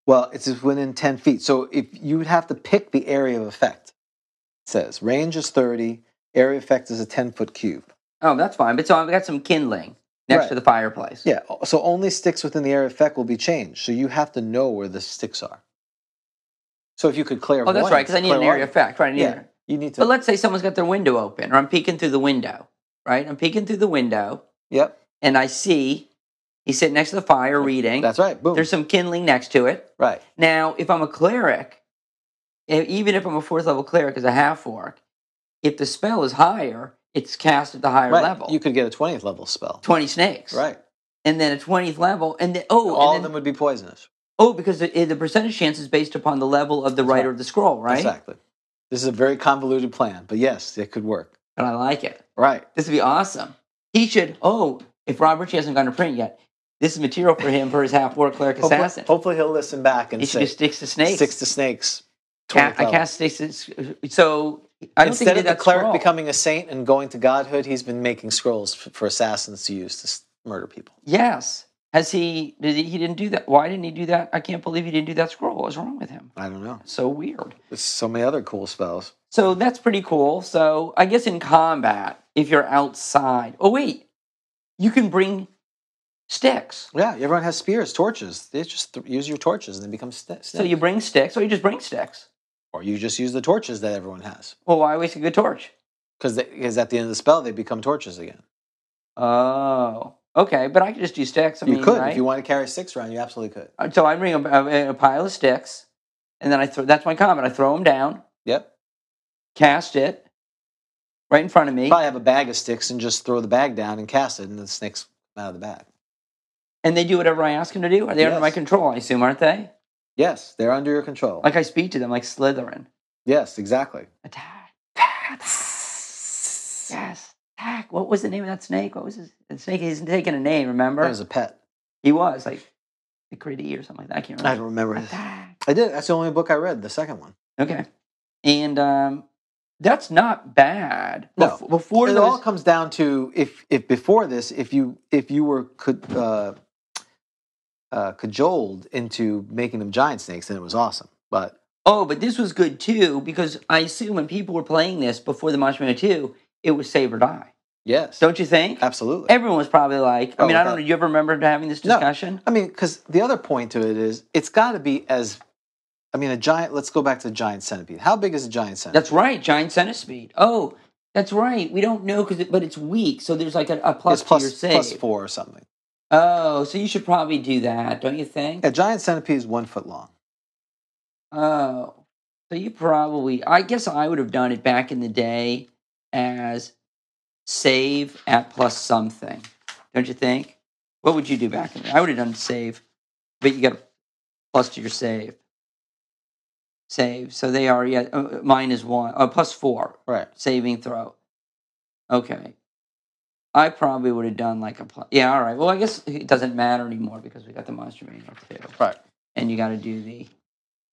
S2: well, it's just within ten feet. So if you would have to pick the area of effect, it says range is thirty. Area of effect is a ten foot cube.
S3: Oh, that's fine. But so I've got some kindling next
S2: Right.
S3: to the fireplace.
S2: Yeah, so only sticks within the area of effect will be changed. So you have to know where the sticks are. So if you could clarify,
S3: Oh, that's right. Because I need an area effect, right? I need
S2: Yeah,
S3: an-
S2: you need to.
S3: But let's say someone's got their window open, or I'm peeking through the window, right? I'm peeking through the window,
S2: yep,
S3: and I see he's sitting next to the fire reading.
S2: that's right. Boom.
S3: There's some kindling next to it.
S2: right.
S3: Now, if I'm a cleric, e- even if I'm a fourth level cleric as a half orc, if the spell is higher, it's cast at the higher
S2: right.
S3: level.
S2: You could get a twentieth level spell.
S3: 20 snakes.
S2: Right.
S3: And then a 20th level. And then, oh, and
S2: All
S3: then-
S2: of them would be poisonous.
S3: oh, because the, the percentage chance is based upon the level of the
S2: That's right.
S3: writer of the scroll, right?
S2: Exactly. This is a very convoluted plan, but yes, it could work.
S3: But I like it.
S2: Right.
S3: This would be awesome. He should, oh, if Robert hasn't gone to print yet, this is material for him for his half orc cleric
S2: Hopefully,
S3: assassin.
S2: hopefully he'll listen back and
S3: he should
S2: say
S3: just sticks to snakes.
S2: sticks to snakes.
S3: Ca-
S2: 20th
S3: I
S2: level.
S3: cast sticks to, so I don't
S2: Instead
S3: think he
S2: of
S3: did
S2: the
S3: that
S2: cleric
S3: scroll.
S2: becoming a saint and going to godhood, he's been making scrolls f- for assassins to use to s- murder people.
S3: Yes. Has he? Did he, he didn't do that? Why didn't he do that? I can't believe he didn't do that scroll. What was wrong with him?
S2: I don't know.
S3: So weird.
S2: There's so many other cool spells.
S3: So that's pretty cool. So I guess in combat, if you're outside, oh wait, you can bring sticks.
S2: Yeah, everyone has spears, torches. They just th- use your torches and they become st-
S3: So you bring sticks, or you just bring sticks.
S2: or you just use the torches that everyone has
S3: Well, why waste a good torch?
S2: because because at the end of the spell they become torches again.
S3: Oh, okay. But I could just do sticks. I
S2: you
S3: mean,
S2: could
S3: right?
S2: if you want to carry sticks around, you absolutely could.
S3: Uh, So I bring a, a, a pile of sticks, and then I throw. That's my combat. I throw them down,
S2: Yep.
S3: cast it right in front of me.
S2: Probably have a bag of sticks and just throw the bag down and cast it, and the snakes come out of the bag.
S3: And they do whatever I ask them to do. Are they
S2: Yes.
S3: under my control? I assume, aren't they?
S2: Yes, they're under your control.
S3: Like I speak to them, like Slytherin.
S2: yes, exactly.
S3: Attack! Yes, attack! What was the name of that snake? What was his the snake? He's taking a name. Remember?
S2: That was a pet.
S3: he was like the Critty or something like that. I can't
S2: I
S3: remember.
S2: don't remember. his-
S3: Attack!
S2: I did. That's the only book I read. The second one.
S3: Okay, and um, that's not bad.
S2: No.
S3: Bef- before
S2: it
S3: those,
S2: all comes down to if if before this if you if you were could uh, uh, cajoled into making them giant snakes then it was awesome but
S3: oh, but this was good too because I assume when people were playing this before the Marshmallow Two, it was save or die.
S2: yes
S3: Don't you think?
S2: absolutely
S3: Everyone was probably like, I
S2: Oh,
S3: mean, I don't
S2: without-
S3: know. Do you ever remember having this
S2: No.
S3: discussion?
S2: i mean because the other point to it is it's got to be as i mean a giant let's go back to the giant centipede how big is a giant centipede
S3: That's right, giant centipede. Oh, That's right. We don't know because, it, but it's weak. So there's like a, a plus,
S2: it's plus-
S3: to your save.
S2: plus four or something.
S3: Oh, so you should probably do that, don't you think?
S2: A giant centipede is one foot long.
S3: Oh, so you probably. I guess I would have done it back in the day as save at plus something. Don't you think? What would you do back in the I would have done save, but you got a plus to your save. Save. So they are yeah. uh, Mine is one. Uh, plus four
S2: Right.
S3: saving throw. Okay. I probably would have done like a pl- yeah. All right. Well, I guess it doesn't matter anymore because we got the monster manual too,
S2: Right.
S3: and you got to do the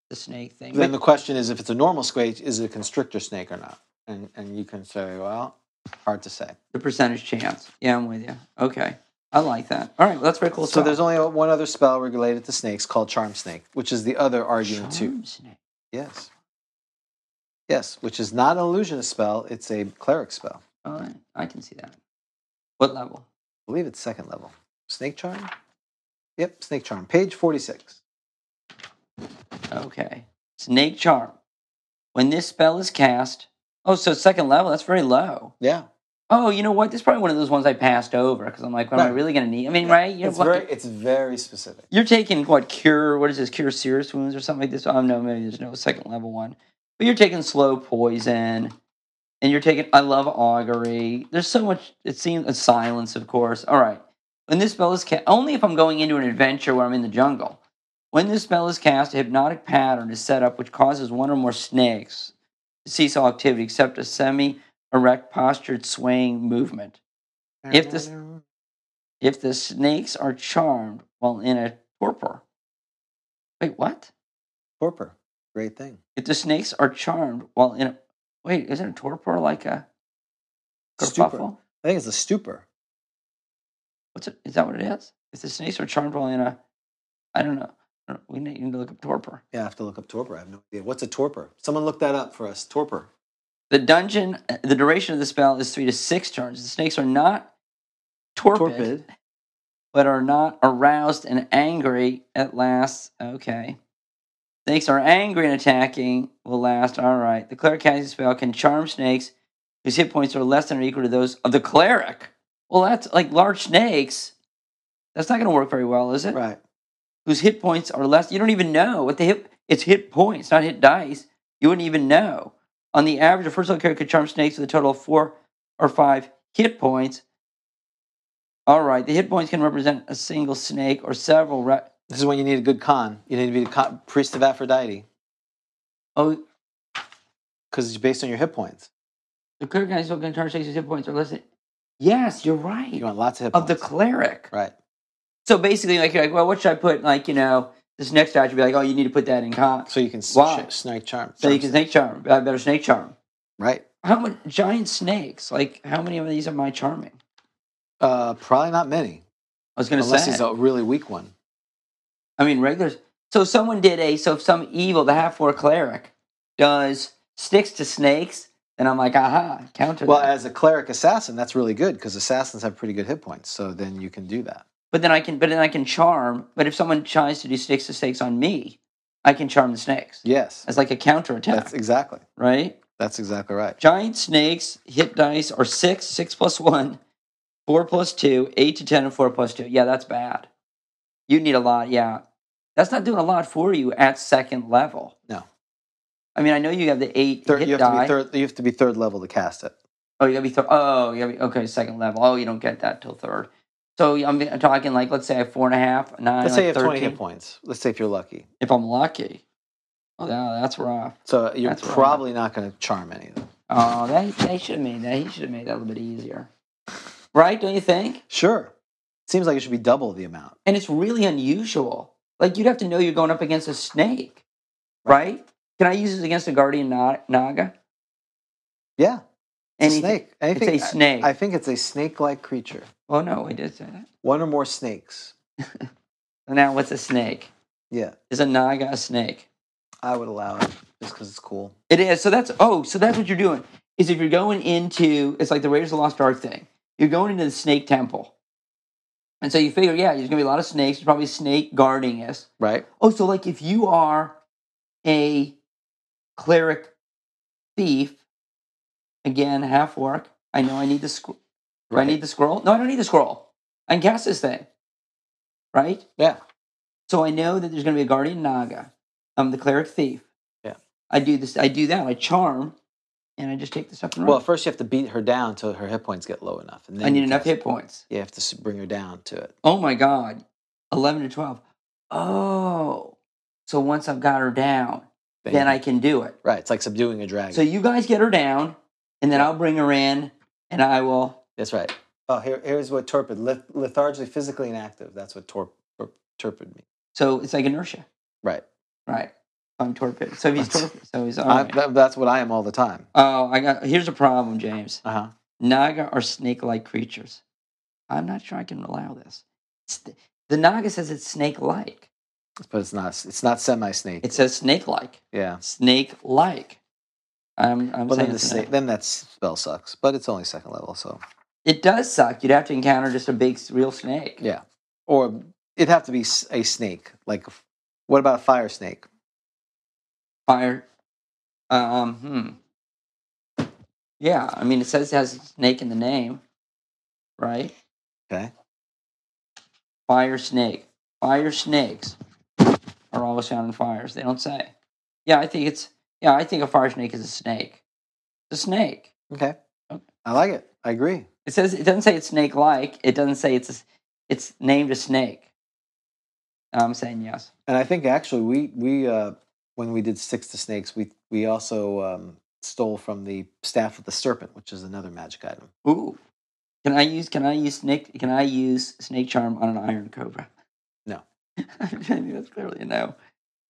S3: the snake thing.
S2: Then
S3: But-
S2: the question is if it's a normal squid, is it a constrictor snake or not? And and you can say, well, hard to say.
S3: the percentage chance. Yeah, I'm with you. Okay, I like that. All right, well, that's very cool.
S2: so there's only one other spell related to snakes called charm snake, which is the other argument too.
S3: snake.
S2: Yes. Yes, which is not an illusionist spell, it's a cleric spell.
S3: All right, Oh, I can see that. What level?
S2: I believe it's second level. Snake charm? Yep, snake charm. Page 46.
S3: Okay, snake charm. When this spell is cast, oh, so second level. That's very low.
S2: Yeah.
S3: Oh, you know what? This is probably one of those ones I passed over because I'm like, what am I
S2: Right.
S3: really going to need? I mean, right? You
S2: It's
S3: know, what-
S2: very, it's very specific.
S3: you're taking what cure? What is this? Cure serious wounds or something like this? Oh no, maybe there's no second level one. But you're taking slow poison, and you're taking. I love augury. There's so much. It seems a silence, of course. All right. When this spell is cast, only if I'm going into an adventure where I'm in the jungle. When this spell is cast, a hypnotic pattern is set up which causes one or more snakes to cease all activity except a semi erect postured swaying movement. If this- If the snakes are charmed while in a torpor. Wait, what?
S2: torpor, great thing.
S3: If the snakes are charmed while in a. Wait, isn't a torpor like a.
S2: Stupor.
S3: kerfuffle?
S2: I think it's a stupor.
S3: What's it? Is that what it is? If the snakes are charmed while in a. I don't know. I don't- We need to look up torpor.
S2: Yeah, I have to look up torpor. I have no idea. What's a torpor? Someone look that up for us. Torpor.
S3: The dungeon, the duration of the spell is three to six turns. The snakes are not torpid, but are not aroused and angry at last. Okay. Snakes are angry and attacking will last. All right. The cleric casting spell can charm snakes whose hit points are less than or equal to those of the cleric. Well, that's like large snakes. That's not going to work very well, is it?
S2: Right.
S3: whose hit points are less. You don't even know what the hit. It's hit points, not hit dice. You wouldn't even know. On the average, a first level character could charm snakes with a total of four or five hit points. All right, the hit points can represent a single snake or several. Re-
S2: This is when you need a good con. You need to be the con- priest of Aphrodite
S3: oh,
S2: because it's based on your hit points.
S3: the cleric guys can charm snakes with hit points or less. Than- yes, you're right.
S2: You want lots of hit
S3: of
S2: points.
S3: the cleric.
S2: right.
S3: So basically, like you're like, well, what should I put? Like you know, this next attribute, like, oh, you need to put that in con.
S2: So you can s-
S3: Why?
S2: sh- snake charm.
S3: So you can snake charm. I better snake charm.
S2: Right.
S3: How many giant snakes? Like how many of these am I charming?
S2: Uh, probably not many.
S3: I was going to
S2: Unless
S3: say.
S2: he's a really weak one.
S3: I mean, regulars. So if someone did a so if some evil, the half orc cleric, does sticks to snakes, then I'm like, aha, counter
S2: Well,
S3: that.
S2: as a cleric assassin, that's really good because assassins have pretty good hit points. So then you can do that.
S3: but then I can, but then I can charm. But if someone tries to do sticks to snakes on me, I can charm the snakes.
S2: Yes.
S3: It's like a counter attack,
S2: That's exactly.
S3: right?
S2: That's exactly right.
S3: Giant snakes hit dice are six, six plus one, four plus two, eight to ten, and four plus two. Yeah, that's bad. You need a lot. Yeah, that's not doing a lot for you at second level.
S2: No.
S3: I mean I know you have the eight
S2: Third,
S3: hit
S2: you have to
S3: die.
S2: be third. You have to be third level to cast it.
S3: Oh, you gotta be third. Oh, you gotta be okay. Second level. Oh, you don't get that till third. So I'm talking like let's say I have four and a half, nine.
S2: Let's
S3: like
S2: say you have
S3: 13,
S2: twenty hit points. Let's say if you're lucky.
S3: If I'm lucky. Oh, yeah, that's rough.
S2: So you're
S3: That's right.
S2: probably not going to charm any of them.
S3: Oh, that they should have made that. He should have made that a little bit easier, right? Don't you think?
S2: Sure. Seems like it should be double the amount.
S3: and it's really unusual. Like you'd have to know you're going up against a snake, right? Can I use this against a guardian na- naga?
S2: Yeah. It's a
S3: Anything-
S2: snake. Anything-
S3: it's a snake.
S2: I, I think it's a snake-like creature.
S3: oh no, I did say that.
S2: One or more snakes.
S3: Now what's a snake?
S2: Yeah,
S3: Is a naga a snake?
S2: I would allow it just because it's cool.
S3: It is. So that's oh, so that's what you're doing. Is if you're going into it's like the Raiders of the Lost Ark thing. You're going into the snake temple, and so you figure, yeah, there's gonna be a lot of snakes. There's probably a snake guarding us.
S2: Right.
S3: Oh, so like if you are a cleric thief Again, half work. I know I need the scroll. Do I
S2: Right.
S3: need the scroll? No, I don't need the scroll. I can cast this thing. Right?
S2: Yeah.
S3: So I know that there's going to be a guardian naga. I'm the cleric thief.
S2: Yeah.
S3: I do this. I do that. I charm, and I just take this up and
S2: Well,
S3: run.
S2: first you have to beat her down until her hit points get low enough, and then
S3: I need
S2: you
S3: enough
S2: cast-
S3: hit points.
S2: You have to s- bring her down to it.
S3: Oh my god, eleven to twelve. Oh, so once I've got her down, then I can do it.
S2: right. It's like subduing a dragon.
S3: So you guys get her down, and then I'll bring her in, and I will.
S2: That's right. Oh, here, here's what torpid leth- lethargically physically inactive. That's what torp, torp, torpid means.
S3: So it's like inertia,
S2: Right.
S3: right? I'm torpid. So he's
S2: That's-
S3: torpid. So he's.
S2: I,
S3: alright.
S2: that- that's what I am all the time.
S3: oh, I got. Here's a problem, James.
S2: Uh huh.
S3: Naga are snake like creatures. I'm not sure I can allow this. It's th- The Naga says it's snake like.
S2: But it's not. It's not semi snake.
S3: It says snake like.
S2: Yeah.
S3: Snake like. I'm, I'm
S2: Well,
S3: saying
S2: then, the
S3: it's
S2: snake,
S3: not.
S2: then that spell sucks. But it's only second level, so
S3: It does suck. You'd have to encounter just a big, s- real snake.
S2: yeah. Or it'd have to be s- a snake. Like, what about a fire snake?
S3: Fire. Um, hmm. Yeah, I mean, it says it has snake in the name, right?
S2: Okay.
S3: Fire snake. Fire snakes are always found in fires. They don't say. Yeah, I think it's. Yeah, I think a fire snake is a snake. It's a snake.
S2: Okay.
S3: Okay.
S2: I like it. I agree.
S3: It says it doesn't say it's snake like. It doesn't say it's. A, it's named a snake. I'm saying yes.
S2: And I think actually we we uh, when we did six to snakes, we we also um, stole from the staff of the serpent, which is another magic item.
S3: Ooh. Can I use? Can I use snake? Can I use snake charm on an iron cobra? [LAUGHS]
S2: No.
S3: I think that's clearly a no.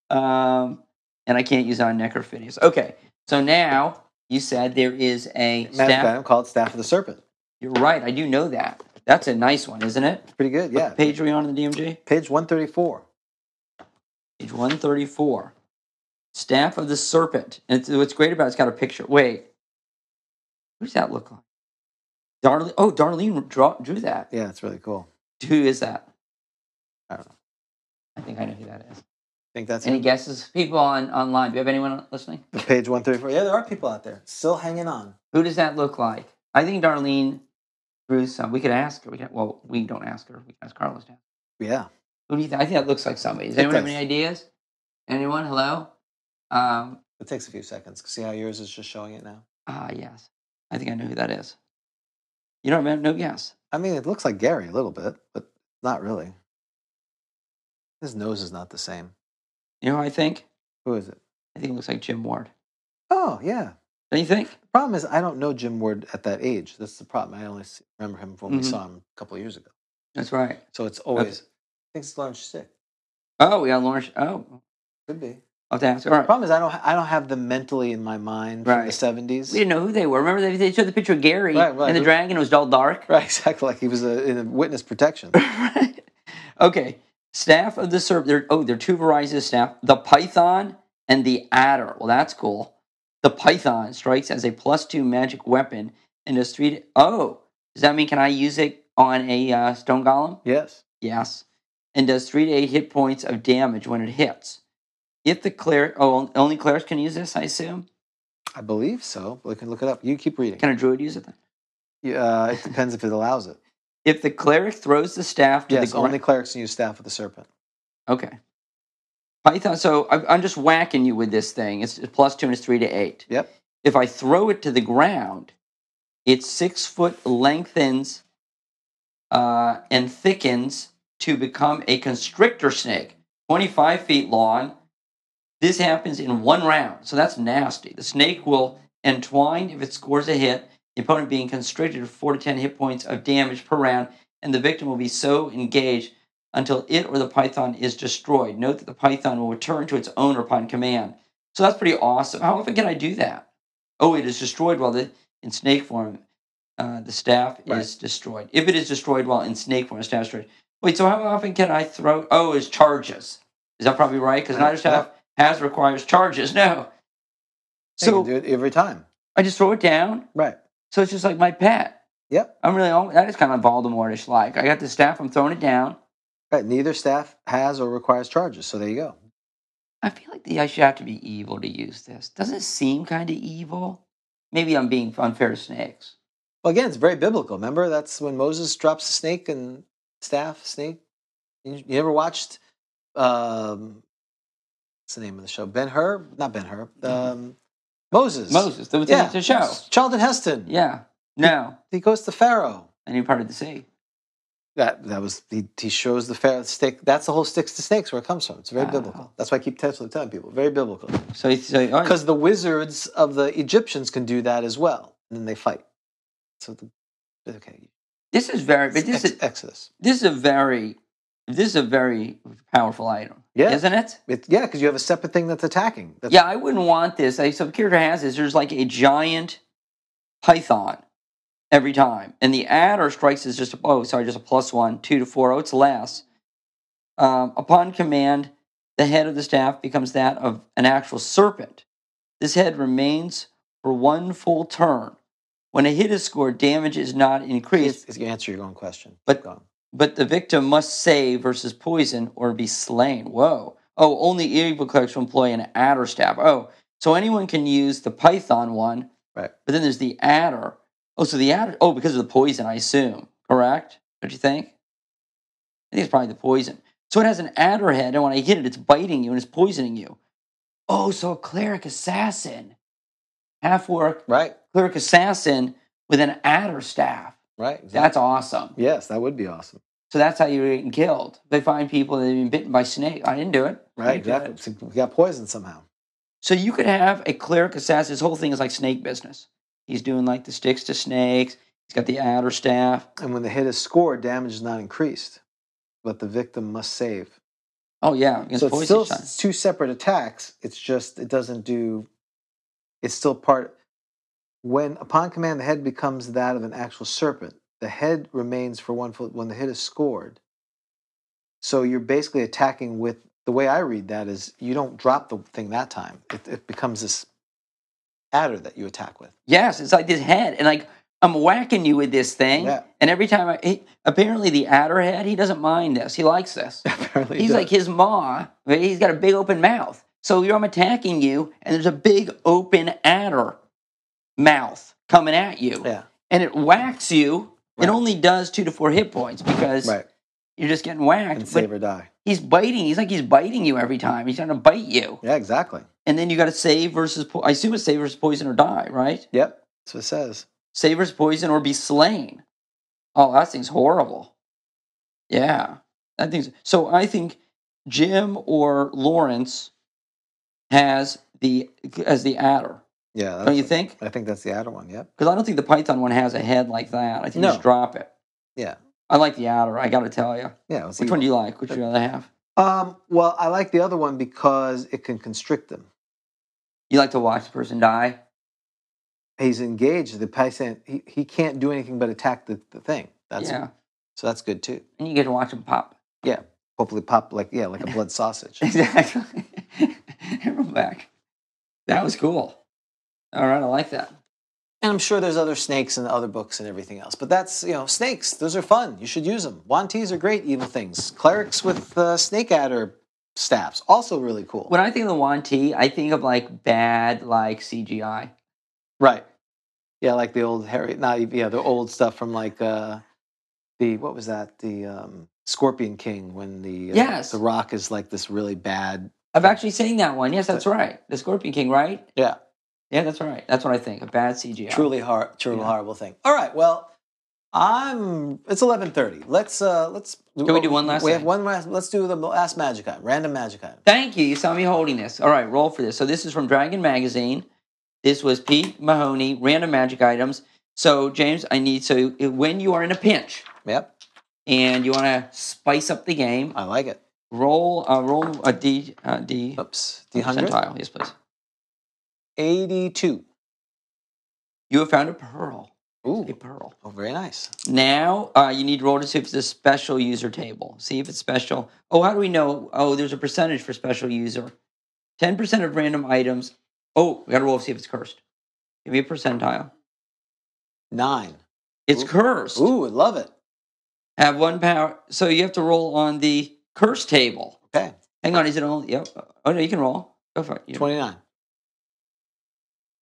S3: Um, and I can't use it on necrophidius. Okay. So now you said there is a
S2: Magic
S3: staff.
S2: item called staff of the serpent.
S3: You're right. I do know that. That's a nice one, isn't it?
S2: Pretty good, yeah.
S3: What page are we on in the DMG?
S2: Page one thirty four.
S3: Page 134. Staff of the Serpent. And it's, what's great about it, it's got a picture. Wait. Who does that look like? Darlene. Oh, Darlene draw, drew that.
S2: Yeah, it's really cool.
S3: Who is that?
S2: I don't know.
S3: I think I know who that is.
S2: think that's
S3: Any
S2: it.
S3: guesses? People on online. Do you have anyone listening?
S2: [LAUGHS] Page one thirty four. Yeah, there are people out there still hanging on.
S3: Who does that look like? I think Darlene drew some. We could ask her. We could, well, we don't ask her. We can ask Carlos now.
S2: Yeah.
S3: Who do you think? I think that looks like somebody. Does
S2: It
S3: anyone have
S2: does.
S3: any ideas? Anyone? Hello? Um,
S2: It takes a few seconds. See how yours is just showing it now?
S3: ah, yes. I think I know who that is. You don't have no guess.
S2: I mean it looks like Gary a little bit, but not really. His nose is not the same.
S3: You know who I think?
S2: Who is it?
S3: I think it looks like Jim Ward.
S2: Oh yeah.
S3: Don't you think?
S2: The problem is I don't know Jim Ward at that age. That's the problem. I only s- remember him from when
S3: Mhm.
S2: we saw him a couple of years ago.
S3: That's right.
S2: So it's always thinks it's Lawrence sick.
S3: Oh, we got Lawrence. Oh,
S2: Could be.
S3: I'll have to ask. All
S2: The
S3: right.
S2: problem is I don't ha- I don't have them mentally in my mind from the
S3: Right.
S2: seventies.
S3: We didn't know who they were. Remember, they, they showed the picture of Gary
S2: Right, right.
S3: and the dragon. It was all
S2: [LAUGHS]
S3: dark. [LAUGHS]
S2: Right, exactly. Like he was a, in a witness protection.
S3: Right. okay. Staff of the serpent. There, oh, there are two varieties of staff the python and the adder. Well, that's cool. The python strikes as a plus two magic weapon and does three. Oh, does that mean can I use it on a uh, stone golem?
S2: Yes.
S3: Yes. And does three to eight hit points of damage when it hits. If the cleric, oh, only clerics can use this, I assume.
S2: I believe so. We can look it up. You keep reading.
S3: Can a druid use it then?
S2: Yeah, uh, it depends if it allows it.
S3: If the cleric throws the staff to
S2: Yes,
S3: the ground,
S2: only clerics can use staff of the serpent.
S3: Okay. Python. So I- I'm just whacking you with this thing. It's it's plus two and it's three to eight.
S2: Yep.
S3: If I throw it to the ground, its six foot lengthens uh, and thickens to become a constrictor snake, 25 feet long. This happens in one round, so that's nasty. The snake will entwine if it scores a hit, the opponent being constricted to 4 to 10 hit points of damage per round, and the victim will be so engaged until it or the python is destroyed. Note that the python will return to its owner upon command. So that's pretty awesome. How often can I do that? Oh, it is destroyed while the, in snake form. Uh, the staff is
S2: Right.
S3: destroyed. If it is destroyed while in snake form, the staff is destroyed. Wait, so how often can I throw? Oh, is charges. Is that probably right? Because neither staff has requires charges. [LAUGHS] No.
S2: They can
S3: So
S2: do it every time.
S3: I just throw it down.
S2: Right.
S3: So it's just like my pet.
S2: Yep.
S3: I'm really, all- that is kind of Voldemortish like. I got the staff, I'm throwing it down.
S2: Right. Neither staff has or requires charges. So there you go.
S3: I feel like the, I should have to be evil to use this. Doesn't it seem kind of evil? Maybe I'm being unfair to snakes.
S2: Well, again, it's very biblical. Remember, that's when Moses drops the snake and staff, snake. You, you never watched, um, what's the name of the show? Ben Hur? Not Ben Hur. Um, Moses.
S3: Moses, the,
S2: Yeah.
S3: yeah. the show.
S2: Charlton Heston.
S3: Yeah. No,
S2: He goes to Pharaoh.
S3: any part of the sea.
S2: That that was he, he shows the fair stick. That's the whole sticks to snakes where it comes from. It's very
S3: Wow.
S2: biblical. That's why I keep telling telling people very biblical
S3: So oh, it's so, all right.
S2: because the wizards of the Egyptians can do that as well, and then they fight. So the, okay,
S3: this is very, but this
S2: Ex-
S3: is
S2: Exodus.
S3: this is a very, this is a very powerful item,
S2: Yeah.
S3: isn't it?
S2: It, yeah, because you have a separate thing that's attacking. That's, [LAUGHS]
S3: Yeah, I wouldn't want this. I, so character has this. There's like a giant python every time, and the adder strikes is just a- oh sorry, just a plus one, two to four. Oh, it's less. Um, upon command, the head of the staff becomes that of an actual serpent. This head remains for one full turn. When a hit is scored, damage is not increased.
S2: it's, it's you answer your own question.
S3: But-
S2: Go on.
S3: But the victim must save versus poison or be slain. Whoa. Oh, only evil clerics will employ an adder staff. Oh, so anyone can use the python one.
S2: Right.
S3: But then there's the adder. Oh, so the adder. Oh, because of the poison, I assume. Correct? Don't you think? I think it's probably the poison. So it has an adder head, and when I hit it, it's biting you and it's poisoning you. Oh, so a cleric assassin. Half work,
S2: right,
S3: cleric assassin with an adder staff.
S2: right. exactly.
S3: That's awesome.
S2: yes, that would be awesome.
S3: So that's how you're getting killed. They find people that have been bitten by snake. I didn't do it. I
S2: Right,
S3: didn't do it.
S2: exactly. So we got poisoned somehow.
S3: So you could have a cleric assassin. His whole thing is like snake business. He's doing like the sticks to snakes. He's got the outer staff.
S2: And when the hit is scored, damage is not increased, but the victim must save.
S3: Oh yeah, against
S2: so it's
S3: poison
S2: still
S3: shot.
S2: it's two separate attacks. It's just it doesn't do. It's still part. When upon command, the head becomes that of an actual serpent. The head remains for one foot when the hit is scored. So you're basically attacking with the way I read that is you don't drop the thing that time. It, it becomes this adder that you attack with. [LAUGHS]
S3: Yes, it's like this head, and like I'm whacking you with this thing.
S2: Yeah.
S3: And every time I, he, apparently the outer head, he doesn't mind this. He
S2: [LAUGHS]
S3: likes this.
S2: Apparently, it
S3: He's
S2: does.
S3: like his maw. right? He's got a big open mouth. So you're, I'm attacking you, and there's a big open adder mouth coming at you, [LAUGHS]
S2: yeah,
S3: and it whacks you.
S2: Right.
S3: It only does two to four hit points because
S2: right,
S3: you're just getting whacked.
S2: and
S3: but
S2: save or die.
S3: he's biting. He's like he's biting you every time. He's trying to bite you,
S2: Yeah, exactly.
S3: and then you got to save versus. Po- I assume it's save versus poison or die, right?
S2: Yep, that's what it says.
S3: Save versus poison or be slain. Oh, that thing's horrible. Yeah, that thing's. So I think Jim or Lawrence has the as the adder.
S2: Yeah, that's
S3: Don't you
S2: what-
S3: think?
S2: I think that's the adder one. Yep.
S3: Because I don't think the Python one has a head like that. I think you
S2: No.
S3: just drop it.
S2: Yeah.
S3: I like the adder. I got to tell you.
S2: Yeah. it's
S3: Which one do you like? Which would you rather have?
S2: Um, well, I like the other one because it can constrict them.
S3: You like to watch the person die.
S2: He's engaged. The patient, he, he can't do anything but attack the, the thing. That's
S3: yeah,
S2: so that's good too.
S3: and you get to watch them
S2: [LAUGHS]
S3: pop.
S2: Hopefully, pop like yeah, like a blood
S3: [LAUGHS]
S2: sausage.
S3: Exactly. And we're back. That was cool. All right, I like that.
S2: And I'm sure there's other snakes and other books and everything else. But that's you know snakes. Those are fun. You should use them. Wanties are great evil things. Clerics with uh, snake adder staffs also really cool.
S3: When I think of the Wantee, I think of like bad, like CGI.
S2: Right. Yeah, like the old Harry, not even, yeah, the old stuff from like uh the what was that? The um Scorpion King when the uh,
S3: Yes.
S2: the rock is like this really bad.
S3: I've actually seen that one. Yes, that's right. The Scorpion King, right?
S2: Yeah.
S3: Yeah, that's right. That's what I think. A bad CGI.
S2: Truly hor- truly
S3: Yeah.
S2: horrible thing. All right, well, I'm it's 11:30. Let's uh let's
S3: Can we do one last
S2: We have
S3: thing?
S2: one last let's do the last magic item, random magic item.
S3: Thank you. You saw me holding this. All right, roll for this. So this is from Dragon Magazine. This was Pete Mahoney, random magic items. So James, I need so when you are in a pinch
S2: Yep.
S3: and you want to spice up the game, uh,
S2: I like it.
S3: roll uh, roll a d uh, d
S2: Oops. The 100
S3: percentile. Yes, please.
S2: 82.
S3: You have found a pearl. A
S2: Ooh.
S3: pearl.
S2: Oh, very nice.
S3: Now uh, you need to roll to see if it's a special user table. See if it's special. Oh, how do we know? Oh, there's a percentage for special user. Ten percent of random items. Oh, we got to roll to see if it's cursed. Give me a percentile.
S2: 9.
S3: It's
S2: Ooh.
S3: cursed.
S2: Ooh, I love it.
S3: Have one power. So you have to roll on the curse table.
S2: Okay.
S3: Hang on, is it only? Yep. Oh no, you can roll. Go for it. You-
S2: 29.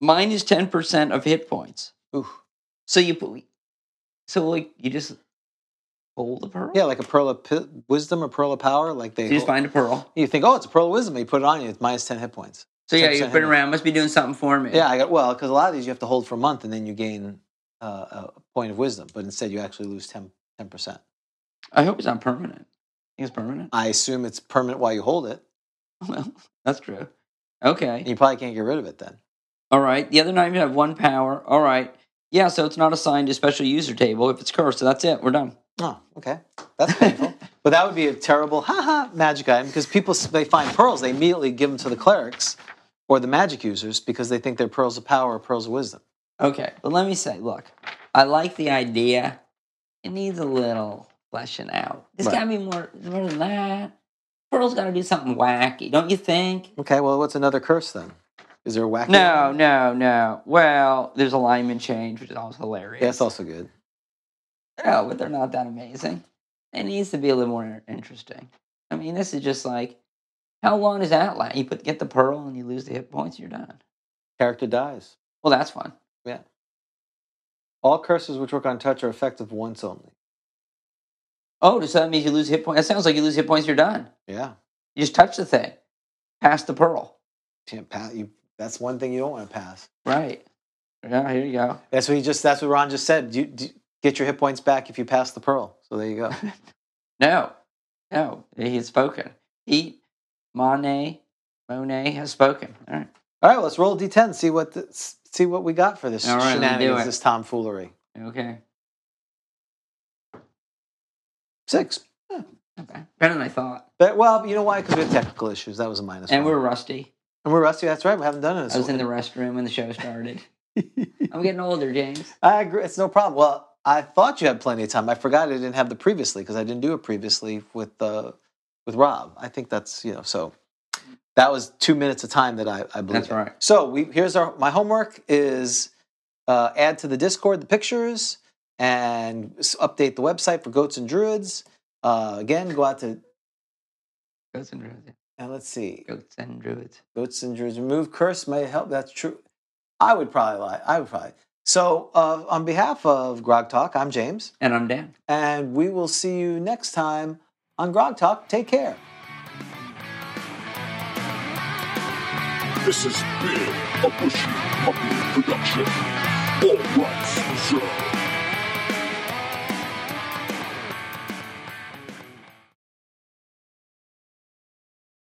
S3: minus 10% of hit points.
S2: Ooh.
S3: So you put, so like you just hold the pearl.
S2: Yeah, like a pearl of pi- wisdom or pearl of power. Like they
S3: So you just find a pearl.
S2: You think, oh, it's a pearl of wisdom. You put it on you. It's minus ten hit points.
S3: So yeah,
S2: 10%
S3: you've been
S2: hit.
S3: around. Must be doing something for me.
S2: Yeah, I got well because a lot of these you have to hold for a month and then you gain uh, a point of wisdom, but instead you actually lose 10 percent.
S3: I hope it's not permanent. I think it's permanent.
S2: I assume it's permanent while you hold it.
S3: Well, that's true. Okay.
S2: And you probably can't get rid of it then.
S3: All right. The other nine you have one power. All right. Yeah. So it's not assigned to special user table if it's cursed. So that's it. We're done.
S2: Oh, okay, that's painful.
S3: [LAUGHS]
S2: but that would be a terrible haha magic item because people s- they find pearls they immediately give them to the clerics or the magic users because they think they're pearls of power or pearls of wisdom.
S3: Okay. But let me say, look, I like the idea. It needs a little fleshing out. It's
S2: Right.
S3: got to be more more than that. Pearl's got to do something wacky, don't you think?
S2: Okay, well, what's another curse then? Is there a wacky?
S3: No, no, no. Well, there's alignment change, which is always hilarious.
S2: Yeah, that's also good.
S3: No, but they're not that amazing. It needs to be a little more in- interesting. I mean, this is just like, how long does that last? You put get the pearl and you lose the hit points, you're done.
S2: Character dies.
S3: Well, that's fun.
S2: All curses which work on touch are effective once only.
S3: Oh, so that means you lose hit points. That sounds like you lose hit points, you're done.
S2: Yeah.
S3: You just touch the thing, pass the pearl.
S2: Can't pass. You, that's one thing you don't want to pass.
S3: Right. Yeah, here you go.
S2: That's what he just. That's what Ron just said. You, do, get your hit points back if you pass the pearl. So there you
S3: [LAUGHS]
S2: go.
S3: No, no, he has spoken. He, Monet, Monet has spoken. All right.
S2: All right, let's roll a d10. See what the, see what we got for this
S3: All right, let's do
S2: shenanigans,
S3: it.
S2: this tomfoolery.
S3: Okay.
S2: Six.
S3: Okay. Better than I thought.
S2: But well, you know why? Because we had technical issues. That was a minus.
S3: And
S2: one.
S3: we're rusty.
S2: and we're rusty. That's right. We haven't done it.
S3: I was in the restroom when the show [LAUGHS] started. I'm getting older, James.
S2: I agree. It's no problem. Well, I thought you had plenty of time. I forgot I didn't have the previously because I didn't do it previously with uh, with Rob. I think that's you know so. That was two minutes of time that I, I believe.
S3: That's right.
S2: So we here's our my homework is uh, add to the Discord the pictures and s- update the website for Goats and Druids. Uh, again, go out to
S3: Goats and druids.
S2: and let's see
S3: Goats and druids.
S2: Goats and Druids remove curse may help. That's true. I would probably lie. I would probably. So uh, on behalf of Grog Talk, I'm James.
S3: And I'm Dan.
S2: and we will see you next time on Grog Talk. Take care.
S1: This has been a Bushy Puppy production. All rights reserved.